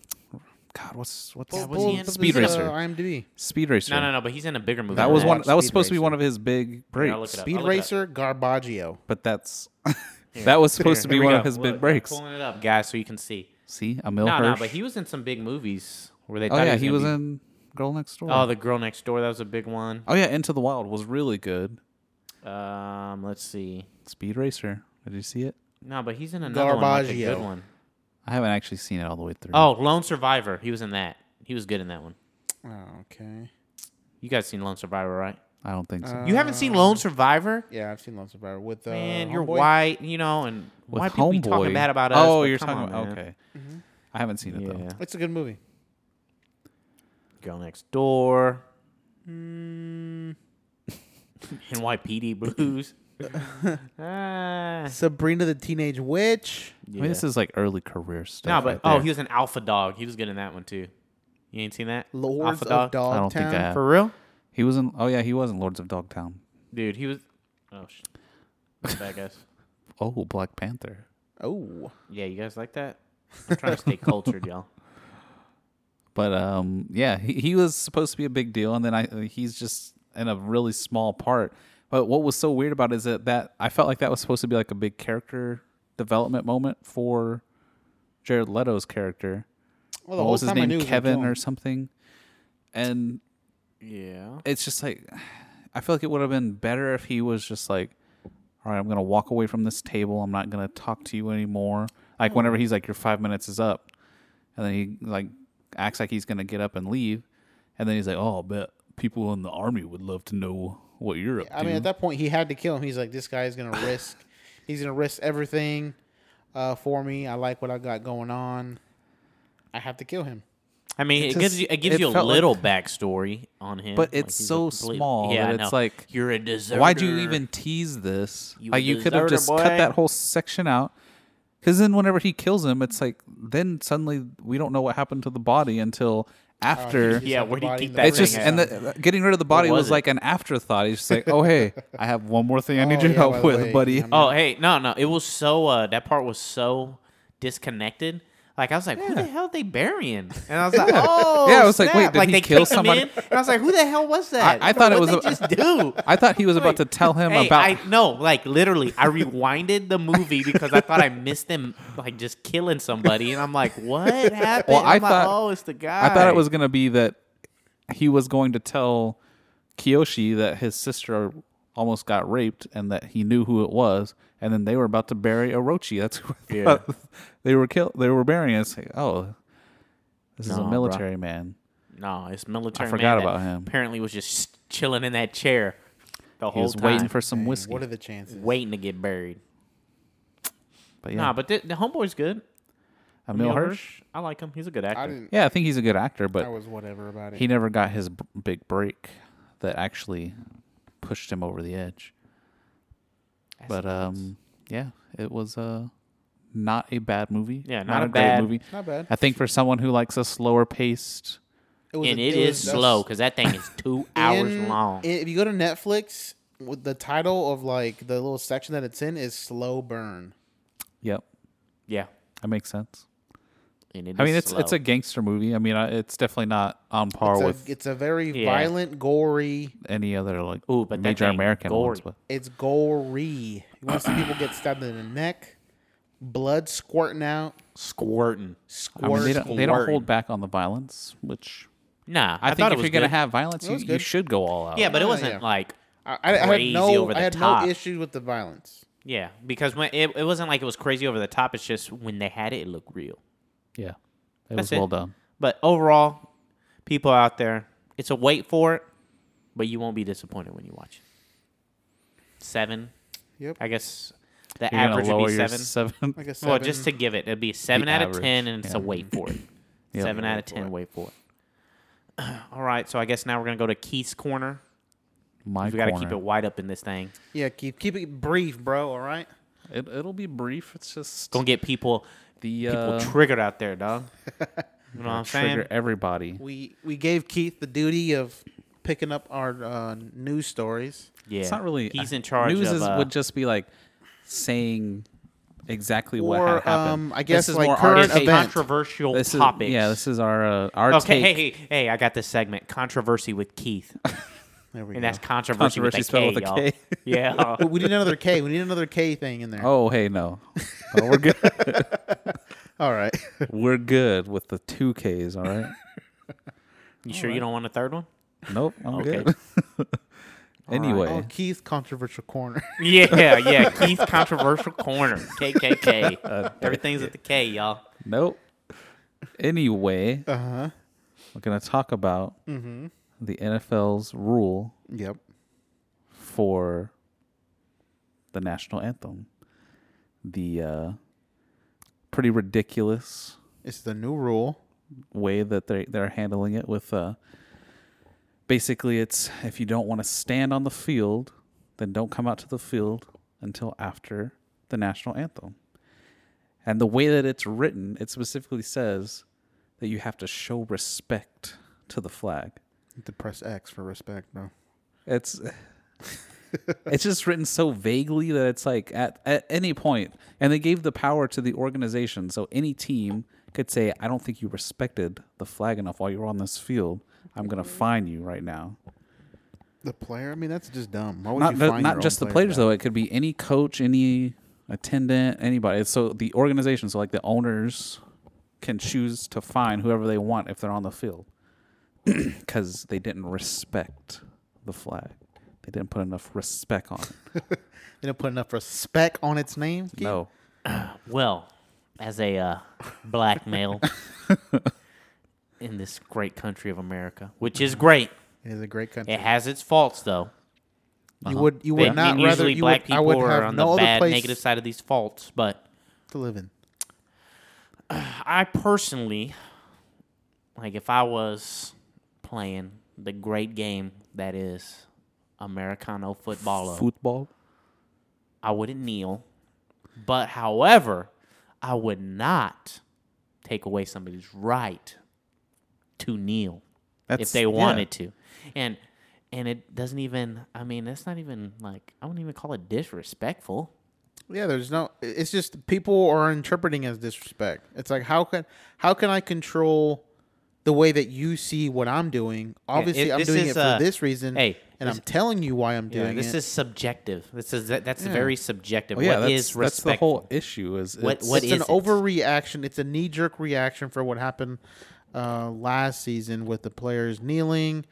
Speaker 4: God, what's what's
Speaker 5: Pull-
Speaker 3: was
Speaker 5: pull
Speaker 3: he in-
Speaker 5: up
Speaker 4: Speed
Speaker 5: this, uh,
Speaker 4: Racer?
Speaker 5: IMDb.
Speaker 4: Speed Racer.
Speaker 3: No, no, no. But he's in a bigger movie.
Speaker 4: That
Speaker 3: than
Speaker 4: was one.
Speaker 5: watched
Speaker 4: That was
Speaker 5: Speed
Speaker 4: supposed to be
Speaker 5: Racer.
Speaker 4: one of his big
Speaker 3: I'll
Speaker 4: breaks.
Speaker 3: look it up.
Speaker 5: Speed
Speaker 3: I'll look it up.
Speaker 5: Racer Garbaggio.
Speaker 4: But that's (laughs) that was supposed to be
Speaker 3: Here we
Speaker 4: one
Speaker 3: go.
Speaker 4: of his
Speaker 3: Look,
Speaker 4: big
Speaker 3: I'm
Speaker 4: breaks.
Speaker 3: Pulling it up, guys, so you can see.
Speaker 4: See, Emil
Speaker 3: no, no,
Speaker 4: Hirsch.
Speaker 3: but he was in some big movies where they.
Speaker 4: oh
Speaker 3: thought
Speaker 4: yeah, he was
Speaker 3: gonna be-
Speaker 4: in Girl Next Door.
Speaker 3: Oh, the girl next door. That was a big one.
Speaker 4: oh yeah, Into the Wild was really good.
Speaker 3: Um, let's see.
Speaker 4: Speed Racer. Did you see it?
Speaker 3: No, but he's in another one, like a good
Speaker 5: Garbaggio.
Speaker 3: one.
Speaker 4: I haven't actually seen it all the way through.
Speaker 3: Oh, Lone Survivor. He was in that. He was good in that one.
Speaker 5: Oh, okay.
Speaker 3: You guys seen Lone Survivor, right?
Speaker 4: I don't think so.
Speaker 3: You haven't seen Lone Survivor?
Speaker 5: Yeah, I've seen Lone Survivor with Um, uh,
Speaker 3: Man, you're
Speaker 5: Homeboy.
Speaker 3: white, you know, and
Speaker 4: With
Speaker 3: why people be talking
Speaker 4: Homeboy.
Speaker 3: bad about us?
Speaker 4: Oh,
Speaker 3: but
Speaker 4: you're
Speaker 3: come
Speaker 4: talking
Speaker 3: on,
Speaker 4: about
Speaker 3: man.
Speaker 4: okay. I haven't seen it
Speaker 3: Yeah.
Speaker 4: though.
Speaker 5: It's a good movie.
Speaker 3: Girl next door.
Speaker 4: Mm.
Speaker 3: (laughs) NYPD
Speaker 5: (laughs)
Speaker 3: Blues. ah,
Speaker 5: Sabrina the Teenage Witch.
Speaker 4: I mean, this is like early career
Speaker 3: no,
Speaker 4: stuff.
Speaker 3: but
Speaker 4: right
Speaker 3: oh,
Speaker 4: there.
Speaker 3: he was an Alpha Dog. He was good in that one too. You ain't seen that?
Speaker 5: Lords
Speaker 3: Alpha
Speaker 5: of
Speaker 4: I don't think I
Speaker 5: Dogtown.
Speaker 4: have.
Speaker 3: For real,
Speaker 4: He was in. Oh yeah, he was in Lords of Dogtown.
Speaker 3: dude. He was. Oh
Speaker 5: (laughs)
Speaker 3: sh. My bad guys.
Speaker 4: Oh, Black Panther.
Speaker 5: Oh,
Speaker 3: Yeah, you guys like that? I'm trying to stay cultured, y'all.
Speaker 4: But um, yeah, he, he was supposed to be a big deal, and then I uh, he's just in a really small part. But what was so weird about it is that that I felt like that was supposed to be like a big character development moment for Jared Leto's character.
Speaker 5: well,
Speaker 4: what
Speaker 5: whole
Speaker 4: was his
Speaker 5: time I
Speaker 4: name?
Speaker 5: knew it was gonna
Speaker 4: Kevin
Speaker 5: kill him.
Speaker 4: or something. And
Speaker 3: Yeah.
Speaker 4: it's just like I feel like it would have been better if he was just like, all right, I'm gonna walk away from this table. I'm not gonna talk to you anymore.
Speaker 5: Mm.
Speaker 4: Like whenever he's like, your five minutes is up, and then he like acts like he's gonna get up and leave, and then he's like, oh, I bet people in the army would love to know what you're up
Speaker 5: I
Speaker 4: to.
Speaker 5: mean, at that point, he had to kill him. He's like, this guy is gonna risk. (sighs) he's gonna risk everything uh, for me. I like what I got going on. I have to kill him.
Speaker 3: I mean, it,
Speaker 4: It
Speaker 3: gives
Speaker 4: just-
Speaker 3: you it gives
Speaker 4: it
Speaker 3: you a
Speaker 4: felt like-
Speaker 3: little backstory on him,
Speaker 4: But it's
Speaker 3: he's a
Speaker 4: so small
Speaker 3: I
Speaker 4: that it's
Speaker 3: know.
Speaker 4: like,
Speaker 3: you're a deserter.
Speaker 4: Why'd you even tease this?
Speaker 3: You
Speaker 4: like you could
Speaker 3: deserter,
Speaker 4: have just cut
Speaker 3: boy.
Speaker 4: that whole section out. Because then, whenever he kills him, it's like then suddenly we don't know what happened to the body until after.
Speaker 5: Oh, Just
Speaker 3: Yeah,
Speaker 5: like the
Speaker 3: where do you
Speaker 5: body
Speaker 3: keep
Speaker 5: in
Speaker 3: that?
Speaker 5: the
Speaker 4: It's just
Speaker 5: ring.
Speaker 3: thing
Speaker 4: and
Speaker 3: at?
Speaker 4: the, uh, getting rid of the body
Speaker 3: was
Speaker 4: was,
Speaker 3: it?
Speaker 4: like an afterthought. He's just like, oh hey, I have one more thing I need
Speaker 5: Oh,
Speaker 4: your
Speaker 5: yeah, by
Speaker 4: help
Speaker 5: the
Speaker 4: with,
Speaker 5: way,
Speaker 4: buddy. Uh,
Speaker 5: I'm-
Speaker 3: Oh, hey, no, no, it was so uh, that part was so disconnected. Like I was like, who the hell they burying? And
Speaker 4: (laughs)
Speaker 3: I was like, oh,
Speaker 4: Yeah, I was like,
Speaker 3: snap.
Speaker 4: wait, did
Speaker 3: like
Speaker 4: he
Speaker 3: they
Speaker 4: kill
Speaker 3: kicked him
Speaker 4: somebody?
Speaker 3: in, and I was like, who the hell was that?
Speaker 4: I thought it
Speaker 3: What'd
Speaker 4: was
Speaker 3: they
Speaker 4: a-
Speaker 3: just do.
Speaker 4: (laughs) I thought he was about
Speaker 3: Wait.
Speaker 4: to tell him
Speaker 3: Hey,
Speaker 4: about.
Speaker 3: I no, like literally, I rewinded the movie because I thought I missed them like just killing somebody, and I'm like, what happened?
Speaker 4: (laughs) Well, I
Speaker 3: I'm like,
Speaker 4: thought-
Speaker 3: oh, it's the guy.
Speaker 4: I thought it was gonna be that he was going to tell Kiyoshi that his sister almost got raped and that he knew who it was, and then they were about to bury Orochi. That's who I
Speaker 3: Yeah.
Speaker 4: thought they were kill. They were burying. It's like, oh, this is
Speaker 3: Nah,
Speaker 4: a
Speaker 3: bruh.
Speaker 4: military man.
Speaker 3: No, it's military.
Speaker 4: I forgot
Speaker 3: man that
Speaker 4: about him.
Speaker 3: Apparently, was just chilling in that chair the
Speaker 4: He
Speaker 3: whole
Speaker 4: was
Speaker 3: time,
Speaker 4: waiting for some whiskey.
Speaker 5: What are the chances?
Speaker 3: waiting to get buried.
Speaker 4: but yeah,
Speaker 3: Nah, but the, the homeboy's good.
Speaker 4: Emil Hirsch.
Speaker 3: I like him. He's a good actor.
Speaker 5: I didn't.
Speaker 4: Yeah, I think he's a good actor,
Speaker 5: I
Speaker 4: but
Speaker 5: was whatever about it.
Speaker 4: he never got his b- big break that actually pushed him over the edge. But um, yeah, it was uh, not a bad movie.
Speaker 3: Yeah,
Speaker 4: not,
Speaker 3: not
Speaker 4: a,
Speaker 3: a
Speaker 4: great
Speaker 3: bad-
Speaker 4: movie.
Speaker 5: Not bad.
Speaker 4: I think for someone who likes a slower paced,
Speaker 5: It was
Speaker 3: and
Speaker 5: a-
Speaker 3: it
Speaker 5: was-
Speaker 3: is
Speaker 5: that's-
Speaker 3: slow because that thing is two hours
Speaker 5: (laughs) in-
Speaker 3: long.
Speaker 5: i- if you go to Netflix, with the title of like the little section that it's in is slow burn.
Speaker 4: yep,
Speaker 3: yeah,
Speaker 4: that makes sense.
Speaker 3: and it
Speaker 4: I
Speaker 3: is
Speaker 4: mean, it's it's
Speaker 3: slow.
Speaker 4: a gangster movie. I mean, I, it's definitely not on par
Speaker 5: It's
Speaker 4: with
Speaker 5: a, it's a very
Speaker 3: Yeah.
Speaker 5: violent, gory.
Speaker 4: any other like
Speaker 3: Ooh, but that
Speaker 4: major
Speaker 3: thing
Speaker 4: American ones.
Speaker 3: gory.
Speaker 4: But
Speaker 5: It's gory. You want to see people get stabbed in the neck, blood squirting out,
Speaker 3: squirting.
Speaker 4: I mean, they
Speaker 5: squirt.
Speaker 4: don't, they don't
Speaker 3: Squirting.
Speaker 4: hold back on the violence, which
Speaker 3: Nah, I,
Speaker 4: I, think
Speaker 3: thought
Speaker 4: if
Speaker 3: it
Speaker 4: you're
Speaker 3: was
Speaker 4: gonna
Speaker 3: good.
Speaker 4: have violence,
Speaker 5: It
Speaker 4: you,
Speaker 5: was
Speaker 4: you
Speaker 5: good.
Speaker 4: should go all out.
Speaker 3: Yeah, but it
Speaker 5: Ah,
Speaker 3: wasn't
Speaker 5: yeah.
Speaker 3: like
Speaker 5: I, I, I had
Speaker 3: crazy
Speaker 5: no,
Speaker 3: over
Speaker 5: I
Speaker 3: the
Speaker 5: had no
Speaker 3: top.
Speaker 5: issues with the violence.
Speaker 3: yeah, because when it, it wasn't like it was crazy over the top. It's just when they had it, it looked real.
Speaker 4: yeah, it was
Speaker 3: That's
Speaker 4: well
Speaker 3: it.
Speaker 4: done.
Speaker 3: But overall, people out there, it's a wait for it, but you won't be disappointed when you watch it. Seven,
Speaker 5: Yep.
Speaker 3: I guess. The
Speaker 4: You're
Speaker 3: average
Speaker 4: gonna
Speaker 3: would
Speaker 4: lower
Speaker 3: be
Speaker 4: your
Speaker 3: seven.
Speaker 4: seven.
Speaker 5: Like I said,
Speaker 3: Well, just to give it, it'd be seven
Speaker 4: The
Speaker 3: out of
Speaker 4: average,
Speaker 3: ten, and it's a
Speaker 4: yeah.
Speaker 3: wait for it.
Speaker 4: (clears throat) Yeah.
Speaker 3: Seven out of
Speaker 5: Wait for
Speaker 3: ten,
Speaker 5: it.
Speaker 3: wait for it. (clears throat) All right, so I guess now we're gonna go to Keith's corner.
Speaker 4: My
Speaker 3: We gotta keep
Speaker 4: corner.
Speaker 3: it wide up in this thing.
Speaker 5: yeah, keep keep it brief, bro. All right.
Speaker 4: It, it'll be brief. It's just
Speaker 3: Gonna get people
Speaker 4: the
Speaker 3: people
Speaker 4: uh,
Speaker 3: triggered out there, dog. You know what I'm
Speaker 4: trigger
Speaker 3: saying?
Speaker 4: everybody.
Speaker 5: We we gave Keith the duty of picking up our uh, news stories.
Speaker 3: Yeah,
Speaker 4: It's not really.
Speaker 3: He's in charge
Speaker 4: News
Speaker 3: of.
Speaker 4: is,
Speaker 3: uh,
Speaker 4: would just be like saying exactly what
Speaker 5: Or,
Speaker 4: had happened.
Speaker 5: um, I
Speaker 4: This
Speaker 5: guess,
Speaker 4: is
Speaker 5: like,
Speaker 4: more our
Speaker 5: current
Speaker 4: take-
Speaker 3: it's
Speaker 5: event.
Speaker 3: controversial
Speaker 4: This is,
Speaker 3: topics.
Speaker 4: yeah, this is our uh, our
Speaker 3: okay,
Speaker 4: take.
Speaker 3: hey, hey, hey, I got this segment: controversy with Keith,
Speaker 5: There
Speaker 3: and
Speaker 5: we go. (laughs)
Speaker 3: that's controversy,
Speaker 4: Controversy
Speaker 3: with, a
Speaker 4: spelled
Speaker 3: K,
Speaker 4: with a
Speaker 3: y'all.
Speaker 4: K.
Speaker 3: (laughs) Yeah,
Speaker 5: But we need another K. Oh, We need another K thing in there.
Speaker 4: Oh, hey, no, No, we're
Speaker 5: (laughs)
Speaker 4: good.
Speaker 5: All right.
Speaker 4: we're good with the two Ks. All right.
Speaker 3: you sure you don't want a third one?
Speaker 4: Nope, I'm
Speaker 3: Okay.
Speaker 4: good. anyway,
Speaker 5: Oh, Keith controversial corner.
Speaker 3: (laughs)
Speaker 5: (laughs)
Speaker 3: Yeah, yeah. Keith controversial corner.
Speaker 5: (laughs) Uh,
Speaker 3: KKK. Everything's at the K, y'all.
Speaker 4: nope. Anyway,
Speaker 5: Uh huh.
Speaker 4: we're gonna talk about
Speaker 5: Mm-hmm.
Speaker 4: the NFL's rule
Speaker 5: Yep.
Speaker 4: for the national anthem. The uh, pretty ridiculous
Speaker 5: It's the new rule.
Speaker 4: way that they they're handling it with uh, basically it's if you don't want to stand on the field, then don't come out to the field until after the national anthem. And the way that it's written, it specifically says that you have to show respect to the flag.
Speaker 5: To press X for respect, bro.
Speaker 4: It's it's just written so vaguely that it's like at, at any point, and they gave the power to the organization, so any team could say, "I don't think you respected the flag enough while you were on this field. I'm gonna fine you right now."
Speaker 5: The player. I mean, that's just dumb. Why would
Speaker 4: Not
Speaker 5: you
Speaker 4: the-
Speaker 5: find
Speaker 4: not
Speaker 5: your
Speaker 4: just the
Speaker 5: own
Speaker 4: players
Speaker 5: for
Speaker 4: though; it could be any coach, any attendant, anybody. So the organization, so like the owners, can choose to fine whoever they want if they're on the field (clears throat) because they didn't respect the flag. They didn't put enough respect on it.
Speaker 5: that? They don't put enough respect on its name. Keith?
Speaker 4: No.
Speaker 3: Well, as a uh, black
Speaker 5: (laughs)
Speaker 3: male in this great country of America, which is great.
Speaker 5: It is a great country.
Speaker 3: It has its faults, though.
Speaker 5: You would you would
Speaker 3: I
Speaker 5: not
Speaker 3: mean,
Speaker 5: rather
Speaker 3: usually
Speaker 5: you
Speaker 3: black
Speaker 5: would, I
Speaker 3: people
Speaker 5: would have
Speaker 3: are on
Speaker 5: no
Speaker 3: the
Speaker 5: other
Speaker 3: bad,
Speaker 5: place
Speaker 3: negative side of these faults, but
Speaker 5: to live in.
Speaker 3: I personally, like, if I was playing the great game that is Americano football,
Speaker 4: Football.
Speaker 3: I wouldn't kneel. But however, I would not take away somebody's right to kneel if they wanted to. And and it doesn't even I mean, that's not even like I wouldn't even call it disrespectful.
Speaker 5: Yeah, there's no. It's just people are interpreting as disrespect. It's like how can how can I control the way that you see what I'm doing? Obviously,
Speaker 3: it-
Speaker 5: I'm
Speaker 3: this
Speaker 5: doing
Speaker 3: is,
Speaker 5: it for
Speaker 3: uh,
Speaker 5: this reason.
Speaker 3: hey,
Speaker 5: and
Speaker 3: this-
Speaker 5: I'm telling you why I'm
Speaker 3: Yeah,
Speaker 5: doing
Speaker 3: this
Speaker 5: it.
Speaker 3: is subjective. This is that, that's very subjective.
Speaker 4: Well, Oh, yeah,
Speaker 3: what
Speaker 4: that's,
Speaker 3: is
Speaker 4: that's the
Speaker 3: respectful?
Speaker 4: whole issue. Is
Speaker 3: What-
Speaker 4: it's-
Speaker 3: what
Speaker 5: it's
Speaker 3: is
Speaker 5: an
Speaker 3: it?
Speaker 5: overreaction. It's a knee jerk reaction for what happened uh, last season with the players kneeling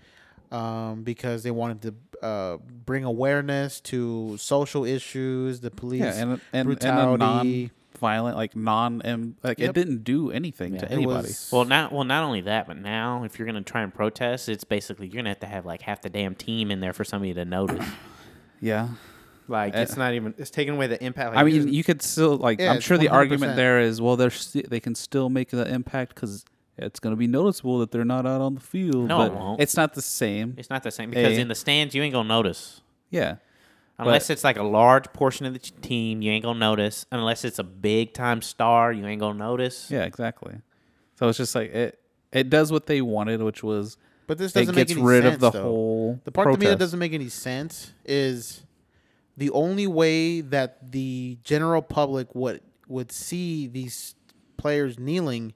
Speaker 5: um, because they wanted to uh, bring awareness to social issues, the police
Speaker 4: yeah, and and, and a
Speaker 5: brutality.
Speaker 4: non-violent, like non, and like
Speaker 5: Yep.
Speaker 4: it didn't do anything to
Speaker 5: It
Speaker 4: anybody.
Speaker 5: was-
Speaker 3: Well, not well, not only that, but now if you're gonna try and protest, it's basically you're gonna have to have like half the damn team in there for somebody to notice.
Speaker 4: yeah,
Speaker 3: (clears throat) Like it's not even it's taking away the impact. Like,
Speaker 4: Eh. I
Speaker 3: you
Speaker 4: mean,
Speaker 3: just-
Speaker 4: you could still like.
Speaker 5: Yeah,
Speaker 4: I'm
Speaker 5: it's
Speaker 4: sure the
Speaker 5: 100%.
Speaker 4: argument there is, well, they're st- they can still make the impact because it's going to be noticeable that they're not out on the field.
Speaker 3: No, it
Speaker 4: but
Speaker 3: won't.
Speaker 4: It's not the same.
Speaker 3: it's not the same because
Speaker 4: Hey.
Speaker 3: in the stands you ain't gonna notice
Speaker 4: Yeah,
Speaker 3: unless it's like a large portion of the t- team. You ain't gonna notice unless it's a big time star. You ain't gonna notice.
Speaker 4: yeah, exactly. So it's just like it. It does what they wanted, which was
Speaker 5: But this
Speaker 4: it
Speaker 5: doesn't make
Speaker 4: gets
Speaker 5: any
Speaker 4: rid
Speaker 5: sense.
Speaker 4: of the
Speaker 5: though.
Speaker 4: whole.
Speaker 5: The part to me that
Speaker 4: protest.
Speaker 5: doesn't make any sense is the only way that the general public would would see these players kneeling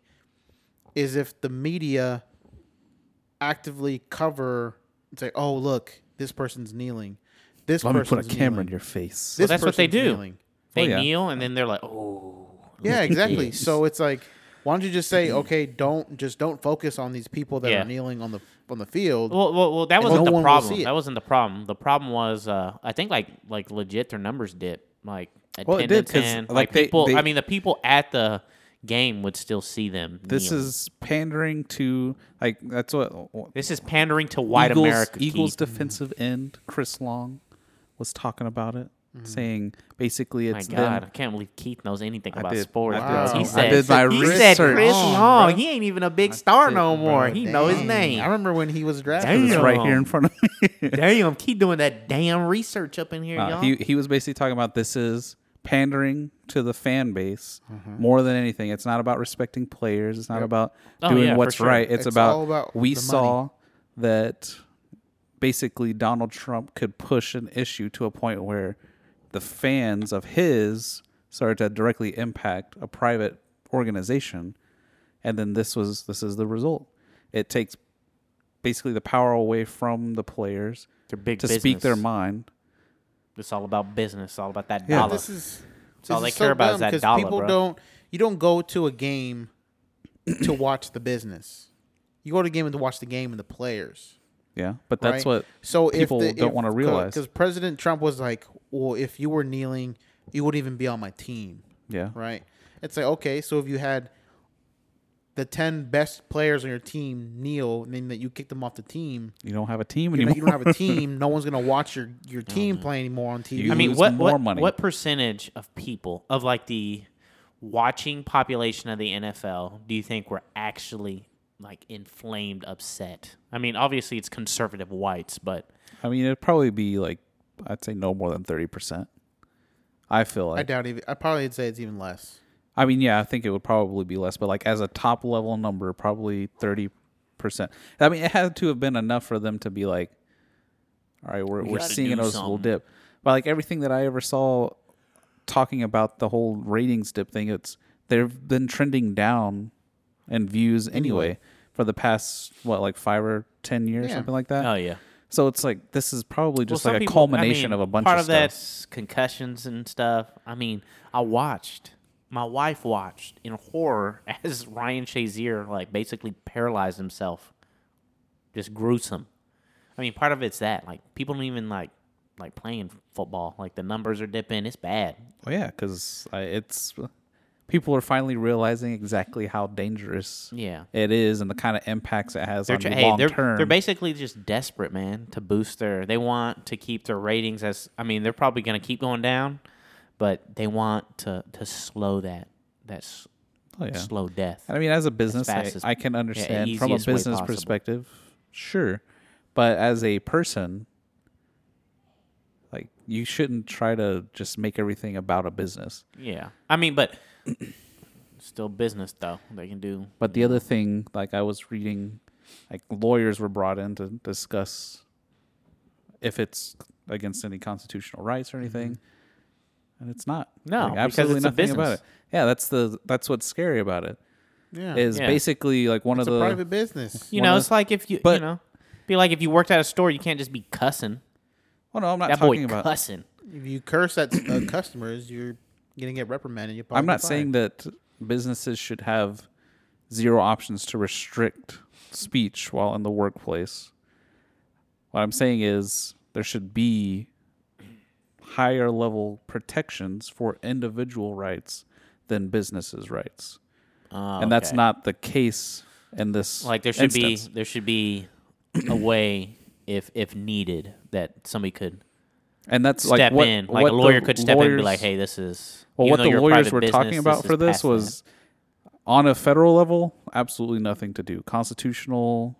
Speaker 5: is if the media actively cover and say, "Oh, look, this person's kneeling." This
Speaker 4: Let me
Speaker 5: person's
Speaker 4: put a camera
Speaker 5: kneeling.
Speaker 4: in your face.
Speaker 5: This
Speaker 3: that's what they
Speaker 5: person's
Speaker 3: do.
Speaker 5: kneeling."
Speaker 3: They
Speaker 4: Oh, yeah.
Speaker 3: kneel and then they're like, oh.
Speaker 4: (laughs)
Speaker 5: Yeah, exactly. So it's like, why don't you just say, "Okay, don't just don't focus on these people that
Speaker 3: Yeah.
Speaker 5: are kneeling on the on the field."
Speaker 3: Well, well, well that
Speaker 5: And
Speaker 3: wasn't
Speaker 5: no
Speaker 3: the
Speaker 5: one will see
Speaker 3: problem.
Speaker 5: it.
Speaker 3: That wasn't the problem. The problem was, uh, I think, like, like legit, their numbers dip. Like,
Speaker 4: Well, it did,
Speaker 3: attendance
Speaker 4: 'cause,
Speaker 3: and,
Speaker 4: like,
Speaker 3: like,
Speaker 4: they-
Speaker 3: people.
Speaker 4: they-
Speaker 3: I mean, the people at the game would still see them.
Speaker 4: this
Speaker 3: kneeling.
Speaker 4: is pandering to like that's what
Speaker 3: this is pandering to white
Speaker 4: Eagles,
Speaker 3: America.
Speaker 4: Eagles
Speaker 3: Keith.
Speaker 4: defensive end Chris Long was talking about it, saying basically
Speaker 3: Mm. My
Speaker 4: it's
Speaker 3: God, I
Speaker 4: them.
Speaker 3: can't believe Keith knows anything
Speaker 4: I
Speaker 3: about
Speaker 4: did-
Speaker 3: sports.
Speaker 4: I
Speaker 3: bro.
Speaker 5: did-
Speaker 3: He
Speaker 5: I
Speaker 3: said,
Speaker 5: did
Speaker 4: my
Speaker 3: he said
Speaker 4: research.
Speaker 3: Chris
Speaker 5: Long,
Speaker 3: Long.
Speaker 5: bro.
Speaker 3: He ain't even a big star
Speaker 4: did,
Speaker 3: no more.
Speaker 4: bro.
Speaker 3: He know his
Speaker 5: Dang.
Speaker 3: name.
Speaker 5: I remember when he was drafted.
Speaker 3: Damn.
Speaker 4: It's right here in front of me. (laughs)
Speaker 3: Damn, keep doing that damn research up in here,
Speaker 4: Uh,
Speaker 3: y'all.
Speaker 4: he he was basically talking about this is pandering to the fan base
Speaker 5: Mm-hmm.
Speaker 4: more than anything. It's not about respecting players. It's not about
Speaker 3: Oh,
Speaker 4: doing
Speaker 3: yeah, for
Speaker 4: what's
Speaker 3: sure.
Speaker 4: right. It's,
Speaker 5: It's
Speaker 4: about,
Speaker 5: all about
Speaker 4: we
Speaker 5: the money.
Speaker 4: saw that basically Donald Trump could push an issue to a point where the fans of his started to directly impact a private organization, and then this was this is the result. It takes basically the power away from the players
Speaker 3: They're big
Speaker 4: to speak their
Speaker 3: business.
Speaker 4: mind.
Speaker 3: It's all about business. It's all about that
Speaker 4: Yeah.
Speaker 3: dollar.
Speaker 5: This is
Speaker 3: That's all
Speaker 5: this
Speaker 3: they
Speaker 5: is
Speaker 3: care about is
Speaker 5: dumb
Speaker 3: that
Speaker 5: 'cause
Speaker 3: dollar,
Speaker 5: People
Speaker 3: bro.
Speaker 5: don't. You don't go to a game
Speaker 4: (clears throat)
Speaker 5: to watch the business. You go to a game and to watch the game and the players.
Speaker 4: Yeah, but that's
Speaker 5: right?
Speaker 4: what
Speaker 5: so
Speaker 4: people
Speaker 5: if the,
Speaker 4: don't want to realize.
Speaker 5: because President Trump was like, "Well, if you were kneeling, you wouldn't even be on my team."
Speaker 4: yeah,
Speaker 5: Right? It's like okay, so if you had the ten best players on your team kneel, and then that you kick them off the team,
Speaker 4: you don't have a team
Speaker 5: you, know,
Speaker 4: anymore.
Speaker 5: you don't have a team. No one's gonna watch your
Speaker 3: (laughs)
Speaker 5: your team play anymore on TV.
Speaker 4: You-
Speaker 3: Mm-hmm. I mean,
Speaker 4: lose
Speaker 3: what
Speaker 4: more
Speaker 3: what,
Speaker 4: money.
Speaker 3: what percentage of people of like the watching population of the NFL do you think were actually like inflamed, upset? I mean, obviously it's conservative whites, but
Speaker 4: (laughs) I mean, it'd probably be like I'd say no more than thirty percent. I feel
Speaker 5: I
Speaker 4: like.
Speaker 5: doubt even. I probably would say it's even less.
Speaker 4: I mean, yeah, I think it would probably be less, but like as a top level number, probably thirty percent. I mean, it had to have been enough for them to be like, all right, we're, we are we are
Speaker 3: gotta
Speaker 4: seeing a
Speaker 3: do
Speaker 4: noticeable
Speaker 3: something."
Speaker 4: dip. But like everything that I ever saw talking about the whole ratings dip thing, it's they've been trending down in views anyway, for the past what like five or ten years,
Speaker 5: Yeah.
Speaker 4: something like that.
Speaker 3: oh yeah,
Speaker 4: So it's like this is probably just
Speaker 3: Well, some
Speaker 4: like a
Speaker 3: people- I
Speaker 4: culmination
Speaker 3: mean,
Speaker 4: of a bunch
Speaker 3: Part
Speaker 4: of,
Speaker 3: of,
Speaker 4: stuff.
Speaker 3: that's concussions and stuff. I mean, I watched. My wife watched in horror (laughs) as Ryan Shazier like basically paralyzed himself. Just gruesome. I mean, part of it's that like people don't even like like playing football. Like the numbers are dipping. It's bad.
Speaker 4: Oh yeah, because it's people are finally realizing exactly how dangerous
Speaker 3: Yeah.
Speaker 4: it is and the kind of impacts it has
Speaker 3: They're
Speaker 4: on
Speaker 3: tr-
Speaker 4: you
Speaker 3: hey,
Speaker 4: long
Speaker 3: they're
Speaker 4: term.
Speaker 3: they're basically just desperate, man, to boost their. They want to keep their ratings as. I mean, they're probably going to keep going down, but they want to to slow that that s-
Speaker 4: oh, yeah.
Speaker 3: slow death.
Speaker 4: I mean, as a business, I,
Speaker 3: fast as-
Speaker 4: I can
Speaker 3: yeah,
Speaker 4: understand from a
Speaker 3: easiest way
Speaker 4: business
Speaker 3: possible.
Speaker 4: perspective, sure, but as a person, like you shouldn't try to just make everything about a business.
Speaker 3: Yeah, I mean, but (clears throat) still business though. They can do.
Speaker 4: But the other thing, like I was reading, like lawyers were brought in to discuss if it's against any constitutional rights or anything, and it's not.
Speaker 3: Mm-hmm. No,
Speaker 4: Like,
Speaker 3: because it's a
Speaker 4: about
Speaker 3: business.
Speaker 4: it. Yeah, that's the that's what's scary about it
Speaker 5: Yeah,
Speaker 4: is
Speaker 3: Yeah.
Speaker 4: basically like one
Speaker 5: it's
Speaker 4: of
Speaker 5: a
Speaker 4: the
Speaker 5: private business.
Speaker 3: You
Speaker 4: one
Speaker 3: know,
Speaker 4: of-
Speaker 3: it's like if you you
Speaker 4: but-
Speaker 3: know, be like if you worked at a store, you can't just be cussing.
Speaker 4: well, Oh, no, I'm not
Speaker 3: That boy (laughs)
Speaker 4: talking about.
Speaker 3: cussing.
Speaker 5: If you curse at uh, customers, you're gonna get reprimanded. You're
Speaker 4: I'm not saying that businesses should have zero options to restrict speech while in the workplace. What I'm saying is there should be higher level protections for individual rights than businesses' rights.
Speaker 3: Oh,
Speaker 4: And that's
Speaker 3: okay.
Speaker 4: not the case in this
Speaker 3: like there should
Speaker 4: instance.
Speaker 3: be there should be a way if if needed that somebody could
Speaker 4: And that's
Speaker 3: step
Speaker 4: like what,
Speaker 3: in.
Speaker 4: what
Speaker 3: Like a lawyer
Speaker 4: the
Speaker 3: could step in and be like,
Speaker 4: lawyers-
Speaker 3: "Hey, this is."
Speaker 4: Well,
Speaker 3: even
Speaker 4: what
Speaker 3: though
Speaker 4: the
Speaker 3: you're a
Speaker 4: lawyers
Speaker 3: private
Speaker 4: were
Speaker 3: business,
Speaker 4: talking about
Speaker 3: is
Speaker 4: for this
Speaker 3: past that."
Speaker 4: was on a federal level, absolutely nothing to do. Constitutional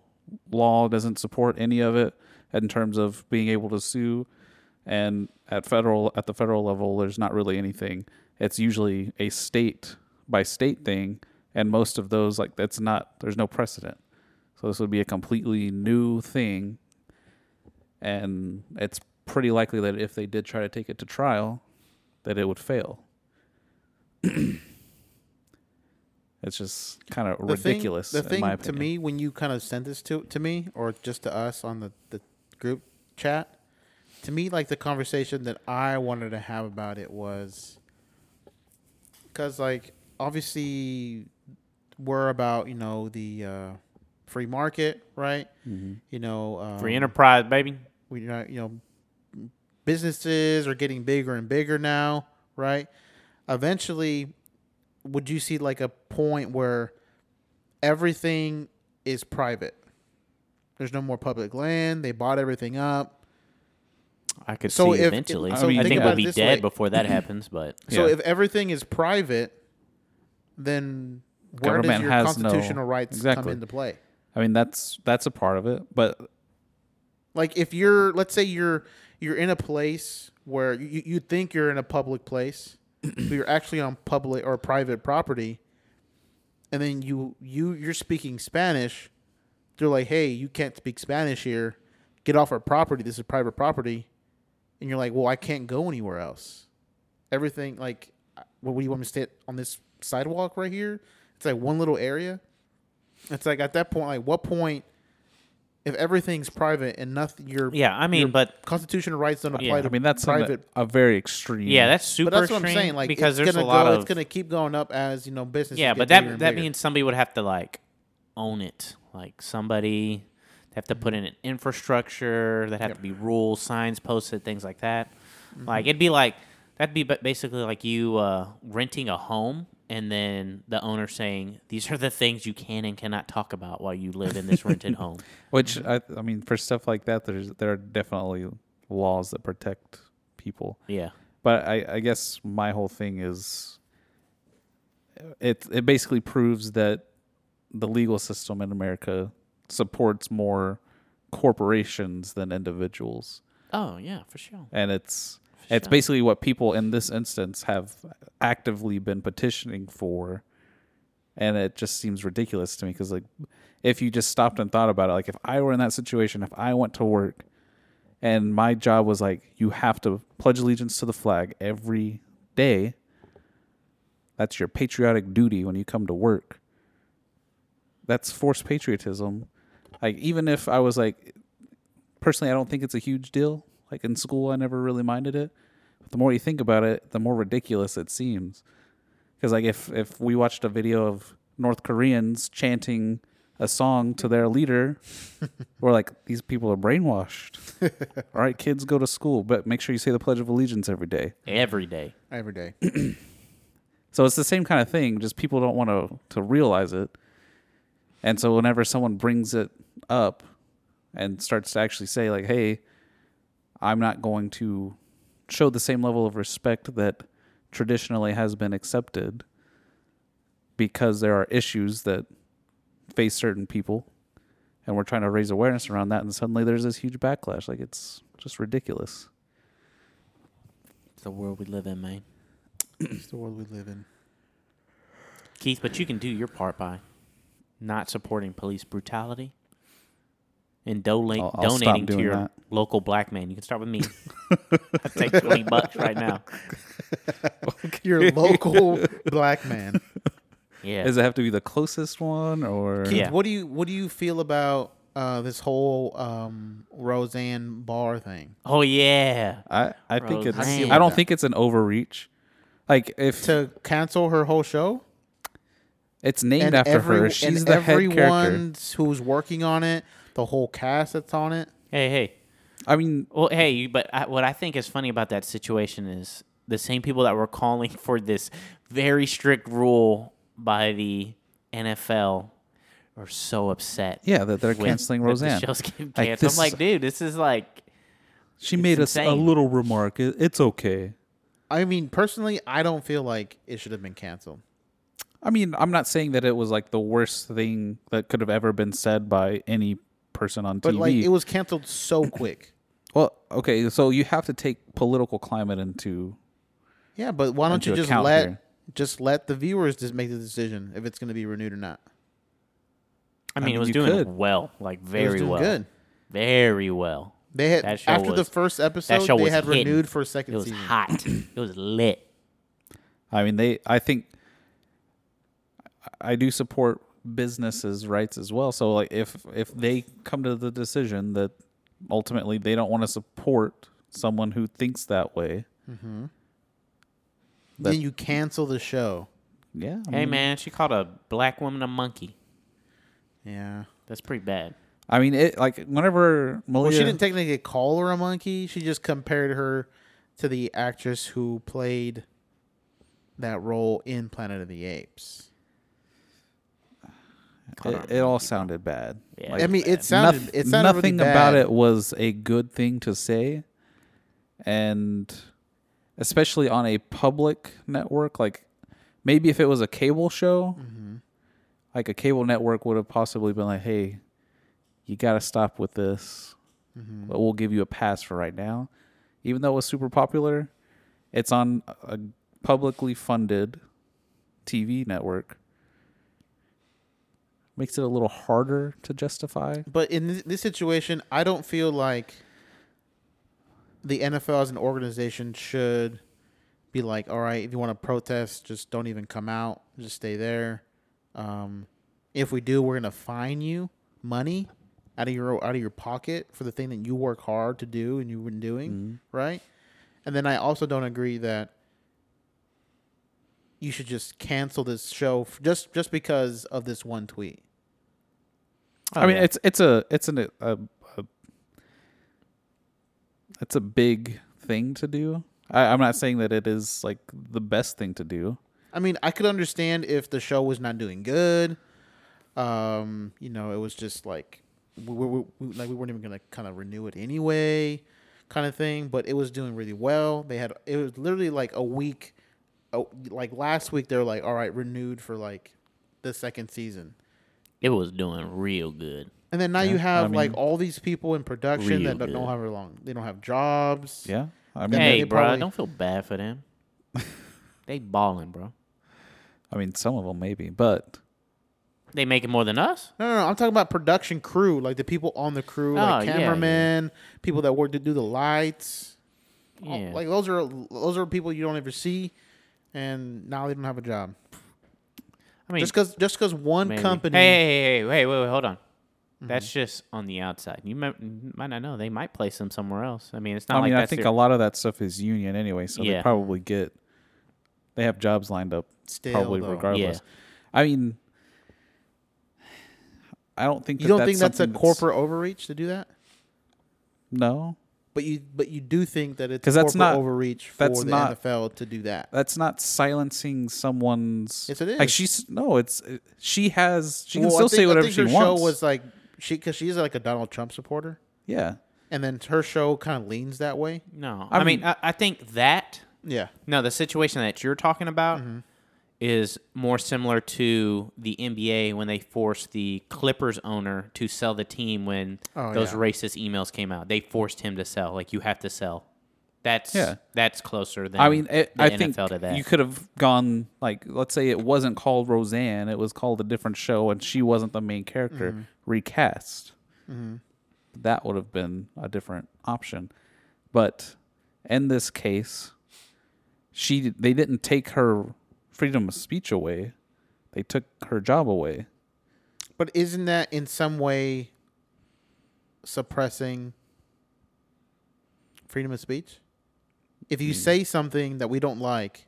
Speaker 4: law doesn't support any of it in terms of being able to sue. And at federal at the federal level, there's not really anything. It's usually a state by state thing, and most of those like that's not there's no precedent. So this would be a completely new thing, and it's pretty likely that if they did try to take it to trial, that it would fail. (clears throat) it's just kind of
Speaker 5: The thing-
Speaker 4: ridiculous.
Speaker 5: The thing
Speaker 4: in my
Speaker 5: to
Speaker 4: opinion.
Speaker 5: me, when you kind of sent this to to me or just to us on the, the group chat, to me, like the conversation that I wanted to have about it was because, like, obviously, we're about you know the uh, free market, right?
Speaker 4: Mm-hmm.
Speaker 5: You know, um,
Speaker 3: free enterprise, baby.
Speaker 5: we not you know businesses are getting bigger and bigger now right eventually would you see like a point where everything is private there's no more public land they bought everything up
Speaker 3: I could
Speaker 5: So
Speaker 3: see
Speaker 5: if-
Speaker 3: eventually.
Speaker 5: so
Speaker 3: I,
Speaker 4: think
Speaker 3: think
Speaker 4: about
Speaker 3: we'll
Speaker 4: it
Speaker 3: be
Speaker 5: this
Speaker 3: dead
Speaker 5: way.
Speaker 3: before that happens, but
Speaker 5: so
Speaker 4: Yeah.
Speaker 5: if everything is private then where
Speaker 4: Government
Speaker 5: does your
Speaker 4: has no-
Speaker 5: constitutional rights come
Speaker 4: Exactly.
Speaker 5: into play
Speaker 4: I mean, that's that's a part of it, but
Speaker 5: Like if you're, let's say you're you're in a place where you, you think you're in a public place, but you're actually on public or private property, and then you you you're speaking Spanish, they're like, hey, you can't speak Spanish here. Get off our property. This is private property, and you're like, well, I can't go anywhere else. Everything like, uh, what, what do you want me to stay on this sidewalk right here? It's like one little area. It's like at that point, like what point? If everything's private and nothing, your
Speaker 3: yeah, I mean,
Speaker 5: your
Speaker 3: but
Speaker 5: constitutional rights don't apply
Speaker 3: Yeah,
Speaker 5: to
Speaker 4: I mean that's something
Speaker 5: private.
Speaker 4: a very extreme.
Speaker 3: yeah, that's super
Speaker 5: But that's what I'm
Speaker 3: extreme
Speaker 5: saying. Like
Speaker 3: because
Speaker 5: it's
Speaker 3: there's
Speaker 5: gonna
Speaker 3: a lot
Speaker 5: go,
Speaker 3: of
Speaker 5: it's gonna keep going up as you know business.
Speaker 3: yeah, but that that means somebody would have to like own it, like somebody they have to put in an infrastructure, that have to be rules, signs posted, things like that.
Speaker 5: Mm-hmm.
Speaker 3: Like it'd be like that'd be ba- basically like you uh, renting a home and then the owner saying these are the things you can and cannot talk about while you live in this
Speaker 5: (laughs)
Speaker 3: rented home.
Speaker 4: Which I, I mean, for stuff like that, there's there are definitely laws that protect people.
Speaker 3: Yeah.
Speaker 4: But I, I guess my whole thing is it it basically proves that the legal system in America supports more corporations than individuals.
Speaker 3: Oh yeah, for sure.
Speaker 4: and it's it's
Speaker 3: Sure.
Speaker 4: basically what people in this instance have actively been petitioning for and it just seems ridiculous to me because like if you just stopped and thought about it like if i were in that situation if i went to work and my job was like you have to pledge allegiance to the flag every day that's your patriotic duty when you come to work that's forced patriotism like even if i was like personally, I don't think it's a huge deal. Like in school, I never really minded it. But the more you think about it, the more ridiculous it seems. Because like if if we watched a video of North Koreans chanting a song to their leader, we're like, these people are brainwashed. All right, kids, go to school, but make sure you say the Pledge of Allegiance every day.
Speaker 3: Every day.
Speaker 5: every day.
Speaker 4: So it's the same kind of thing, just people don't want to to realize it. And so whenever someone brings it up and starts to actually say like, "Hey, I'm not going to show the same level of respect that traditionally has been accepted because there are issues that face certain people and we're trying to raise awareness around that and suddenly there's this huge backlash like it's just ridiculous.
Speaker 3: It's the world we live in, man.
Speaker 5: It's the world we live (laughs) in.
Speaker 3: Keith, but you can do your part by not supporting police brutality and dola-
Speaker 4: I'll- I'll stop
Speaker 3: donating to
Speaker 4: doing
Speaker 3: your
Speaker 4: that.
Speaker 3: local black man. You can start with
Speaker 4: (laughs)
Speaker 3: me. I take 20 bucks right now. (laughs)
Speaker 5: Your local
Speaker 4: (laughs)
Speaker 5: black man.
Speaker 3: Yeah.
Speaker 4: Does it have to be the closest one or
Speaker 5: Keith,
Speaker 3: Yeah.
Speaker 5: what do you what do you feel about uh, this whole um, Roseanne Barr thing?
Speaker 3: oh, yeah.
Speaker 4: I, I think
Speaker 3: Rose.
Speaker 4: it's
Speaker 3: I see
Speaker 4: I,
Speaker 3: what
Speaker 4: don't
Speaker 5: that-
Speaker 4: think it's an overreach. Like if
Speaker 5: To cancel her whole show
Speaker 4: it's named after her, she's
Speaker 5: and
Speaker 4: the head character.
Speaker 5: everyone who's working on it, the whole cast that's on it.
Speaker 3: Hey, hey.
Speaker 4: I mean,
Speaker 3: Well, hey, you- but I, what I think is funny about that situation is the same people that were calling (laughs) for this very strict rule by the NFL are so upset.
Speaker 4: yeah, that they're
Speaker 3: when-
Speaker 4: canceling
Speaker 3: that the
Speaker 4: Roseanne.
Speaker 3: show's getting
Speaker 4: Like,
Speaker 3: canceled. I'm
Speaker 4: this-
Speaker 3: like, dude, this is like
Speaker 4: She made us a
Speaker 3: insane.
Speaker 4: little remark. It, it's okay.
Speaker 5: I mean, personally, I don't feel like it should have been canceled.
Speaker 4: I mean, I'm not saying that it was like the worst thing that could have ever been said by any person on
Speaker 5: But
Speaker 4: TV.
Speaker 5: like, it was canceled so quick.
Speaker 4: well, okay, so you have to take political climate into
Speaker 5: Yeah, but why don't
Speaker 4: Into
Speaker 5: you just
Speaker 4: account
Speaker 5: let
Speaker 4: here.
Speaker 5: just let the viewers just make the decision if it's going to be renewed or not?
Speaker 3: I mean,
Speaker 4: mean,
Speaker 3: it was
Speaker 4: you
Speaker 3: doing
Speaker 4: could.
Speaker 3: well, like
Speaker 5: It was
Speaker 3: very
Speaker 5: doing
Speaker 3: well,
Speaker 5: Good.
Speaker 3: very well.
Speaker 5: They had
Speaker 3: That show
Speaker 5: after the
Speaker 3: was-
Speaker 5: first
Speaker 3: That
Speaker 5: episode,
Speaker 3: show
Speaker 5: they
Speaker 3: was
Speaker 5: had
Speaker 3: hitting.
Speaker 5: renewed for a
Speaker 3: It
Speaker 5: second
Speaker 3: was
Speaker 5: season.
Speaker 3: (clears throat) hot. it was lit.
Speaker 4: I mean, they. I think I do support businesses' rights as well. So, like, if if they come to the decision that ultimately they don't want to support someone who thinks that way,
Speaker 5: Then you cancel the show.
Speaker 4: yeah. I
Speaker 3: Hey
Speaker 4: mean,
Speaker 3: man, she called a black woman a monkey.
Speaker 5: Yeah.
Speaker 3: That's pretty bad.
Speaker 4: I mean, it like whenever Malia,
Speaker 5: Well, she didn't technically call her a monkey. She just compared her to the actress who played that role in Planet of the Apes.
Speaker 4: it, it all sounded bad.
Speaker 3: Yeah.
Speaker 5: I mean, it sounded
Speaker 4: Noth-
Speaker 5: it sounded
Speaker 4: nothing
Speaker 5: really
Speaker 4: about
Speaker 5: bad.
Speaker 4: it was a good thing to say, and especially on a public network. Like maybe if it was a cable show,
Speaker 5: Mm-hmm.
Speaker 4: like a cable network would have possibly been like, "Hey, you got to stop with this.
Speaker 5: Mm-hmm.
Speaker 4: But we'll give you a pass for right now." Even though it was super popular, it's on a publicly funded TV network. Makes it a little harder to justify.
Speaker 5: But in thi- this situation, I don't feel like the NFL as an organization should be like, all right, if you want to protest, just don't even come out, just stay there. Um, if we do, we're gonna fine you money out of your out of your pocket for the thing that you work hard to do and you've been doing, right? And then I also don't agree that you should just cancel this show f- just just because of this one tweet.
Speaker 3: Oh,
Speaker 4: I mean, it's it's a it's an a, a it's a big thing to do. I, I'm not saying that it is like the best thing to do.
Speaker 5: I mean, I could understand if the show was not doing good. Um, you know, it was just like we, we, we like we weren't even gonna kind of renew it anyway, kind of thing. But it was doing really well. They had it was literally like a week, oh, like last week they were like, all right, renewed for like the second season.
Speaker 3: It was doing real good.
Speaker 5: And then now you have
Speaker 4: I mean-
Speaker 5: like all these people in production
Speaker 3: Real
Speaker 5: that don't know
Speaker 3: good.
Speaker 5: how long they don't have jobs.
Speaker 4: Yeah, I mean,
Speaker 5: Yeah,
Speaker 3: Hey,
Speaker 5: they
Speaker 3: bro,
Speaker 5: probably-
Speaker 3: don't feel bad for (laughs) them. they balling, bro.
Speaker 4: I mean, some of them maybe, but
Speaker 3: They making more than us.
Speaker 5: No, no, no. I'm talking about production crew, like the people on the crew,
Speaker 3: Oh,
Speaker 4: Ah,
Speaker 5: like
Speaker 3: yeah, yeah.
Speaker 5: cameramen, people that work to do the lights. all-
Speaker 3: Yeah.
Speaker 5: Oh, Like those are those are people you don't ever see, and now they don't have a job
Speaker 3: I mean,
Speaker 5: just because just because one
Speaker 3: maybe.
Speaker 5: company.
Speaker 3: Hey, hey, hey, hey, wait, wait, wait, hold on. That's just on the outside. You might, might not know. They might place them somewhere else. I mean, it's not
Speaker 4: I
Speaker 3: like
Speaker 4: mean, I
Speaker 3: that's
Speaker 4: think
Speaker 3: their-
Speaker 4: a lot of that stuff is union anyway, so
Speaker 3: Yeah.
Speaker 4: they probably get they have jobs lined up
Speaker 5: Still,
Speaker 4: probably
Speaker 5: though.
Speaker 4: regardless. I mean, I don't think
Speaker 5: you
Speaker 4: that
Speaker 5: don't think that's a
Speaker 4: something
Speaker 5: corporate overreach to do that?
Speaker 4: no.
Speaker 5: But you but you do think that it's
Speaker 4: 'Cause
Speaker 5: corporate
Speaker 4: that's not-
Speaker 5: overreach for
Speaker 4: that's
Speaker 5: the
Speaker 4: not-
Speaker 5: NFL to do that.
Speaker 4: That's not silencing someone's.
Speaker 5: Yes, it
Speaker 4: Like
Speaker 5: is.
Speaker 4: she's no, it's she has. She can
Speaker 5: Well, I
Speaker 4: still say
Speaker 5: think- I
Speaker 4: whatever
Speaker 5: think
Speaker 4: she
Speaker 5: her
Speaker 4: wants.
Speaker 5: Show was like she because she's like a Donald Trump supporter,
Speaker 4: yeah,
Speaker 5: and then her show kind of leans that way.
Speaker 3: No,
Speaker 4: I
Speaker 3: I mean,
Speaker 4: mean-
Speaker 3: I, I think that
Speaker 5: Yeah,
Speaker 3: no, the situation that you're talking about
Speaker 4: Mm-hmm.
Speaker 3: is more similar to the NBA when they forced the Clippers owner to sell the team when
Speaker 5: Oh,
Speaker 3: those
Speaker 5: yeah.
Speaker 3: racist emails came out. They forced him to sell. Like you have to sell. That's
Speaker 4: Yeah.
Speaker 3: that's closer than
Speaker 4: I mean, it,
Speaker 3: the
Speaker 4: I
Speaker 3: NFL
Speaker 4: think
Speaker 3: to that.
Speaker 4: you could have gone like, let's say it wasn't called Roseanne, it was called a different show, and she wasn't the main character.
Speaker 5: Mm-hmm.
Speaker 4: Recast. That would have been a different option, but in this case, she they didn't take her freedom of speech away; they took her job away.
Speaker 5: but isn't that in some way suppressing freedom of speech? If you say something that we don't like,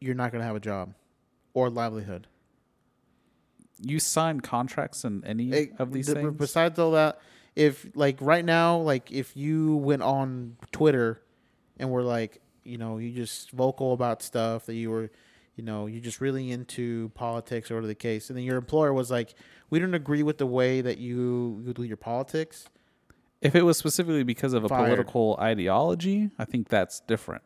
Speaker 5: you're not going to have a job or livelihood.
Speaker 4: you sign contracts in any
Speaker 5: It-
Speaker 4: of these
Speaker 5: eh, the-
Speaker 4: things?
Speaker 5: Besides all that, if like right now, like if you went on Twitter and were like, you know, you just vocal about stuff that you were, you know, you just really into politics or whatever the case, and then your employer was like, we don't agree with the way that you, you do your politics.
Speaker 4: If it was specifically because of a
Speaker 5: Fired.
Speaker 4: political ideology, I think that's different.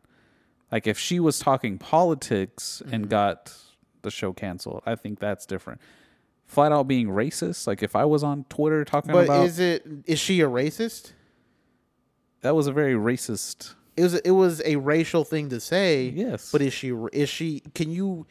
Speaker 4: Like if she was talking politics
Speaker 5: Mm-hmm.
Speaker 4: and got the show canceled, I think that's different. Flat out being racist, like if I was on Twitter talking
Speaker 5: But
Speaker 4: about
Speaker 5: is it is she a racist?
Speaker 4: that was a very racist.
Speaker 5: It was it was a racial thing to say.
Speaker 4: Yes.
Speaker 5: But is she is she can you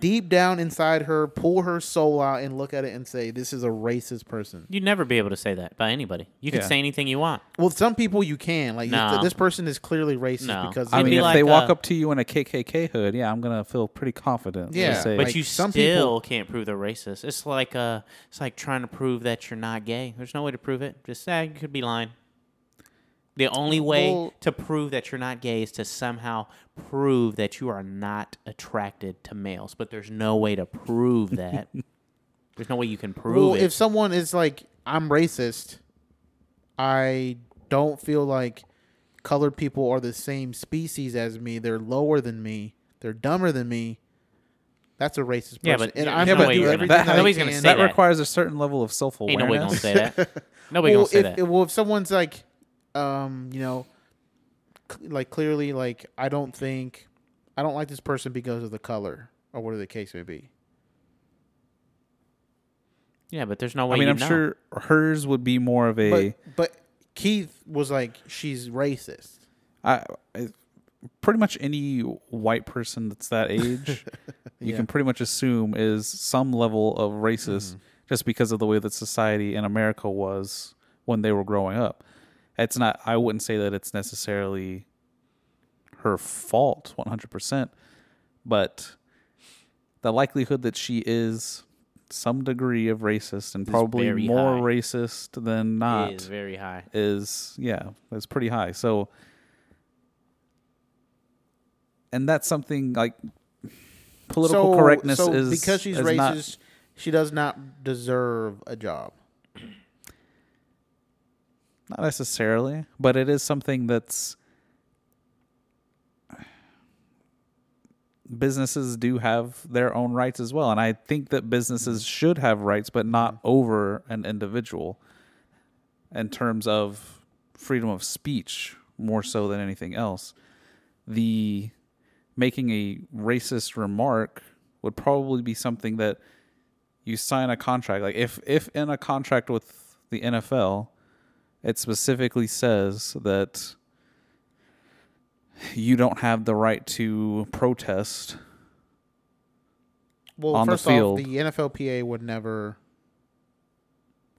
Speaker 5: deep down inside her pull her soul out and look at it and say this is a racist person?
Speaker 3: You'd never be able to say that by anybody. You can
Speaker 4: Yeah.
Speaker 3: say anything you want.
Speaker 5: Well, some people you can like
Speaker 3: No.
Speaker 5: this- this person is clearly racist
Speaker 3: No.
Speaker 5: because
Speaker 4: I
Speaker 3: It'd
Speaker 4: mean,
Speaker 3: be
Speaker 4: if
Speaker 3: like,
Speaker 4: they walk
Speaker 3: uh,
Speaker 4: up to you in a KKK hood, yeah, I'm gonna feel pretty confident. to
Speaker 5: Yeah,
Speaker 4: say,
Speaker 3: But
Speaker 5: Like,
Speaker 3: you
Speaker 5: some
Speaker 3: still
Speaker 5: people-
Speaker 3: can't prove they're racist. It's like uh, it's like trying to prove that you're not gay. There's no way to prove it. Just say you could be lying. The only way
Speaker 5: Well-
Speaker 3: to prove that you're not gay is to somehow prove that you are not attracted to males. But there's no way to prove
Speaker 5: (laughs)
Speaker 3: that. there's no way you can prove
Speaker 5: well,
Speaker 3: it.
Speaker 5: if someone is like I'm racist, I don't feel like colored people are the same species as me. They're lower than me. They're dumber than me. That's a racist person.
Speaker 3: Yeah, but
Speaker 5: and
Speaker 3: there's
Speaker 5: I'm
Speaker 3: no
Speaker 5: gonna
Speaker 3: way
Speaker 5: do
Speaker 3: you're gonna-
Speaker 5: everything
Speaker 3: (laughs)
Speaker 4: that-
Speaker 5: I
Speaker 4: nobody's
Speaker 3: gonna
Speaker 5: can.
Speaker 3: say
Speaker 4: that,
Speaker 3: that.
Speaker 4: requires a certain level of self
Speaker 3: Ain't
Speaker 4: awareness.
Speaker 3: nobody gonna say
Speaker 5: (laughs)
Speaker 3: that. Nobody
Speaker 5: well,
Speaker 3: gonna say
Speaker 5: if,
Speaker 3: that.
Speaker 5: if- well, if someone's like, um, you know, cl- like clearly, like I don't think, I don't like this person because of the color or whatever the case may be.
Speaker 3: yeah, but there's no way.
Speaker 4: I mean,
Speaker 3: you
Speaker 4: I'm
Speaker 3: know.
Speaker 4: sure hers would be more of a.
Speaker 5: But but Keith was like, she's racist.
Speaker 4: I, I pretty much any white person that's that age, you can pretty much assume is some level of racist just because of the way that society in America was when they were growing up. It's not. I wouldn't say that it's necessarily her fault 100%, but the likelihood that she is some degree of racist and probably
Speaker 3: very
Speaker 4: more
Speaker 3: high.
Speaker 4: racist than
Speaker 3: It
Speaker 4: not
Speaker 3: is very high.
Speaker 4: is yeah, that's pretty high. So and that's something like political
Speaker 5: so,
Speaker 4: correctness
Speaker 5: so
Speaker 4: is
Speaker 5: because she's
Speaker 4: is
Speaker 5: racist.
Speaker 4: not-
Speaker 5: she does not deserve a job.
Speaker 4: not necessarily, but it is something that's businesses do have their own rights as well and i think that businesses should have rights but not over an individual in terms of freedom of speech more so than anything else the making a racist remark would probably be something that you sign a contract like if if in a contract with the NFL it specifically says that you don't have the right to protest
Speaker 5: Well,
Speaker 4: On the
Speaker 5: first
Speaker 4: field.
Speaker 5: off, the NFLPA would never.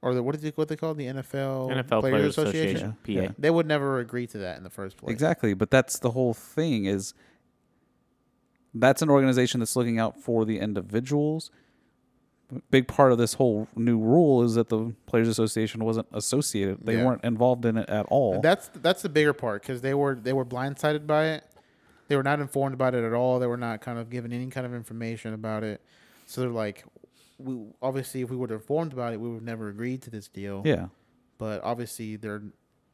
Speaker 5: Or the, what is it? What they call it? the NFL,
Speaker 3: NFL Players, Association, PA.
Speaker 4: Yeah.
Speaker 5: They would never agree to that in the first place.
Speaker 4: Exactly, but that's the whole thing is that's an organization that's looking out for the individuals. A big part of this whole new rule is that the players association wasn't associated. They
Speaker 5: Yeah.
Speaker 4: weren't involved in it at all.
Speaker 5: That's that's the bigger part because they were they were blindsided by it. They were not informed about it at all. They were not kind of given any kind of information about it. So they're like, we obviously if we were informed about it, we would have never agreed to this deal.
Speaker 4: yeah.
Speaker 5: But obviously they're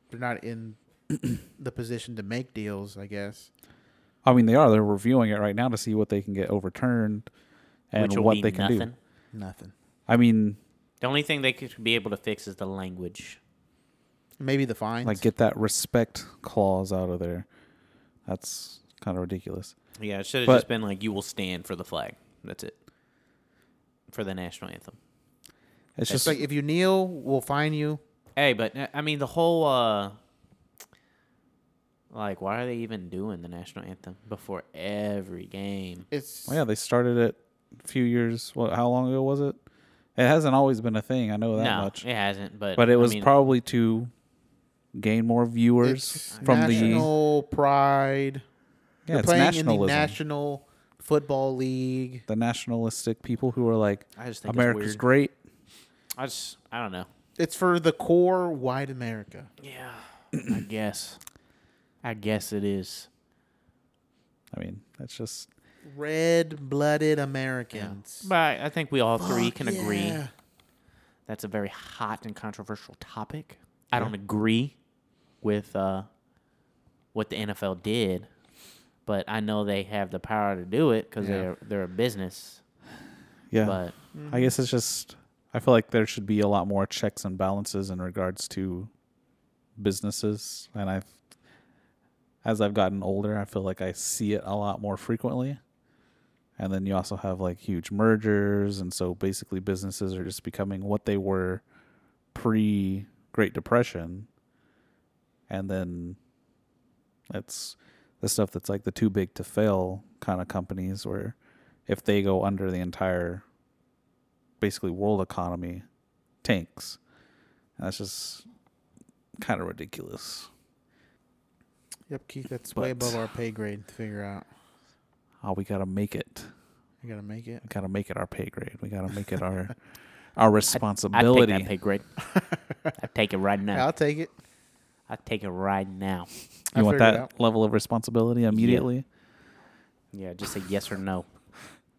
Speaker 5: they're not in (clears throat) the position to make deals. I guess.
Speaker 4: I mean, they are. They're reviewing it right now to see what they can get overturned and
Speaker 3: which will
Speaker 4: what
Speaker 3: mean
Speaker 4: they can
Speaker 3: nothing.
Speaker 4: do.
Speaker 5: Nothing.
Speaker 4: I mean,
Speaker 3: The only thing they could be able to fix is the language.
Speaker 5: Maybe the fines.
Speaker 4: like get that respect clause out of there. That's kind of ridiculous.
Speaker 3: Yeah, it should have
Speaker 4: But-
Speaker 3: just been like you will stand for the flag. That's it. For the national anthem.
Speaker 4: It's
Speaker 5: it's
Speaker 4: just
Speaker 5: like if you kneel, we'll fine you.
Speaker 3: Hey, but uh, I mean the whole uh like why are they even doing the national anthem before every game?
Speaker 5: It's
Speaker 4: Well, Oh, yeah, they started it a few years. What? How long ago was it? It hasn't always been a thing. I know that
Speaker 3: no,
Speaker 4: much.
Speaker 3: it hasn't, but
Speaker 4: but it was
Speaker 3: I mean,
Speaker 4: probably to gain more viewers
Speaker 5: it's
Speaker 4: from the
Speaker 5: national pride.
Speaker 4: yeah, it's
Speaker 5: playing
Speaker 4: nationalism.
Speaker 5: in the National Football League.
Speaker 4: the nationalistic people who are like,
Speaker 3: I just think it's
Speaker 4: America's
Speaker 3: weird.
Speaker 4: great.
Speaker 3: I just I don't know.
Speaker 5: It's for the core white America.
Speaker 3: Yeah. I guess. I guess it is.
Speaker 4: I mean, that's just
Speaker 5: Red blooded Americans.
Speaker 3: But I I think we all three can agree
Speaker 5: Yeah.
Speaker 3: that's a very hot and controversial topic. I don't agree with uh, what the NFL did, but I know they have the power to do it because
Speaker 5: Yeah.
Speaker 3: they're they're a business.
Speaker 4: yeah.
Speaker 3: But
Speaker 4: I guess it's just I feel like there should be a lot more checks and balances in regards to businesses, and I've as I've gotten older, I feel like I see it a lot more frequently. And then you also have like huge mergers, and so basically businesses are just becoming what they were pre Great Depression. And then that's the stuff that's like the too big to fail kind of companies where if they go under the entire basically world economy tanks. And that's just kind of ridiculous.
Speaker 5: Yep, Keith, that's way
Speaker 4: But-
Speaker 5: above our pay grade to figure out.
Speaker 4: Oh, we gotta make it.
Speaker 5: I gotta make it.
Speaker 4: We gotta make it our pay grade. We gotta make
Speaker 3: (laughs)
Speaker 4: it our
Speaker 3: I
Speaker 4: our
Speaker 3: take
Speaker 4: responsibility.
Speaker 3: that pay (laughs) grade. I take it right
Speaker 5: Yeah,
Speaker 3: now.
Speaker 5: I'll take it.
Speaker 3: I take it right now.
Speaker 5: I
Speaker 4: you want
Speaker 5: figured it
Speaker 4: that
Speaker 5: out.
Speaker 4: level of responsibility immediately?
Speaker 3: Yeah, just say yes or no.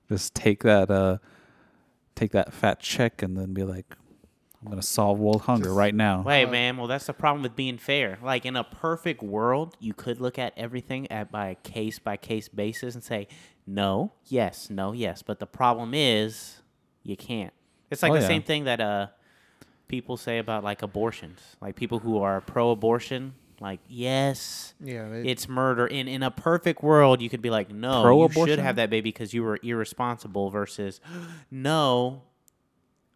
Speaker 4: Just take that uh take that fat check and then be like, I'm gonna solve world hunger right now.
Speaker 3: Wait, man. Well, that's the problem with being fair. Like in a perfect world, you could look at everything at by a case by case basis and say no, yes, no, yes. But the problem is you can't. It's like
Speaker 4: Oh,
Speaker 3: the
Speaker 4: yeah.
Speaker 3: same thing that uh people say about like abortions. Like people who are pro abortion, like yes,
Speaker 5: Yeah, they,
Speaker 3: it's murder. In in a perfect world, you could be like, no, Oh, you should
Speaker 4: Pro-abortion?
Speaker 3: have that baby because you were irresponsible. Versus, (gasps) no,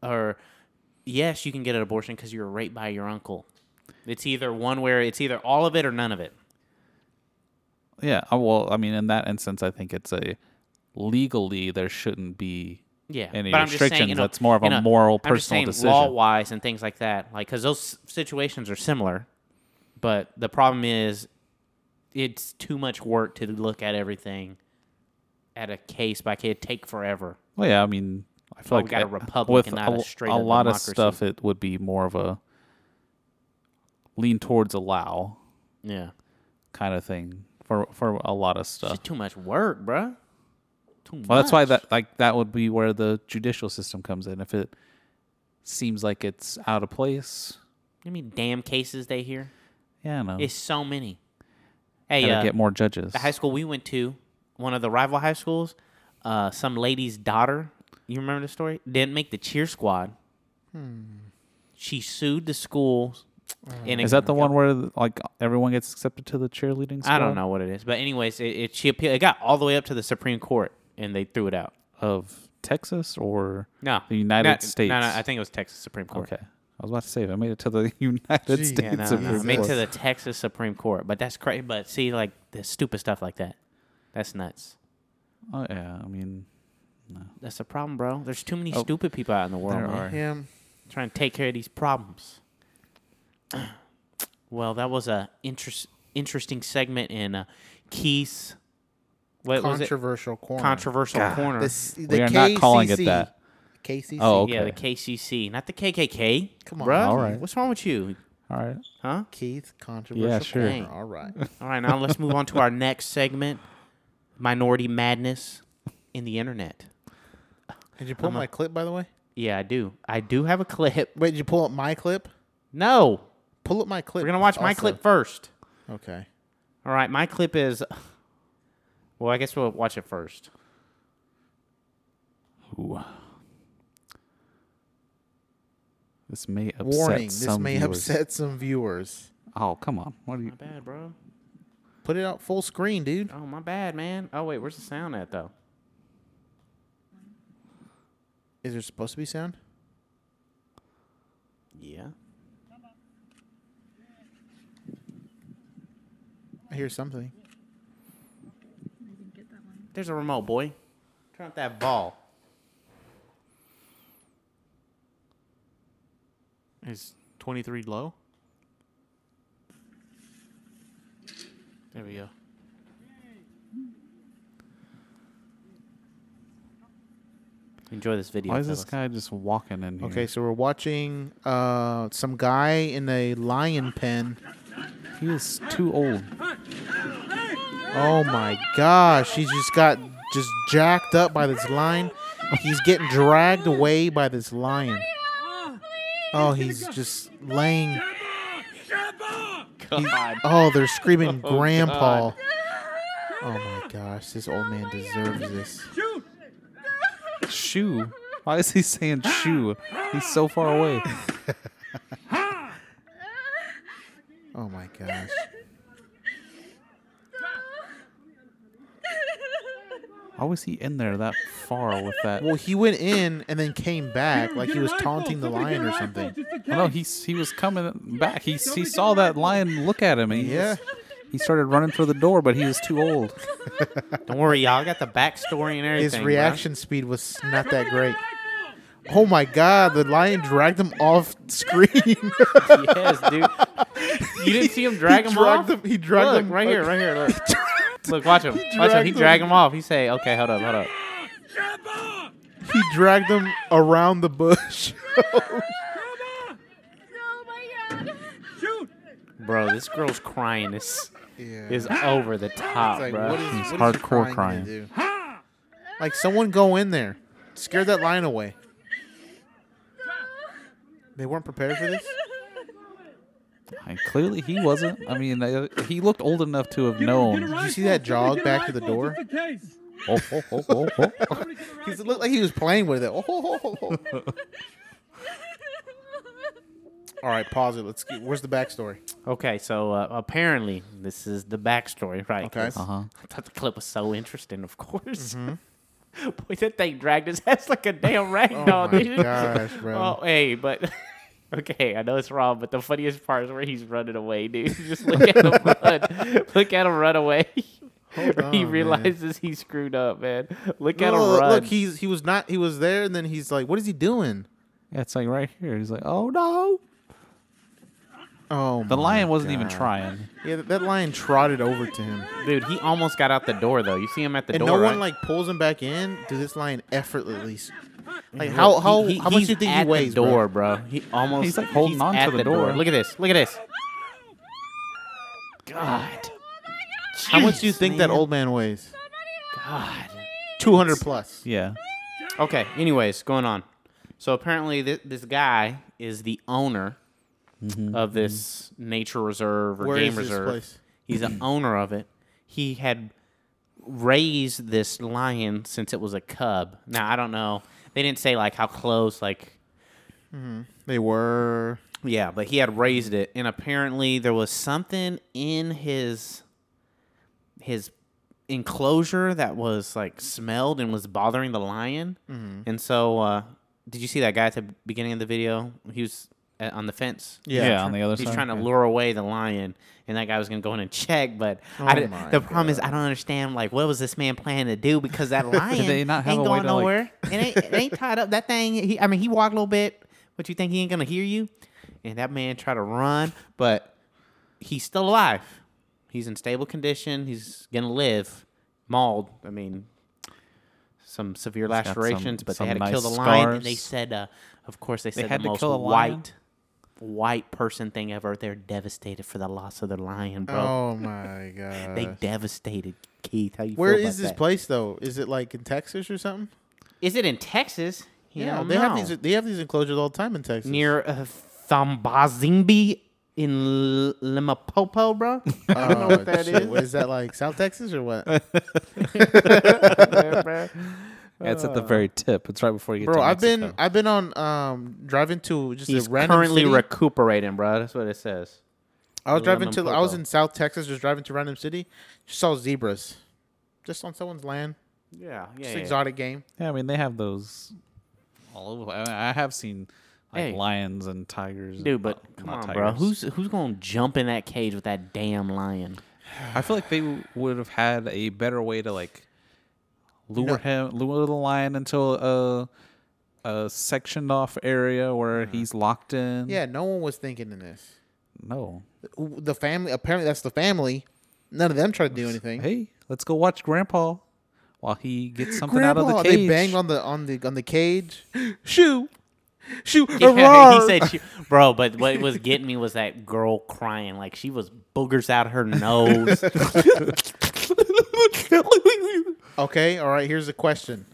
Speaker 3: or yes, you can get an abortion because you were raped by your uncle. It's either one where it's either all of it or none of it.
Speaker 4: Yeah. uh, Well, I mean, in that instance, I think it's a legally there shouldn't be.
Speaker 3: Yeah,
Speaker 4: any
Speaker 3: but I'm just saying,
Speaker 4: restrictions.
Speaker 3: in
Speaker 4: That's more of a
Speaker 3: in I'm
Speaker 4: moral,
Speaker 3: just
Speaker 4: personal
Speaker 3: saying
Speaker 4: decision.
Speaker 3: Law-wise and things like that, like because those situations are similar, but the problem is, it's too much work to look at everything at a case by case. It'd Take forever.
Speaker 4: Well, yeah. I mean, I feel
Speaker 3: Well, we
Speaker 4: like
Speaker 3: got a
Speaker 4: uh,
Speaker 3: republic and not a straight
Speaker 4: a
Speaker 3: up
Speaker 4: lot
Speaker 3: democracy.
Speaker 4: of stuff. It would be more of a lean towards allow
Speaker 3: Yeah.
Speaker 4: kind of thing for for a lot of
Speaker 3: It's
Speaker 4: stuff.
Speaker 3: just too much work, bruh. Too
Speaker 4: Well, that's why
Speaker 3: much.
Speaker 4: that like that would be where the judicial system comes in. If it seems like it's out of place,
Speaker 3: You mean damn cases they hear?
Speaker 4: yeah, no,
Speaker 3: It's so many. Hey,
Speaker 4: gotta
Speaker 3: uh,
Speaker 4: get more judges.
Speaker 3: the high school we went to, one of the rival high schools, uh, some lady's daughter. You remember the story? Didn't make the cheer squad. Hmm. She sued the school. and
Speaker 4: Is that the one where like everyone gets accepted to the cheerleading? Squad
Speaker 3: I don't know what it is, but anyways, it, it she appealed. It got all the way up to the Supreme Court, and they threw it out.
Speaker 4: of Texas or
Speaker 3: No,
Speaker 4: The United
Speaker 3: Not-
Speaker 4: States.
Speaker 3: No, no, I think it was Texas Supreme Court. (laughs)
Speaker 4: Okay. I was about to say, if I made it to the (laughs) United
Speaker 5: Gee.
Speaker 4: States
Speaker 5: Yeah,
Speaker 3: no,
Speaker 4: Supreme
Speaker 3: no, I mean,
Speaker 4: Court.
Speaker 3: to (laughs) the Texas Supreme Court, but that's crazy. But see, like the stupid stuff like that, that's nuts.
Speaker 4: Oh, yeah. I mean,
Speaker 3: That's the problem, bro. There's too many
Speaker 4: Oh,
Speaker 3: stupid people out in the world.
Speaker 4: there
Speaker 3: man.
Speaker 4: are.
Speaker 5: yeah.
Speaker 3: Trying to take care of these problems. (clears throat) well, that was a interest, interesting segment in uh, Keith's what was it?
Speaker 5: Controversial corner.
Speaker 3: Controversial corner.
Speaker 5: This- the
Speaker 4: We are not calling it
Speaker 5: KCC.
Speaker 4: that.
Speaker 5: KCC.
Speaker 4: Oh,
Speaker 3: Yeah, the
Speaker 4: okay.
Speaker 3: KCC, not the KKK.
Speaker 5: Come on,
Speaker 3: bruh.
Speaker 4: all right.
Speaker 3: What's wrong with you?
Speaker 4: All right.
Speaker 3: Huh?
Speaker 5: Keith, controversial
Speaker 4: sure.
Speaker 5: corner.
Speaker 4: (laughs)
Speaker 5: All right.
Speaker 3: All right, now let's move on to our (laughs) next segment: minority madness in the internet.
Speaker 5: Did you pull up my clip, by the way?
Speaker 3: Yeah, I do. I do have a clip.
Speaker 5: Wait, did you pull up my clip?
Speaker 3: No,
Speaker 5: Pull up my clip.
Speaker 3: we're gonna watch my
Speaker 5: also.
Speaker 3: clip first.
Speaker 5: Okay.
Speaker 3: All right, my clip is. Well, I guess we'll watch it first.
Speaker 4: Ooh. This may upset
Speaker 5: Warning: This
Speaker 4: some
Speaker 5: may
Speaker 4: viewers.
Speaker 5: upset some viewers.
Speaker 4: Oh, come on. What are you?
Speaker 3: My bad, bro.
Speaker 5: Put it out full screen, dude.
Speaker 3: Oh, my bad, man. Oh wait, where's the sound at though?
Speaker 5: Is there supposed to be sound?
Speaker 3: Yeah.
Speaker 5: I hear something.
Speaker 3: There's a remote, boy. Turn up that ball.
Speaker 6: Is 23 low? There we go.
Speaker 3: Enjoy this video.
Speaker 4: Why is this
Speaker 3: fellas.
Speaker 4: guy just walking in here?
Speaker 5: Okay, so we're watching uh, some guy in a lion pen.
Speaker 4: He (laughs) is too old.
Speaker 5: Oh my gosh, he just got just jacked up by this lion. He's getting dragged away by this lion. Oh, he's just laying. He- oh,
Speaker 6: (laughs)
Speaker 5: they're screaming grandpa. Oh my gosh, this old man deserves this.
Speaker 4: Shoo. Why is he saying shoo? He's so far away.
Speaker 5: Oh
Speaker 4: How was he in there that far with that?
Speaker 5: Well, he went in and then came back like he was taunting the lion or something.
Speaker 4: I know he he was coming back. He he saw that lion look at him. And he
Speaker 5: Yeah.
Speaker 4: was- he started running for the door, but he was too old.
Speaker 3: Don't worry, y'all. I got the backstory and everything.
Speaker 5: His
Speaker 3: bruh. (laughs)
Speaker 5: reaction speed was not that great. Oh my god, the lion dragged him off screen.
Speaker 6: yes, dude. You didn't see him drag him off.
Speaker 5: dragged him- (laughs) he dragged
Speaker 6: look,
Speaker 5: him-
Speaker 6: right here,
Speaker 5: okay.
Speaker 6: right here. Look, look, watch him. Watch him.
Speaker 5: dragged
Speaker 6: He
Speaker 5: him.
Speaker 6: drag him off. He say, "Okay, hold up, hold up."
Speaker 5: he dragged him around the bush. (laughs)
Speaker 3: bro. This girl's crying is
Speaker 5: yeah.
Speaker 3: is over the top,
Speaker 5: It's like,
Speaker 3: bro.
Speaker 5: what is,
Speaker 4: He's
Speaker 5: what is
Speaker 4: hardcore
Speaker 5: crying,
Speaker 4: crying.
Speaker 5: gonna do? Like, someone go in there. Scare that lion away. They weren't prepared for this?
Speaker 4: And clearly, he wasn't. I mean, uh, he looked old enough to have known.
Speaker 5: Did you see that jog back to the door?
Speaker 4: Oh, oh, oh, oh, oh.
Speaker 5: He looked like he was playing with it. (laughs) Oh, All right, pause it. Let's. Get, where's the backstory?
Speaker 3: Okay, so uh, apparently this is the backstory, right?
Speaker 5: Okay.
Speaker 3: 'Cause
Speaker 4: Uh-huh.
Speaker 3: I thought the clip was so interesting, of course. (laughs) Boy, that thing dragged his ass like a damn rag doll,
Speaker 5: Mm-hmm. Oh my
Speaker 3: dude.
Speaker 5: gosh, bro.
Speaker 3: (laughs) Oh, hey, but okay, I know it's wrong, but the funniest part is where he's running away, dude. (laughs) Just look at
Speaker 5: (laughs)
Speaker 3: him run. Look at him run away.
Speaker 5: on,
Speaker 3: (laughs) he
Speaker 5: man.
Speaker 3: realizes he screwed up, man. Look at
Speaker 5: No,
Speaker 3: him
Speaker 5: look,
Speaker 3: run.
Speaker 5: look, he's he was not he was there, and then he's like, "What is he doing?"
Speaker 4: Yeah, it's like right here. He's like, oh no.
Speaker 5: Oh,
Speaker 4: The
Speaker 5: my
Speaker 4: lion wasn't even
Speaker 5: God.
Speaker 4: trying.
Speaker 5: Yeah, that, that lion trotted over to him,
Speaker 3: Dude, he almost got out the door though. You see him at the
Speaker 5: and
Speaker 3: door.
Speaker 5: no one
Speaker 3: right?
Speaker 5: like pulls him back in. Dude, this lion effortlessly. s- Like how how
Speaker 3: He- he-
Speaker 5: how much
Speaker 3: he's
Speaker 5: do you think
Speaker 3: at
Speaker 5: he weighs,
Speaker 3: the door,
Speaker 5: bro?
Speaker 3: bro? He almost
Speaker 4: He's, like, holding on to
Speaker 3: at
Speaker 4: the door.
Speaker 3: Look at this. Look at this. God.
Speaker 5: How much do you
Speaker 3: Jeez,
Speaker 5: think that
Speaker 3: man.
Speaker 5: old man weighs?
Speaker 3: God.
Speaker 5: Two hundred plus.
Speaker 4: Yeah.
Speaker 3: Okay. Anyways, going on. So apparently, th- this guy is the owner of this nature reserve or
Speaker 5: Mm-hmm. Where
Speaker 3: game
Speaker 5: is this
Speaker 3: reserve.
Speaker 5: place?
Speaker 3: He's
Speaker 5: (clears throat)
Speaker 3: the owner of it. He had raised this lion since it was a cub. Now I don't know. They didn't say like how close, like
Speaker 5: They were.
Speaker 3: Yeah, but he had raised it, and apparently there was something in his his enclosure that was like smelled and was bothering the lion. And so, uh, did you see that guy at the beginning of the video? He was uh, on the fence.
Speaker 4: Yeah. on the other
Speaker 3: He's
Speaker 4: side.
Speaker 3: trying to
Speaker 4: yeah.
Speaker 3: lure away the lion, and that guy was gonna go in and check. But I
Speaker 4: Oh
Speaker 3: did,
Speaker 5: my
Speaker 3: the problem is, I don't understand. Like, what was this man planning to do? Because
Speaker 4: (laughs)
Speaker 3: that lion
Speaker 4: they not have
Speaker 3: ain't
Speaker 4: a way
Speaker 3: going
Speaker 4: to, like- (laughs)
Speaker 3: nowhere. it, ain't, it ain't tied up. That thing. He, I mean, he walked a little bit, but you think he ain't gonna hear you? And that man tried to run, but he's still alive. He's in stable condition. He's gonna live. Mauled. I mean, some severe
Speaker 4: got some-
Speaker 3: lacerations, but
Speaker 4: some
Speaker 3: they had to
Speaker 4: nice
Speaker 3: kill the lion. And
Speaker 4: scars.
Speaker 3: they said, uh, of course, they said
Speaker 4: had
Speaker 3: the
Speaker 4: to
Speaker 3: most
Speaker 4: kill a lion?
Speaker 3: white white person thing ever. They're devastated for the loss of their lion, bro.
Speaker 5: Oh my god.
Speaker 3: They devastated Keith. How you
Speaker 5: Where
Speaker 3: feel
Speaker 5: is
Speaker 3: about
Speaker 5: this
Speaker 3: that?
Speaker 5: place though? Is it like in Texas or something?
Speaker 3: Is it in Texas? You don't
Speaker 5: they have
Speaker 3: know.
Speaker 5: these. They have these enclosures all the time in Texas.
Speaker 3: near uh, Thambazimbi in L- Limapopo,
Speaker 5: (laughs)
Speaker 3: bro.
Speaker 5: I don't know what that is. Is that like South Texas or what?
Speaker 4: Yeah, it's at the very tip. It's right before you get
Speaker 5: Bro,
Speaker 4: to
Speaker 5: I've been
Speaker 4: Mexico.
Speaker 5: I've been on um driving to just
Speaker 3: He's
Speaker 5: a random
Speaker 3: currently
Speaker 5: city.
Speaker 3: recuperating, bro. That's what it says.
Speaker 5: I was driving to
Speaker 3: Lemon
Speaker 5: I was
Speaker 3: Popo.
Speaker 5: in South Texas just driving to random city. Just saw zebras. Just on someone's land.
Speaker 3: Yeah,
Speaker 5: Just exotic game.
Speaker 4: Yeah, I mean they have those all over. I, mean, I have seen like
Speaker 3: Hey.
Speaker 4: lions and tigers, and-
Speaker 3: Dude, but
Speaker 4: not
Speaker 3: come on, bro.
Speaker 4: tigers.
Speaker 3: Who's who's gonna jump in that cage with that damn lion? (laughs)
Speaker 4: I feel like they would have had a better way to like lure him, lure the lion into a, a sectioned off area where he's locked in.
Speaker 5: Yeah, no one was thinking in this.
Speaker 4: No.
Speaker 5: The family apparently that's the family. None of them tried to do anything.
Speaker 4: Hey, let's go watch Grandpa while he gets something out
Speaker 5: Grandpa,
Speaker 4: of the cage.
Speaker 5: They bang on the on the on the cage. Shoo, (laughs) shoo,
Speaker 3: Yeah, he
Speaker 5: roar.
Speaker 3: said, she, "Bro," but what was getting me was that girl crying, like she was boogers out
Speaker 5: (laughs)
Speaker 3: her nose.
Speaker 5: Okay, all right. Here's a question.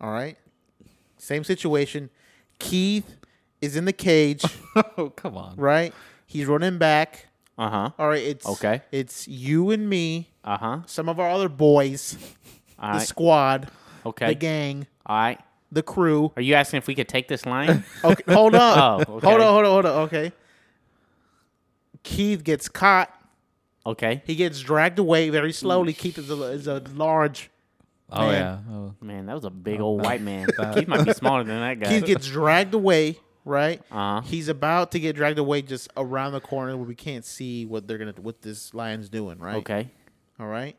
Speaker 5: All right, same situation. Keith is in the cage,
Speaker 4: (laughs)
Speaker 3: (laughs)
Speaker 4: oh, come on.
Speaker 5: right? He's running back.
Speaker 3: Uh huh.
Speaker 5: All right, it's
Speaker 3: Okay.
Speaker 5: It's you and me,
Speaker 3: Uh huh.
Speaker 5: some of our other boys,
Speaker 3: All
Speaker 5: the
Speaker 3: right.
Speaker 5: squad,
Speaker 3: Okay.
Speaker 5: the gang,
Speaker 3: All right.
Speaker 5: the crew.
Speaker 3: Are you asking if we could take this
Speaker 5: (laughs)
Speaker 3: line?
Speaker 5: Okay, hold on,
Speaker 3: (laughs) Oh, okay.
Speaker 5: hold on, hold on, hold on. Okay. Keith gets caught.
Speaker 3: Okay.
Speaker 5: He gets dragged away very slowly. Keith is a, is a large
Speaker 4: Oh
Speaker 5: Man.
Speaker 4: yeah. Oh.
Speaker 3: Man, that was a big old white
Speaker 5: (laughs)
Speaker 3: man. Keith might be smaller than that guy.
Speaker 5: Keith gets dragged away, right?
Speaker 3: Uh-huh.
Speaker 5: He's about to get dragged away just around the corner where we can't see what they're gonna what this lion's doing, right?
Speaker 3: okay.
Speaker 5: All right.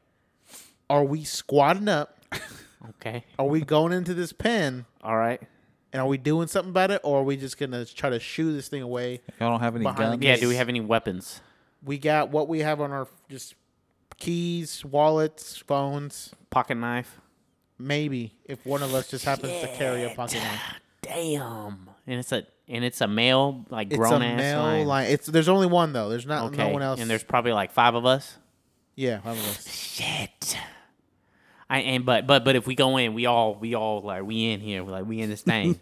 Speaker 5: Are we squatting up?
Speaker 3: Okay.
Speaker 5: Are we going into this pen?
Speaker 3: All right.
Speaker 5: And are we doing something about it, or are we just gonna try to shoo this thing away?
Speaker 4: Y'all don't have any
Speaker 5: Behind the
Speaker 4: guns.
Speaker 5: gate.
Speaker 3: Yeah. Do we have any weapons?
Speaker 5: We got what we have on our just keys, wallets, phones.
Speaker 3: Pocket knife.
Speaker 5: Maybe if one of us just happens to carry a pocket knife.
Speaker 3: Damn. And it's a and it's a male like
Speaker 5: It's
Speaker 3: grown
Speaker 5: a
Speaker 3: ass
Speaker 5: male
Speaker 3: lion.
Speaker 5: lion. It's there's only one though. There's not
Speaker 3: Okay.
Speaker 5: no one else.
Speaker 3: And there's probably like five of us.
Speaker 5: yeah, five of us.
Speaker 3: Shit. I and but but but if we go in, we all we all like we in here. We're like we in this
Speaker 5: (laughs)
Speaker 3: thing.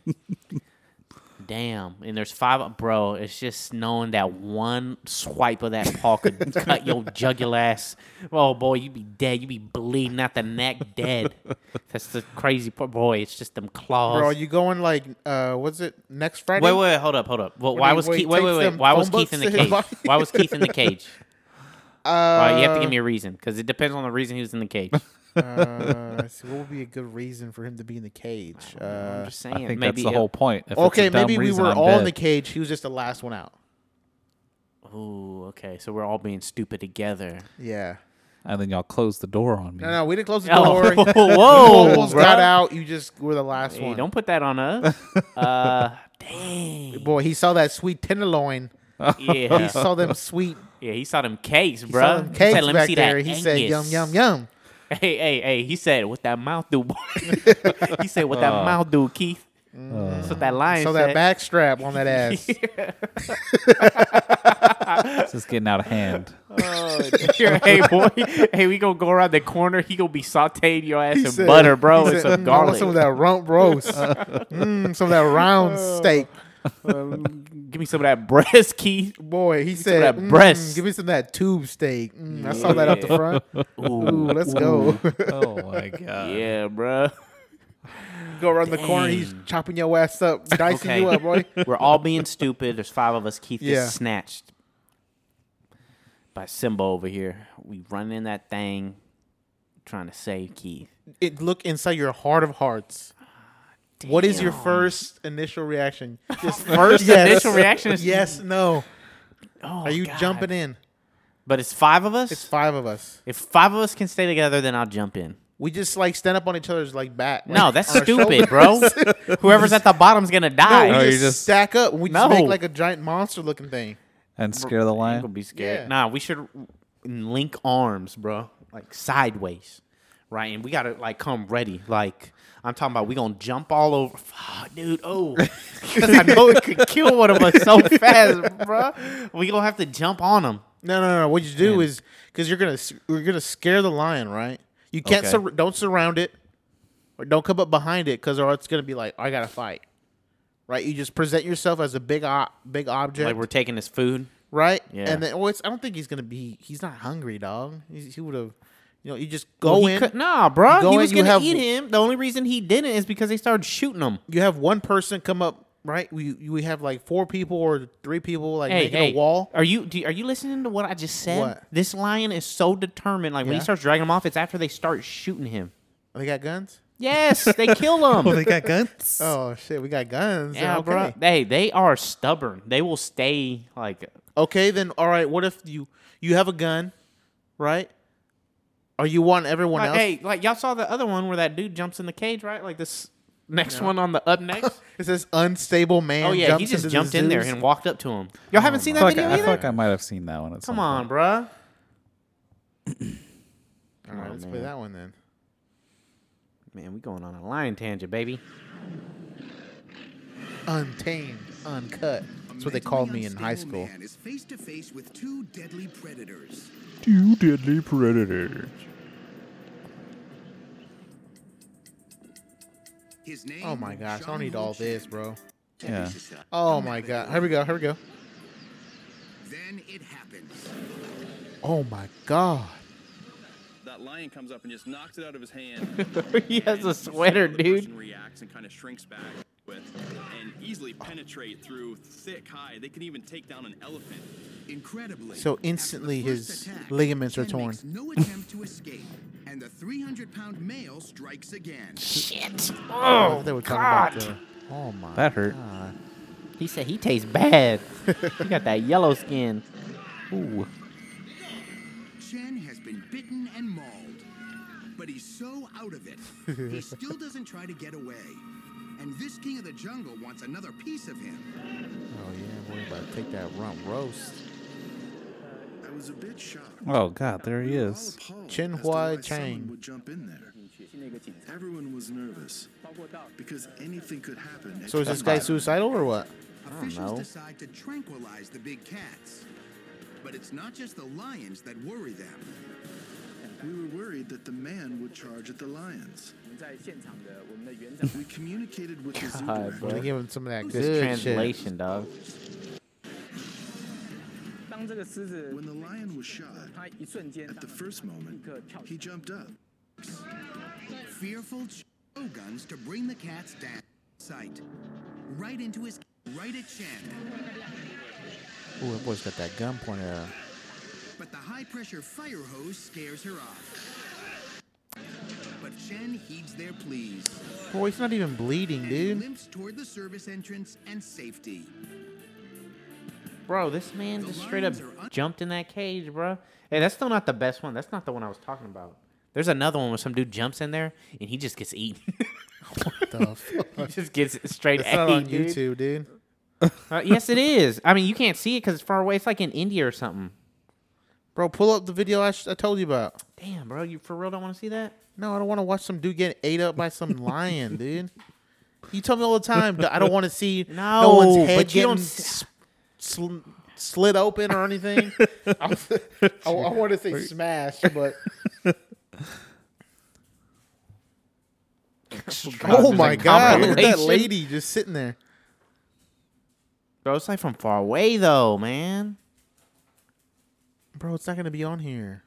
Speaker 3: Damn. And there's five bro, it's just knowing that one swipe of that paw
Speaker 5: (laughs)
Speaker 3: could cut your jugular ass. Oh boy, you'd be dead. You'd be bleeding out the neck dead. That's the crazy part. Boy, it's just them claws.
Speaker 5: Bro, are you going like uh what's it next Friday?
Speaker 3: Wait, wait, hold up, hold up. Well,
Speaker 5: What
Speaker 3: why
Speaker 5: do you-
Speaker 3: was
Speaker 5: wait,
Speaker 3: Keith, wait,
Speaker 5: takes
Speaker 3: wait, wait?
Speaker 5: them
Speaker 3: Why was
Speaker 5: phone
Speaker 3: Keith in the
Speaker 5: books to his
Speaker 3: cage?
Speaker 5: body?
Speaker 3: Why was Keith in the cage?
Speaker 5: Uh,
Speaker 3: Well, you have to
Speaker 5: (laughs)
Speaker 3: give me a reason because it depends on the reason he was in the cage.
Speaker 5: uh,
Speaker 3: (laughs)
Speaker 5: let's see, what would be a good reason for him to be in the cage?
Speaker 3: I'm
Speaker 5: Uh,
Speaker 3: just saying.
Speaker 4: I think
Speaker 3: maybe
Speaker 4: that's the whole point. If it's a
Speaker 5: okay,
Speaker 4: dumb
Speaker 5: maybe we
Speaker 4: reason,
Speaker 5: were
Speaker 4: I'm
Speaker 5: all in the
Speaker 4: dead.
Speaker 5: cage. He was just the last one out.
Speaker 3: Oh, okay. So we're all being stupid
Speaker 5: (laughs)
Speaker 3: together.
Speaker 5: Yeah.
Speaker 4: And then y'all closed the door on me.
Speaker 5: No, no, we didn't close the
Speaker 3: Oh, (laughs)
Speaker 5: (laughs) door.
Speaker 3: whoa,
Speaker 5: Wolves
Speaker 3: bro.
Speaker 5: got out. You just were the last
Speaker 3: Hey,
Speaker 5: one.
Speaker 3: don't put that on
Speaker 5: (laughs)
Speaker 3: us. Uh, dang.
Speaker 5: Boy, he saw that sweet tenderloin. He (laughs)
Speaker 3: Yeah,
Speaker 5: saw them sweet.
Speaker 3: yeah. He saw them cakes,
Speaker 5: He saw
Speaker 3: bro.
Speaker 5: them
Speaker 3: he
Speaker 5: cakes
Speaker 3: said, "Let me
Speaker 5: back
Speaker 3: see
Speaker 5: there.
Speaker 3: that."
Speaker 5: He said, "Yum,
Speaker 3: Angus."
Speaker 5: yum, yum."
Speaker 3: Hey, hey, hey. He said, "What that mouth do?"
Speaker 5: (laughs)
Speaker 3: boy?" he said, "What that
Speaker 4: Oh.
Speaker 3: mouth do, Keith?" That's what that lion
Speaker 5: Mm. So
Speaker 3: said. (laughs)
Speaker 5: that back strap on that ass.
Speaker 4: It's just getting out of hand.
Speaker 5: (laughs) Oh,
Speaker 3: Sure, (laughs) hey boy, hey, we gonna go around the corner. He gonna be sauteing your ass
Speaker 5: He
Speaker 3: in
Speaker 5: said-
Speaker 3: butter, bro,
Speaker 5: he
Speaker 3: and some
Speaker 5: said, "Mm, I want
Speaker 3: garlic.
Speaker 5: some of that
Speaker 3: (laughs)
Speaker 5: rump roast, mm, some of that round steak.
Speaker 3: Um, give me some of that breast,
Speaker 5: (laughs)
Speaker 3: Keith.
Speaker 5: Boy, he
Speaker 3: some of
Speaker 5: said,
Speaker 3: that
Speaker 5: "Mm,
Speaker 3: breast."
Speaker 5: Give me some of that tube steak. Mm, I saw that up the
Speaker 3: Yeah.
Speaker 5: front. Ooh,
Speaker 3: Ooh,
Speaker 5: let's go.
Speaker 4: oh my god.
Speaker 3: yeah, bro.
Speaker 5: (laughs) go around the corner. He's
Speaker 3: Dang.
Speaker 5: chopping your
Speaker 3: (laughs)
Speaker 5: ass up, dicing
Speaker 3: Okay.
Speaker 5: you up, boy. (laughs)
Speaker 3: We're all being stupid. There's five of us. Keith
Speaker 5: Yeah.
Speaker 3: gets snatched by Simba over here. We run in that thing, trying to save Keith.
Speaker 5: It look inside your heart of hearts. What is your
Speaker 3: Damn.
Speaker 5: first initial reaction? Just
Speaker 3: (laughs) First
Speaker 5: Yes.
Speaker 3: initial reaction is
Speaker 5: yes, no.
Speaker 3: Oh,
Speaker 5: Are you jumping in?
Speaker 3: But it's five of us.
Speaker 5: It's five of us.
Speaker 3: if five of us can stay together, then I'll jump in.
Speaker 5: We just like stand up on each other's like back.
Speaker 3: No,
Speaker 5: like,
Speaker 3: that's
Speaker 5: on our
Speaker 3: stupid,
Speaker 5: shoulders.
Speaker 3: bro. Whoever's at the bottom's gonna die.
Speaker 5: (laughs) We
Speaker 4: No, you
Speaker 5: just,
Speaker 4: just-
Speaker 5: stack up. and We just make
Speaker 3: No.
Speaker 5: like a giant monster looking thing.
Speaker 4: And scare the
Speaker 3: I ain't
Speaker 4: lion.
Speaker 3: gonna be scared.
Speaker 5: Yeah.
Speaker 3: Nah, we should link arms, bro. Like sideways, right? And we gotta like come ready. Like I'm talking about, we gonna jump all over, Fuck, dude. Oh, (laughs) 'Cause I know it could kill one of us
Speaker 5: (laughs)
Speaker 3: so fast, bro. We gonna have to jump on them.
Speaker 5: No, no, no. What you do is because you're gonna s- you're gonna scare the lion, right? You can't
Speaker 4: Okay.
Speaker 5: sur- don't surround it, or don't come up behind it, because or it's gonna be like I gotta fight, right? You just present yourself as a big o- big object,
Speaker 3: Like we're taking this food.
Speaker 5: right?
Speaker 3: Yeah.
Speaker 5: And then oh, it's I don't think he's gonna be he's not hungry, dog. He's, he would have, you know, you just go
Speaker 3: Well, he
Speaker 5: in.
Speaker 3: could- nah, bro.
Speaker 5: Go
Speaker 3: he
Speaker 5: in,
Speaker 3: was
Speaker 5: you
Speaker 3: gonna
Speaker 5: have-
Speaker 3: eat him. The only reason he didn't is because they started shooting him.
Speaker 5: you have one person come up, right? We we have like four people or three people like
Speaker 3: Hey,
Speaker 5: making
Speaker 3: hey,
Speaker 5: a wall.
Speaker 3: Are you do, you- are you listening to what I just said?
Speaker 5: What?
Speaker 3: This lion is so determined. Like when
Speaker 5: Yeah.
Speaker 3: he starts dragging him off, it's after they start shooting him.
Speaker 5: They got guns.
Speaker 3: Yes, they kill him.
Speaker 4: got guns.
Speaker 5: Oh shit, we got guns.
Speaker 3: yeah,
Speaker 5: okay.
Speaker 3: bro. They they are stubborn. They will stay like
Speaker 5: Okay, then all right. What if you you have a gun, right? Or you want everyone
Speaker 3: like,
Speaker 5: else?
Speaker 3: hey, like y'all saw the other one where that dude jumps in the cage, right? Like this next one on the up (laughs) next.
Speaker 5: It says unstable man.
Speaker 3: oh yeah, he
Speaker 5: jumps
Speaker 3: just
Speaker 5: into the
Speaker 3: jumped in there
Speaker 5: zoos.
Speaker 3: and walked up to him. Y'all haven't seen
Speaker 4: I
Speaker 3: that
Speaker 4: feel, like
Speaker 3: video
Speaker 4: I, I feel
Speaker 3: either?
Speaker 4: like I might have seen that one. At some
Speaker 3: Come on,
Speaker 4: point.
Speaker 3: bro.
Speaker 5: all right, let's play that one then.
Speaker 3: Man, we going on a lion tangent, baby.
Speaker 5: Untamed, uncut. That's what they called me in high
Speaker 7: Unstable
Speaker 5: school.
Speaker 7: Man is face to face with two deadly predators.
Speaker 4: Two deadly predators.
Speaker 7: His name.
Speaker 5: Oh my gosh, I don't need all this, bro.
Speaker 4: Yeah.
Speaker 5: Oh my god, here we go, here we go.
Speaker 7: Then it happens.
Speaker 5: Oh my god.
Speaker 8: that lion comes up and just knocks it out of his
Speaker 5: (laughs)
Speaker 8: hand.
Speaker 3: (laughs) he has
Speaker 8: And you
Speaker 3: a
Speaker 8: see
Speaker 3: sweater,
Speaker 8: how the
Speaker 3: dude.
Speaker 8: person reacts and kind of shrinks back with, and easily penetrate through thick hide. They can even take down an elephant.
Speaker 7: Incredibly,
Speaker 5: So
Speaker 7: after the
Speaker 5: instantly
Speaker 7: first
Speaker 5: his
Speaker 7: attack,
Speaker 5: ligaments are
Speaker 7: Ken
Speaker 5: torn.
Speaker 7: makes
Speaker 5: (laughs)
Speaker 7: No attempt to escape, and the 300-pound male strikes
Speaker 5: (laughs)
Speaker 7: again.
Speaker 5: Oh, they were talking about the. Oh my.
Speaker 4: That hurt.
Speaker 3: He said he tastes bad. he got that yellow skin.
Speaker 4: Ooh.
Speaker 7: Chen has been bitten and mauled, but he's so out of it, he still doesn't try to get away. And this king of the jungle wants another piece of him.
Speaker 5: Oh yeah, boy, about to take that rump roast.
Speaker 9: I was a bit shocked.
Speaker 4: Oh God, there he
Speaker 9: All
Speaker 4: is.
Speaker 9: appalled
Speaker 5: Chen
Speaker 9: as to
Speaker 5: Huai
Speaker 9: why someone
Speaker 5: Chang.
Speaker 9: would jump in there. Everyone was nervous because anything could happen. at
Speaker 5: So is this
Speaker 9: any
Speaker 5: guy
Speaker 9: moment.
Speaker 5: suicidal or what?
Speaker 7: Officials
Speaker 3: know.
Speaker 7: decide to tranquilize the big cats. But it's not just the lions that worry them.
Speaker 9: We were worried that the man would charge at the lions. We communicated with the zoo
Speaker 3: God,
Speaker 9: director.
Speaker 5: Well,
Speaker 3: bro.
Speaker 5: they give him some of that
Speaker 3: This
Speaker 5: good shit.
Speaker 3: translation, dog.
Speaker 9: When the lion was shot, at the first moment, he jumped up.
Speaker 7: Fearful Ch- guns to bring the cats down sight. Right into his right at Chen.
Speaker 5: Ooh, that boy's got that gun pointed at him.
Speaker 7: But the high pressure fire hose scares her off. But Chen heeds their pleas.
Speaker 5: Boy, he's not even bleeding,
Speaker 7: and
Speaker 5: dude.
Speaker 7: limps toward the service entrance and safety.
Speaker 3: (laughs) Bro, this man just straight up jumped in that cage, bro. Hey, that's still not the best one. That's not the one I was talking about. There's another one where some dude jumps in there and he just gets eaten. (laughs)
Speaker 5: The fuck?
Speaker 3: he just gets straight
Speaker 5: It's
Speaker 3: A,
Speaker 5: not on
Speaker 3: dude.
Speaker 5: YouTube, dude.
Speaker 3: Uh, yes, it is. I mean, you can't see it because it's far away. It's like in India or something.
Speaker 5: Bro, pull up the video I, sh- I told you about.
Speaker 3: Damn, bro, you for real don't want to see that?
Speaker 5: No, I don't want to watch some dude get ate up by some lion, (laughs) dude. You tell me all the time that I don't want
Speaker 3: (laughs)
Speaker 5: to see no,
Speaker 3: No,
Speaker 5: one's
Speaker 3: but
Speaker 5: head
Speaker 3: you
Speaker 5: getting
Speaker 3: don't s-
Speaker 5: s- sl- slit open
Speaker 3: (laughs)
Speaker 5: or anything. I, I want to say smash, but oh
Speaker 3: there's
Speaker 5: my
Speaker 3: a
Speaker 5: god, look at that
Speaker 3: compilation.
Speaker 5: lady just sitting there.
Speaker 3: Bro, it's like from far away though, man.
Speaker 5: Bro, it's not gonna be on here.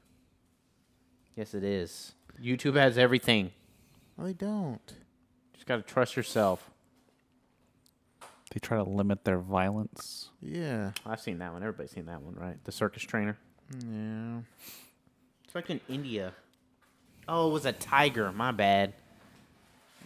Speaker 3: Yes, it is. YouTube has everything.
Speaker 5: No, they don't.
Speaker 3: Just gotta trust yourself.
Speaker 4: They try to limit their violence.
Speaker 5: Yeah,
Speaker 3: I've seen that one. Everybody's seen that one, right? The circus trainer.
Speaker 5: yeah.
Speaker 3: It's like in India. Oh, it was a tiger. My bad.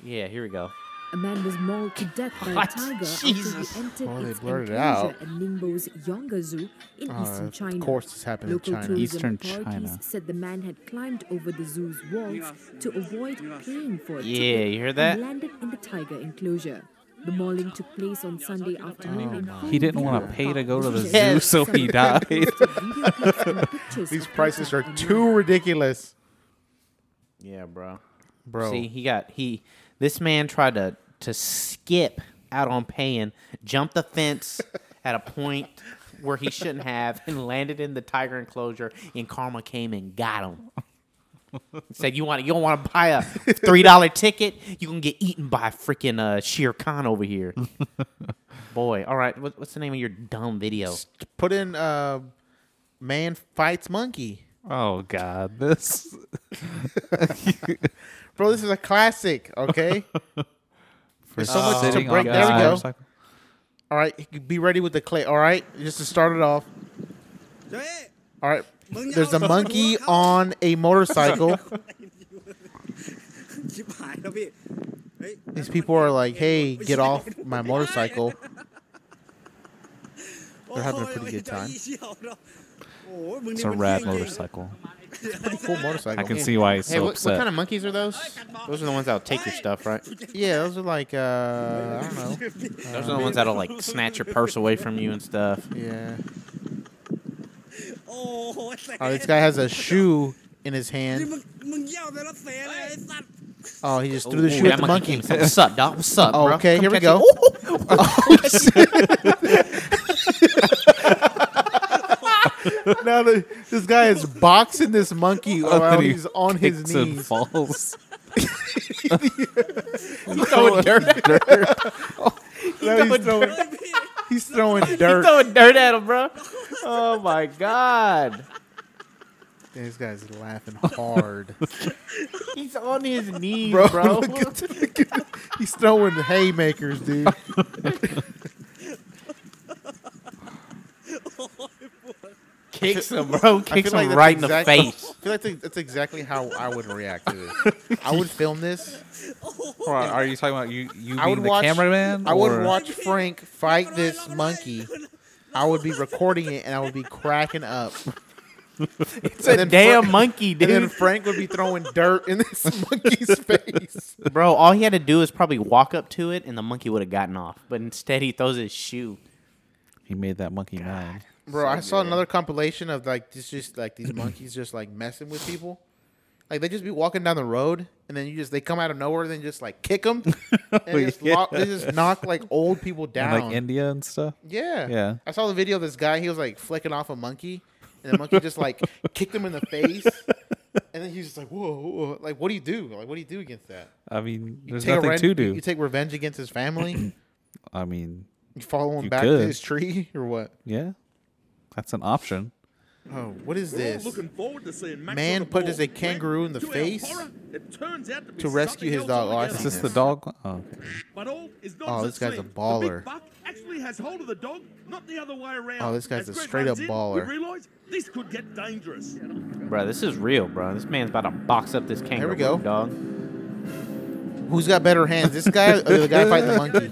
Speaker 3: Yeah, here we go.
Speaker 10: A man was mauled to death by
Speaker 3: What?
Speaker 10: Oh, a tiger
Speaker 3: (laughs) Jesus.
Speaker 10: after he entered
Speaker 5: Oh, they
Speaker 10: its
Speaker 5: blurred it
Speaker 10: enclosure
Speaker 5: out.
Speaker 10: at Ningbo's Yonga Zoo in
Speaker 5: Oh,
Speaker 10: eastern
Speaker 5: of
Speaker 10: China.
Speaker 5: course this happened in
Speaker 10: Local
Speaker 5: China.
Speaker 10: tourism
Speaker 4: Eastern
Speaker 10: authorities
Speaker 4: China.
Speaker 10: said the man had climbed over the zoo's walls to avoid paying for a
Speaker 3: Yeah,
Speaker 10: ticket
Speaker 3: you hear that?
Speaker 10: and landed in the tiger enclosure. The mauling took place on Sunday afternoon. in
Speaker 4: He didn't
Speaker 10: full
Speaker 4: want to
Speaker 10: view
Speaker 4: pay
Speaker 10: of
Speaker 4: to
Speaker 10: the
Speaker 4: go to the
Speaker 10: park
Speaker 4: zoo,
Speaker 10: visitors.
Speaker 4: so he died.
Speaker 10: Video clips and pictures
Speaker 5: These
Speaker 10: of
Speaker 5: prices are
Speaker 10: impact on
Speaker 5: too
Speaker 10: man.
Speaker 5: ridiculous,
Speaker 3: Yeah, bro.
Speaker 5: bro.
Speaker 3: See, he got he. This man tried to to skip out on paying, jumped the (laughs) fence at a point where he shouldn't have, and landed in the tiger enclosure. And karma came and got him. Said you want you don't want to buy a three dollar ticket. You gonna get eaten by freaking uh, Shere Khan over (laughs) here. Boy, all right. What, what's the name of your dumb video?
Speaker 5: Put in uh, man fights monkey.
Speaker 4: Oh God, this.
Speaker 5: Bro, this is a classic, okay?
Speaker 4: For
Speaker 5: so much to
Speaker 4: sitting
Speaker 5: break-
Speaker 4: on
Speaker 5: there we
Speaker 4: God's
Speaker 5: go.
Speaker 4: Oh, motorcycle.
Speaker 5: all right, be ready with the clay, all right? Just to start it off. All right, there's a monkey on a motorcycle.
Speaker 1: (laughs)
Speaker 5: These people are like, hey, get off my (laughs) motorcycle. They're having a pretty good (laughs) time. Oh,
Speaker 4: It's a rad motorcycle.
Speaker 5: Cool motorcycle.
Speaker 4: I can see why he's
Speaker 3: Hey,
Speaker 4: so
Speaker 3: what, what
Speaker 4: upset. (laughs)
Speaker 3: kind of monkeys are those? Those are the ones that'll take your stuff, right?
Speaker 5: Yeah, those are like, uh, I don't know.
Speaker 3: Those are the ones that'll like snatch your purse away from you and stuff.
Speaker 5: Yeah. Oh, this guy (laughs) has a shoe in his hand. Oh, he just threw the shoe at the monkey.
Speaker 3: came and said, What's up, dog? What's up,
Speaker 5: Oh,
Speaker 3: bro?
Speaker 5: okay,
Speaker 3: Come
Speaker 5: here we
Speaker 3: catch it."
Speaker 5: go. (laughs) now the, this guy is boxing this
Speaker 3: (laughs)
Speaker 5: monkey while
Speaker 4: Anthony
Speaker 5: he's on his
Speaker 4: kicks and
Speaker 5: knees. (laughs)
Speaker 4: falls.
Speaker 5: throwing dirt. No, he's, throwing, he's throwing dirt.
Speaker 3: Throwing dirt at him, bro. Oh my god.
Speaker 5: Yeah, this guy's laughing hard.
Speaker 3: He's on his knees,
Speaker 5: bro,
Speaker 3: bro.
Speaker 5: look at- look at- he's throwing haymakers, dude.
Speaker 3: (laughs) Kicks him, bro. Kicks him right in the
Speaker 5: (laughs)
Speaker 3: face.
Speaker 5: I feel like that's exactly how I would react to this. I would film this.
Speaker 4: Or are you talking about you? You
Speaker 5: I would
Speaker 4: being the
Speaker 5: watch.
Speaker 4: cameraman?
Speaker 5: I would
Speaker 4: or-
Speaker 5: watch Frank fight this (laughs) monkey. I would be recording it and I would be cracking up.
Speaker 3: It's a
Speaker 5: then
Speaker 3: damn
Speaker 5: Frank-
Speaker 3: monkey, dude.
Speaker 5: And then Frank would be throwing dirt in this (laughs) monkey's face.
Speaker 3: Bro, all he had to do is probably walk up to it, and the monkey would have gotten off. But instead, he throws his shoe.
Speaker 4: He made that monkey mad.
Speaker 5: Bro, I saw another compilation of like this just like these monkeys just like messing with people. Like they just be walking down the road and then you just they come out of nowhere and then just like kick
Speaker 4: (laughs)
Speaker 5: them and just
Speaker 4: Yeah.
Speaker 5: lock, they just knock like old people
Speaker 4: In,
Speaker 5: down.
Speaker 4: like India and stuff.
Speaker 5: yeah.
Speaker 4: Yeah.
Speaker 5: I saw the video of this guy, he was like flicking off a monkey and the monkey just
Speaker 4: (laughs)
Speaker 5: like kicked him in the face. And then he's just like, whoa, whoa, like what do you do? Like what do you do against that?
Speaker 4: I mean,
Speaker 5: You
Speaker 4: there's
Speaker 5: take a
Speaker 4: nothing
Speaker 5: ren-
Speaker 4: to do.
Speaker 5: You take revenge against
Speaker 4: (clears throat)
Speaker 5: his family?
Speaker 4: I mean,
Speaker 5: You follow him
Speaker 4: You
Speaker 5: back to
Speaker 4: could.
Speaker 5: his tree or what?
Speaker 4: yeah, that's an option.
Speaker 5: Oh, what is this?
Speaker 1: forward to seeing Max
Speaker 5: Man
Speaker 1: on the
Speaker 5: put
Speaker 1: ball.
Speaker 5: his- a kangaroo in the
Speaker 1: To our
Speaker 5: face
Speaker 1: horror, it turns out be
Speaker 5: to rescue
Speaker 1: something else
Speaker 5: his dog. Oh, I
Speaker 1: altogether.
Speaker 4: Is
Speaker 5: see
Speaker 4: this the dog? Oh, okay.
Speaker 1: But all is not
Speaker 5: Oh,
Speaker 1: such
Speaker 5: this guy's a
Speaker 1: thing. The
Speaker 5: baller.
Speaker 1: big buck actually has hold of the dog, not the other way around.
Speaker 5: Oh, this guy's
Speaker 1: As
Speaker 5: a
Speaker 1: Greg
Speaker 5: straight up
Speaker 1: runs in,
Speaker 5: baller.
Speaker 1: We realize this could get dangerous.
Speaker 3: Bro, this is real, bro. This man's about to box up this kangaroo
Speaker 5: we go.
Speaker 3: dog.
Speaker 5: Who's got better hands, this guy or the
Speaker 4: (laughs)
Speaker 5: guy fighting the monkey?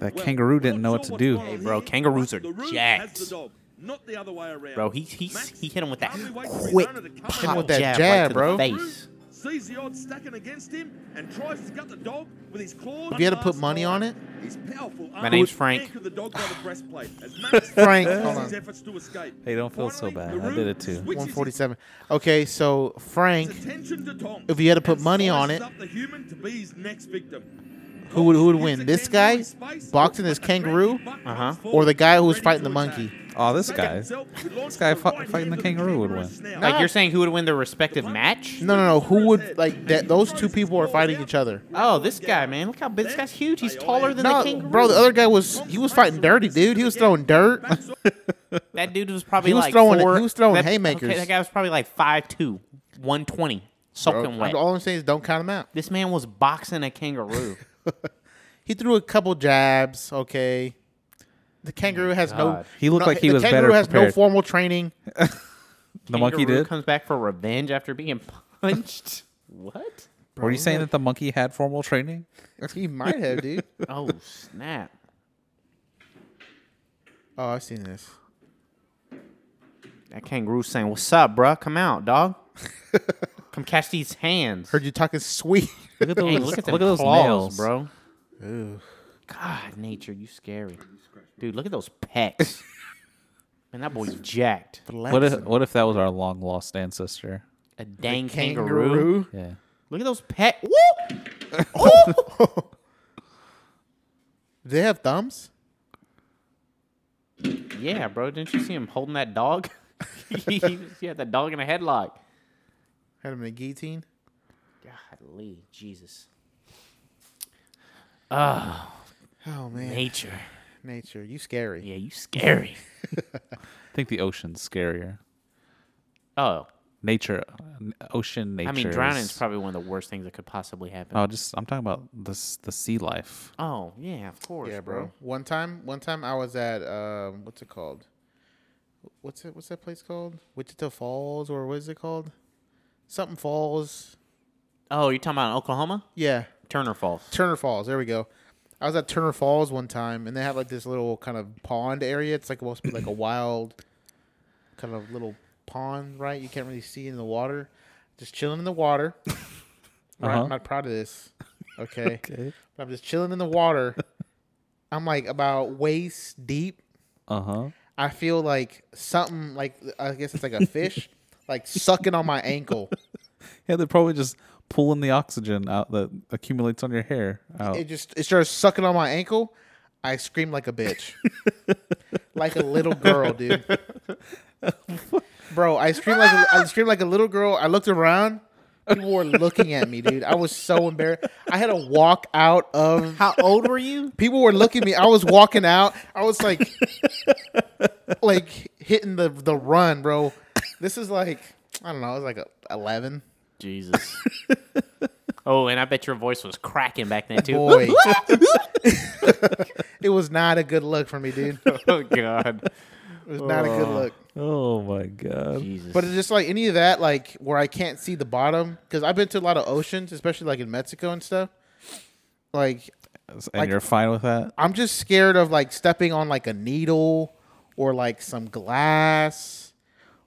Speaker 4: that kangaroo didn't know what to do.
Speaker 3: Hey, bro, kangaroos are jacked.
Speaker 1: Not the other way around.
Speaker 3: Bro, he, he, he hit him with that
Speaker 1: Hardly waits for his
Speaker 3: quick
Speaker 1: owner to come
Speaker 3: pop
Speaker 1: along.
Speaker 5: with that
Speaker 3: jab,
Speaker 5: jab,
Speaker 3: right to
Speaker 5: bro.
Speaker 3: the face.
Speaker 1: sees the odds stacking against him and tries to gut the dog with his claws.
Speaker 5: If you had to put money on it?
Speaker 1: His powerful
Speaker 3: My
Speaker 1: arms
Speaker 3: name's Frank.
Speaker 1: anchor the dog by the breastplate
Speaker 5: (laughs)
Speaker 1: as Max
Speaker 5: Frank,
Speaker 1: uses
Speaker 5: hold
Speaker 1: his
Speaker 5: on.
Speaker 1: efforts to escape.
Speaker 4: Hey, don't feel so
Speaker 1: Finally,
Speaker 4: bad. I did it too.
Speaker 1: Laroon switches his
Speaker 5: 147. Okay, so Frank,
Speaker 1: attention to Tom
Speaker 5: If you had to put
Speaker 1: and
Speaker 5: money on
Speaker 1: slices
Speaker 5: it,
Speaker 1: up the human to be his next victim.
Speaker 5: who would who would
Speaker 1: Hits
Speaker 5: win?
Speaker 1: the
Speaker 5: This
Speaker 1: kangaroo in
Speaker 5: guy
Speaker 1: space,
Speaker 5: boxing this
Speaker 1: but the
Speaker 5: kangaroo,
Speaker 1: frantic buck
Speaker 3: Uh-huh.
Speaker 1: comes
Speaker 5: or the
Speaker 1: forward,
Speaker 5: guy who's
Speaker 1: ready
Speaker 5: fighting
Speaker 1: to
Speaker 5: the
Speaker 1: attack.
Speaker 5: monkey?
Speaker 4: Oh, this
Speaker 1: Second
Speaker 4: guy.
Speaker 1: himself, he launches
Speaker 4: guy
Speaker 1: the
Speaker 4: fi-
Speaker 1: right
Speaker 4: fighting the
Speaker 1: hand of
Speaker 4: kangaroo would
Speaker 1: kangaroo's
Speaker 4: win.
Speaker 1: snout.
Speaker 3: Like, you're saying who would win their respective match?
Speaker 5: No, no, no. Who would like that? Those two people are fighting each other.
Speaker 3: Oh, this guy, man. Look how big. This guy's huge. He's taller than the
Speaker 5: No,
Speaker 3: kangaroo.
Speaker 5: bro, the other guy was he was fighting dirty, dude. He was throwing dirt. (laughs)
Speaker 3: That dude was probably
Speaker 5: He was
Speaker 3: like
Speaker 5: throwing-
Speaker 3: four,
Speaker 5: he was throwing
Speaker 3: that,
Speaker 5: haymakers.
Speaker 3: Okay, that guy was probably like 5'2", 120, soaking wet.
Speaker 5: Oh, All I'm saying is don't count him out.
Speaker 3: This man was boxing a kangaroo.
Speaker 5: He threw a couple jabs. Okay, the kangaroo has no.
Speaker 3: God.
Speaker 4: He looked
Speaker 5: no-
Speaker 4: like he
Speaker 5: the
Speaker 4: was
Speaker 5: kangaroo
Speaker 4: better
Speaker 5: has no
Speaker 4: prepared.
Speaker 5: formal training. (laughs)
Speaker 4: The (laughs) monkey
Speaker 3: Kangaroo
Speaker 4: did.
Speaker 3: comes back for revenge after being
Speaker 4: (laughs)
Speaker 3: punched. what?
Speaker 4: Were you saying that the monkey had formal training?
Speaker 5: He might have, dude.
Speaker 3: Oh snap!
Speaker 5: (laughs) Oh, I've seen this.
Speaker 3: That kangaroo's saying, "What's up, bruh? Come out,
Speaker 5: (laughs)
Speaker 3: dog. Come catch these hands.
Speaker 5: Heard you talking (laughs) sweet.
Speaker 4: Look at those.
Speaker 3: Hey, look at them
Speaker 4: look at those
Speaker 3: claws,
Speaker 4: nails,
Speaker 3: bro. God, nature, you scary, dude. Look at those
Speaker 5: (laughs)
Speaker 3: pecs. Man, that boy's jacked.
Speaker 4: What if what if that was our long lost ancestor?
Speaker 3: A dang kangaroo.
Speaker 5: kangaroo.
Speaker 4: Yeah.
Speaker 3: Look at those pec. Woo! Oh!
Speaker 5: Do they have thumbs?
Speaker 3: Yeah, bro. Didn't you see him holding that dog? (laughs) he, was- he had that dog in a headlock.
Speaker 5: Had him in a guillotine.
Speaker 3: Golly, Jesus.
Speaker 5: Oh man,
Speaker 3: Nature.
Speaker 5: nature, you scary.
Speaker 3: Yeah, you scary.
Speaker 4: I think the ocean's scarier.
Speaker 3: Oh,
Speaker 4: Nature, n- ocean nature.
Speaker 3: I mean, drowning's
Speaker 4: is- Oh.
Speaker 3: probably one of the worst things that could possibly happen.
Speaker 4: No, just I'm talking about this the sea life.
Speaker 3: oh, yeah, of course.
Speaker 5: Yeah, bro. One time, one time I was at um, what's it called? What's it? What's that place called? Wichita Falls, or what is it called? Something Falls.
Speaker 3: Oh, you're talking about in Oklahoma?
Speaker 5: Yeah,
Speaker 3: Turner Falls.
Speaker 5: Turner Falls. There we go. I was at Turner Falls one time, and they have like this little kind of pond area. It's like supposed to be like a wild kind of little pond, right? You can't really see in the water. Just chilling in the water. right?
Speaker 4: Uh-huh.
Speaker 5: I'm not proud of this. Okay. But I'm just chilling in the water. I'm like about waist deep.
Speaker 4: Uh huh.
Speaker 5: I feel like something like I guess it's like a fish like sucking on my ankle.
Speaker 4: Yeah, they're probably just pulling the oxygen out that accumulates on your hair out.
Speaker 5: It just it started sucking on my ankle. I screamed like a bitch. like a little girl, dude. Bro, I screamed like a, I screamed like a little girl. I looked around. People were looking at me, dude. I was so embarrassed. I had to walk out of
Speaker 3: How old were you?
Speaker 5: people were looking at me. I was walking out. I was like, like hitting the the run, bro. This is like I don't know. I was like a, eleven.
Speaker 3: Jesus. (laughs) Oh, and I bet your voice was cracking back then
Speaker 5: (laughs)
Speaker 3: too.
Speaker 5: Boy. it was not a good look for me, dude. It
Speaker 3: oh God.
Speaker 5: was not a good look.
Speaker 11: Oh my god.
Speaker 3: Jesus.
Speaker 5: But it's just like any of that, like where I can't see the bottom, because I've been to a lot of oceans, especially like in Mexico and stuff. Like
Speaker 4: And
Speaker 5: Like-
Speaker 4: you're fine with that?
Speaker 5: I'm just scared of like stepping on like a needle or like some glass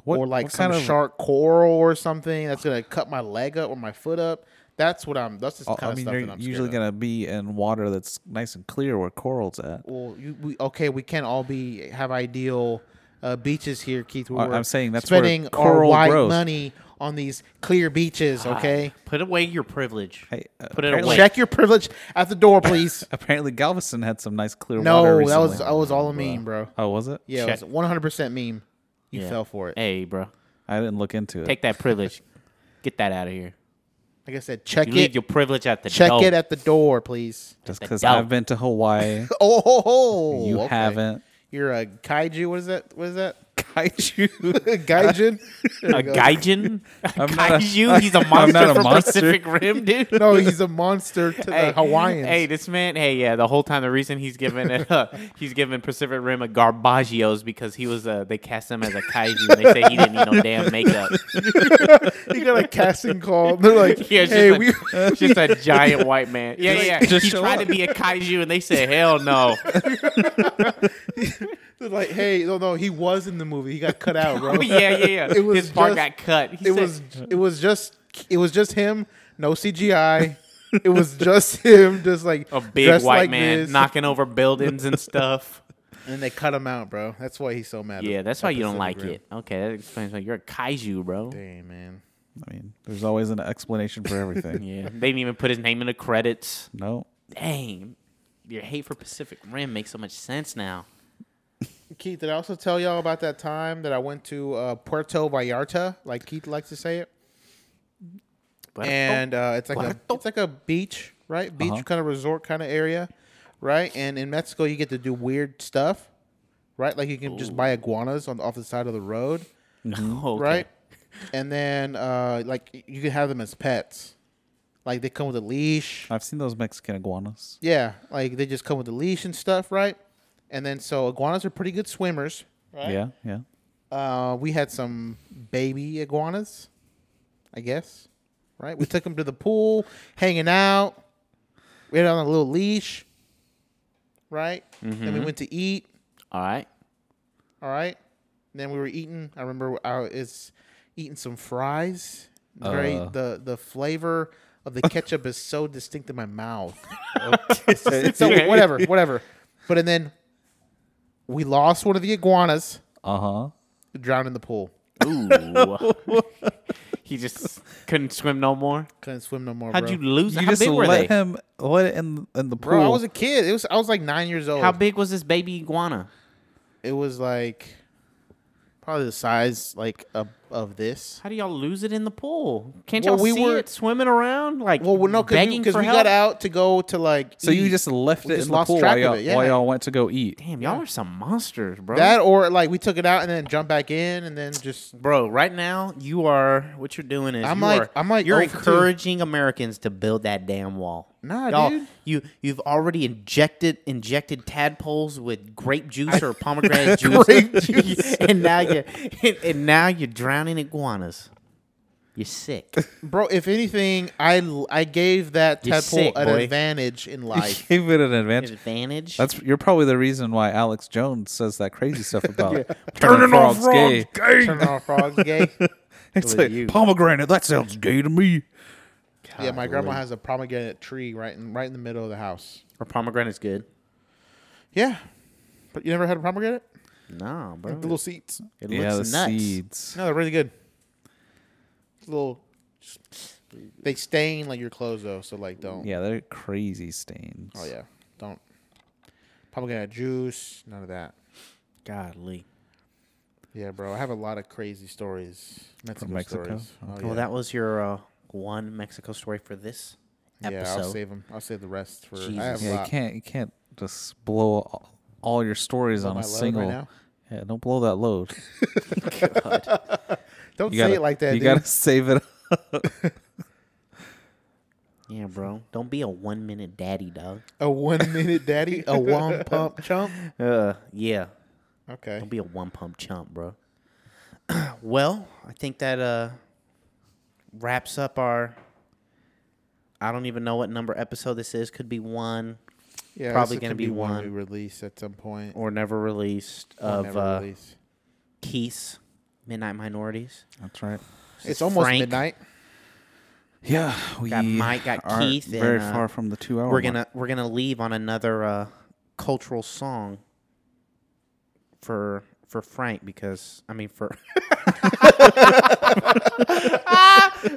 Speaker 4: What-
Speaker 5: or like
Speaker 4: what
Speaker 5: some
Speaker 4: kind of-
Speaker 5: shark coral or something that's gonna cut my leg up or my foot up. That's what I'm. That's just
Speaker 4: Oh,
Speaker 5: kind
Speaker 4: I
Speaker 5: of
Speaker 4: mean,
Speaker 5: stuff that
Speaker 4: you're
Speaker 5: I'm
Speaker 4: usually
Speaker 5: scared
Speaker 4: gonna be in water that's nice and clear where coral's at.
Speaker 5: of. Well, you, we, okay, we can't all be have ideal uh, beaches here, Keith. where
Speaker 4: I- I'm
Speaker 5: we're
Speaker 4: saying that's where
Speaker 5: spending our
Speaker 4: coral
Speaker 5: white
Speaker 4: grows. Ah,
Speaker 5: money on these clear beaches. Okay,
Speaker 3: (laughs) Put away your privilege.
Speaker 4: Hey, uh,
Speaker 3: Put it
Speaker 4: apparently-
Speaker 3: away.
Speaker 5: check your privilege at the door,
Speaker 4: (laughs)
Speaker 5: please.
Speaker 4: Apparently, Galveston had some nice clear
Speaker 5: no,
Speaker 4: water.
Speaker 5: that was
Speaker 4: recently.
Speaker 5: that was all a meme, bro.
Speaker 4: Oh, was it?
Speaker 5: Yeah,
Speaker 3: Check.
Speaker 5: it was 100 percent meme. You
Speaker 3: Yeah.
Speaker 5: fell for it.
Speaker 3: Hey, bro,
Speaker 4: I didn't look into it.
Speaker 3: take that privilege. Get that out of here.
Speaker 5: Like I said, check
Speaker 3: You
Speaker 5: it.
Speaker 3: leave your privilege at the
Speaker 5: check
Speaker 3: door.
Speaker 5: it at the door, please. (laughs)
Speaker 4: Just
Speaker 3: that
Speaker 4: because
Speaker 3: doubt.
Speaker 4: I've been to Hawaii,
Speaker 5: Oh, ho, ho.
Speaker 4: you
Speaker 5: Okay. (laughs)
Speaker 4: haven't.
Speaker 5: You're a kaiju. What is that? What is that? (laughs)
Speaker 4: Kaiju. (laughs)
Speaker 5: Gaijin. There
Speaker 3: a
Speaker 5: you go. (laughs)
Speaker 3: gaijin, a (laughs)
Speaker 4: I'm not a-
Speaker 3: kaiju. He's a
Speaker 4: I'm
Speaker 3: monster
Speaker 4: not a
Speaker 3: from
Speaker 4: monster.
Speaker 3: Pacific Rim,
Speaker 5: (laughs)
Speaker 3: dude.
Speaker 5: No, he's a monster to the Hawaiians.
Speaker 3: Hey, this man. Hey, yeah. The whole time, the reason he's giving it,
Speaker 5: (laughs)
Speaker 3: uh, he's giving Pacific Rim a Garbaggio's because he was. Uh, they cast him as a kaiju. and They say he didn't need no damn
Speaker 5: (laughs)
Speaker 3: makeup.
Speaker 5: he
Speaker 3: (laughs)
Speaker 5: got a casting call. They're like,
Speaker 3: Yeah, it's
Speaker 5: hey,
Speaker 3: just,
Speaker 5: we. (laughs)
Speaker 3: a, just a giant white man. Yeah, yeah. yeah.
Speaker 4: just
Speaker 3: he
Speaker 4: show
Speaker 3: tried
Speaker 4: up.
Speaker 3: to be a kaiju, and they said, "Hell no." (laughs)
Speaker 5: They're like, hey, no, no, he was in the movie. He got cut out, bro.
Speaker 3: Oh, (laughs) yeah, yeah, yeah.
Speaker 5: It was
Speaker 3: His part
Speaker 5: just-
Speaker 3: got cut. He
Speaker 5: (laughs) It
Speaker 3: said-
Speaker 5: was. It was just. It was just him. No CGI. It was just (laughs) him, just like
Speaker 3: a big
Speaker 5: dressed
Speaker 3: white
Speaker 5: like
Speaker 3: man
Speaker 5: this.
Speaker 3: knocking over buildings
Speaker 5: (laughs)
Speaker 3: and stuff.
Speaker 5: and they cut him out, bro. That's why he's so mad.
Speaker 3: yeah,
Speaker 5: at-
Speaker 3: that's why
Speaker 5: at
Speaker 3: you don't
Speaker 5: Pacific
Speaker 3: like
Speaker 5: Rim.
Speaker 3: it. Okay, that explains why you're a kaiju, bro.
Speaker 5: Dang, man.
Speaker 4: I mean, there's always an explanation for everything.
Speaker 5: (laughs)
Speaker 3: Yeah, they didn't even put his name in the credits.
Speaker 4: No.
Speaker 3: Dang, your hate for Pacific Rim makes so much sense now.
Speaker 5: Keith, did I also tell y'all about that time that I went to uh, Puerto Vallarta, like Keith likes to say it?
Speaker 3: But
Speaker 5: and uh, it's like a it's like a beach, right? Beach kind of resort kind of area, right? And in Mexico, you get to do weird stuff, right? Like you can just buy iguanas on off the side of the road, Mm-hmm.
Speaker 3: okay.
Speaker 5: right? And then uh, like y- you can have them as pets, like they come with a leash.
Speaker 4: I've seen those Mexican iguanas.
Speaker 5: Yeah, like they just come with a leash and stuff, right? And then so iguanas are pretty good swimmers, right?
Speaker 4: Yeah, yeah.
Speaker 5: Uh, we had some baby iguanas, I guess. Right? We took them to the pool, hanging out. We had on a little leash. Right? Then
Speaker 3: Mm-hmm.
Speaker 5: we went to eat.
Speaker 3: All right.
Speaker 5: All right. And then we were eating. I remember I was eating some fries. Very
Speaker 4: Uh.
Speaker 5: the the flavor
Speaker 3: (laughs)
Speaker 5: of the ketchup is so distinct in my mouth. It's just-
Speaker 3: (laughs)
Speaker 5: it's so- whatever, whatever. But and then we lost one of the iguanas,
Speaker 4: Uh
Speaker 5: Uh-huh.
Speaker 4: huh.
Speaker 5: drowned in the pool.
Speaker 3: Ooh. he
Speaker 5: (laughs)
Speaker 3: just couldn't swim no more.
Speaker 5: Couldn't swim no more.
Speaker 3: How'd
Speaker 5: bro.
Speaker 3: you lose?
Speaker 4: You
Speaker 3: How
Speaker 4: just
Speaker 3: big were
Speaker 4: let
Speaker 3: they?
Speaker 4: him let it in in the pool.
Speaker 5: Bro, I was a kid. It was I was like nine years old.
Speaker 3: How big was this baby iguana?
Speaker 5: It was like probably the size like of, of this.
Speaker 3: How do y'all lose it in the pool? Can't
Speaker 5: Well,
Speaker 3: y'all
Speaker 5: we
Speaker 3: see
Speaker 5: were-
Speaker 3: it swimming around like
Speaker 5: Well, well no, because
Speaker 3: begging
Speaker 5: we
Speaker 3: for help?
Speaker 5: got out to go to like.
Speaker 4: so you
Speaker 5: eat.
Speaker 4: just left
Speaker 5: We
Speaker 4: it
Speaker 5: just
Speaker 4: in the
Speaker 5: lost
Speaker 4: pool
Speaker 5: track
Speaker 4: while
Speaker 5: of
Speaker 4: y'all,
Speaker 5: it, yeah.
Speaker 4: while y'all went to go eat. (laughs)
Speaker 3: Damn, y'all are some monsters, bro.
Speaker 5: that or like we took it out and then jumped back in and then just
Speaker 3: bro right now you are what you're doing is
Speaker 5: I'm
Speaker 3: you
Speaker 5: like-
Speaker 3: are,
Speaker 5: I'm like
Speaker 3: you're
Speaker 5: 0 for two.
Speaker 3: encouraging americans to build that damn wall
Speaker 5: Nah,
Speaker 3: Y'all-
Speaker 5: dude.
Speaker 3: you you've already injected injected tadpoles with grape juice
Speaker 5: (laughs)
Speaker 3: or pomegranate juice, (laughs) and now you're and, and now you're drowning iguanas you're sick
Speaker 5: (laughs) bro. If anything, I l- I gave that
Speaker 3: You're
Speaker 5: tadpole
Speaker 3: sick,
Speaker 5: an
Speaker 3: boy.
Speaker 5: advantage (laughs) in
Speaker 4: I
Speaker 5: life.
Speaker 4: gave it an advantage.
Speaker 3: advantage
Speaker 4: That's you're probably the reason why Alex Jones says that crazy
Speaker 5: (laughs)
Speaker 4: stuff about turning, off frogs gay.
Speaker 5: Turning off frogs (laughs) gay.
Speaker 4: It's
Speaker 3: with
Speaker 4: like
Speaker 3: you.
Speaker 4: pomegranate. That sounds gay to me.
Speaker 5: yeah, my grandma has a pomegranate tree right in right in the middle of the house.
Speaker 3: or pomegranate's good
Speaker 5: Yeah, but you never had a pomegranate?
Speaker 3: no bro
Speaker 5: The little seeds.
Speaker 3: it
Speaker 4: yeah,
Speaker 3: looks
Speaker 4: the
Speaker 3: nuts
Speaker 4: seeds.
Speaker 5: No, they're really good. Little, they stain like your clothes though, so like don't.
Speaker 4: Yeah, they're crazy stains.
Speaker 5: Oh yeah, don't. Pomegranate juice, none of that.
Speaker 3: godly
Speaker 5: Yeah, bro, I have a lot of crazy stories. Mexico,
Speaker 4: Mexico?
Speaker 5: stories. Oh, yeah.
Speaker 3: well that was your uh, one mexico story for this episode
Speaker 5: yeah, I'll save them. I'll save the rest for. I have
Speaker 3: Jesus.
Speaker 5: a
Speaker 4: Yeah, you
Speaker 5: lot.
Speaker 4: can't you can't just blow all, all your stories
Speaker 5: Blow
Speaker 4: on
Speaker 5: my
Speaker 4: a
Speaker 5: load right
Speaker 4: single.
Speaker 5: now?
Speaker 4: Yeah, don't blow that load.
Speaker 5: (laughs) Don't
Speaker 4: You
Speaker 5: say
Speaker 4: gotta (laughs)
Speaker 5: it like that.
Speaker 4: You
Speaker 5: dude.
Speaker 4: gotta save it.
Speaker 3: here, bro. Don't be a one minute daddy, dog.
Speaker 5: A one minute daddy?
Speaker 3: (laughs)
Speaker 5: a one pump chump?
Speaker 3: Uh, yeah.
Speaker 5: Okay.
Speaker 3: Don't be a one pump chump, bro. (clears throat) well, I think that uh wraps up our. I don't even know what number episode this is. Could be one.
Speaker 5: Yeah,
Speaker 3: probably
Speaker 5: this
Speaker 3: gonna
Speaker 5: could
Speaker 3: be
Speaker 5: one
Speaker 3: one.
Speaker 5: we release at some point.
Speaker 3: or never released
Speaker 5: Or
Speaker 3: of
Speaker 5: never
Speaker 3: uh,
Speaker 5: release.
Speaker 3: Keith's Midnight Minorities.
Speaker 4: That's right.
Speaker 3: This
Speaker 5: It's
Speaker 3: is
Speaker 5: almost
Speaker 3: Frank.
Speaker 5: midnight.
Speaker 4: Yeah, we
Speaker 3: Got Mike, got
Speaker 4: are
Speaker 3: Keith, and,
Speaker 4: Very
Speaker 3: uh,
Speaker 4: far from the two hour.
Speaker 3: we're gonna we're gonna leave on another uh, cultural song for for Frank because I mean for (laughs)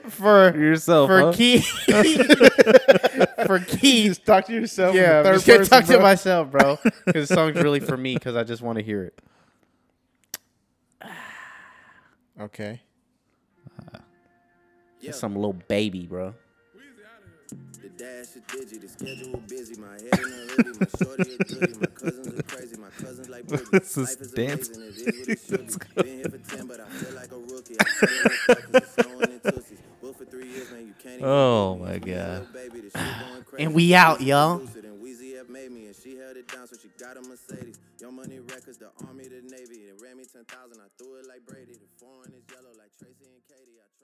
Speaker 3: for
Speaker 4: yourself
Speaker 3: for
Speaker 4: huh?
Speaker 3: Keith for Keith.
Speaker 5: Just talk to (laughs) yourself. in
Speaker 3: Yeah,
Speaker 5: the
Speaker 3: I'm
Speaker 5: third
Speaker 3: just gonna talk
Speaker 5: person,
Speaker 3: to
Speaker 5: bro.
Speaker 3: myself, bro. Because the song's really for
Speaker 5: (laughs)
Speaker 3: me because I just want to hear it.
Speaker 5: Okay.
Speaker 3: It's some little baby, bro.
Speaker 1: The dash is digi, the schedule busy. My head in a hoodie, my shorty is goody. My cousins are crazy, my cousins like Boogie.
Speaker 4: This is
Speaker 1: Life is
Speaker 4: dance.
Speaker 1: amazing, it is what it should be. Been here for 10, but I feel like a rookie. I feel like it's snowing in Tootsies. Well, for three years, man, you can't even
Speaker 11: Oh
Speaker 1: believe
Speaker 11: my
Speaker 1: it. Me and
Speaker 11: God.
Speaker 1: Lil Baby, this shit going crazy.
Speaker 3: And we out, y'all.
Speaker 1: Lucid and Weezy have made me, and she held it down, so she got a Mercedes. Your money records, the army, the navy. They ran me 10,000, I threw it like Brady. The foreign is yellow like Tracy and Katie. I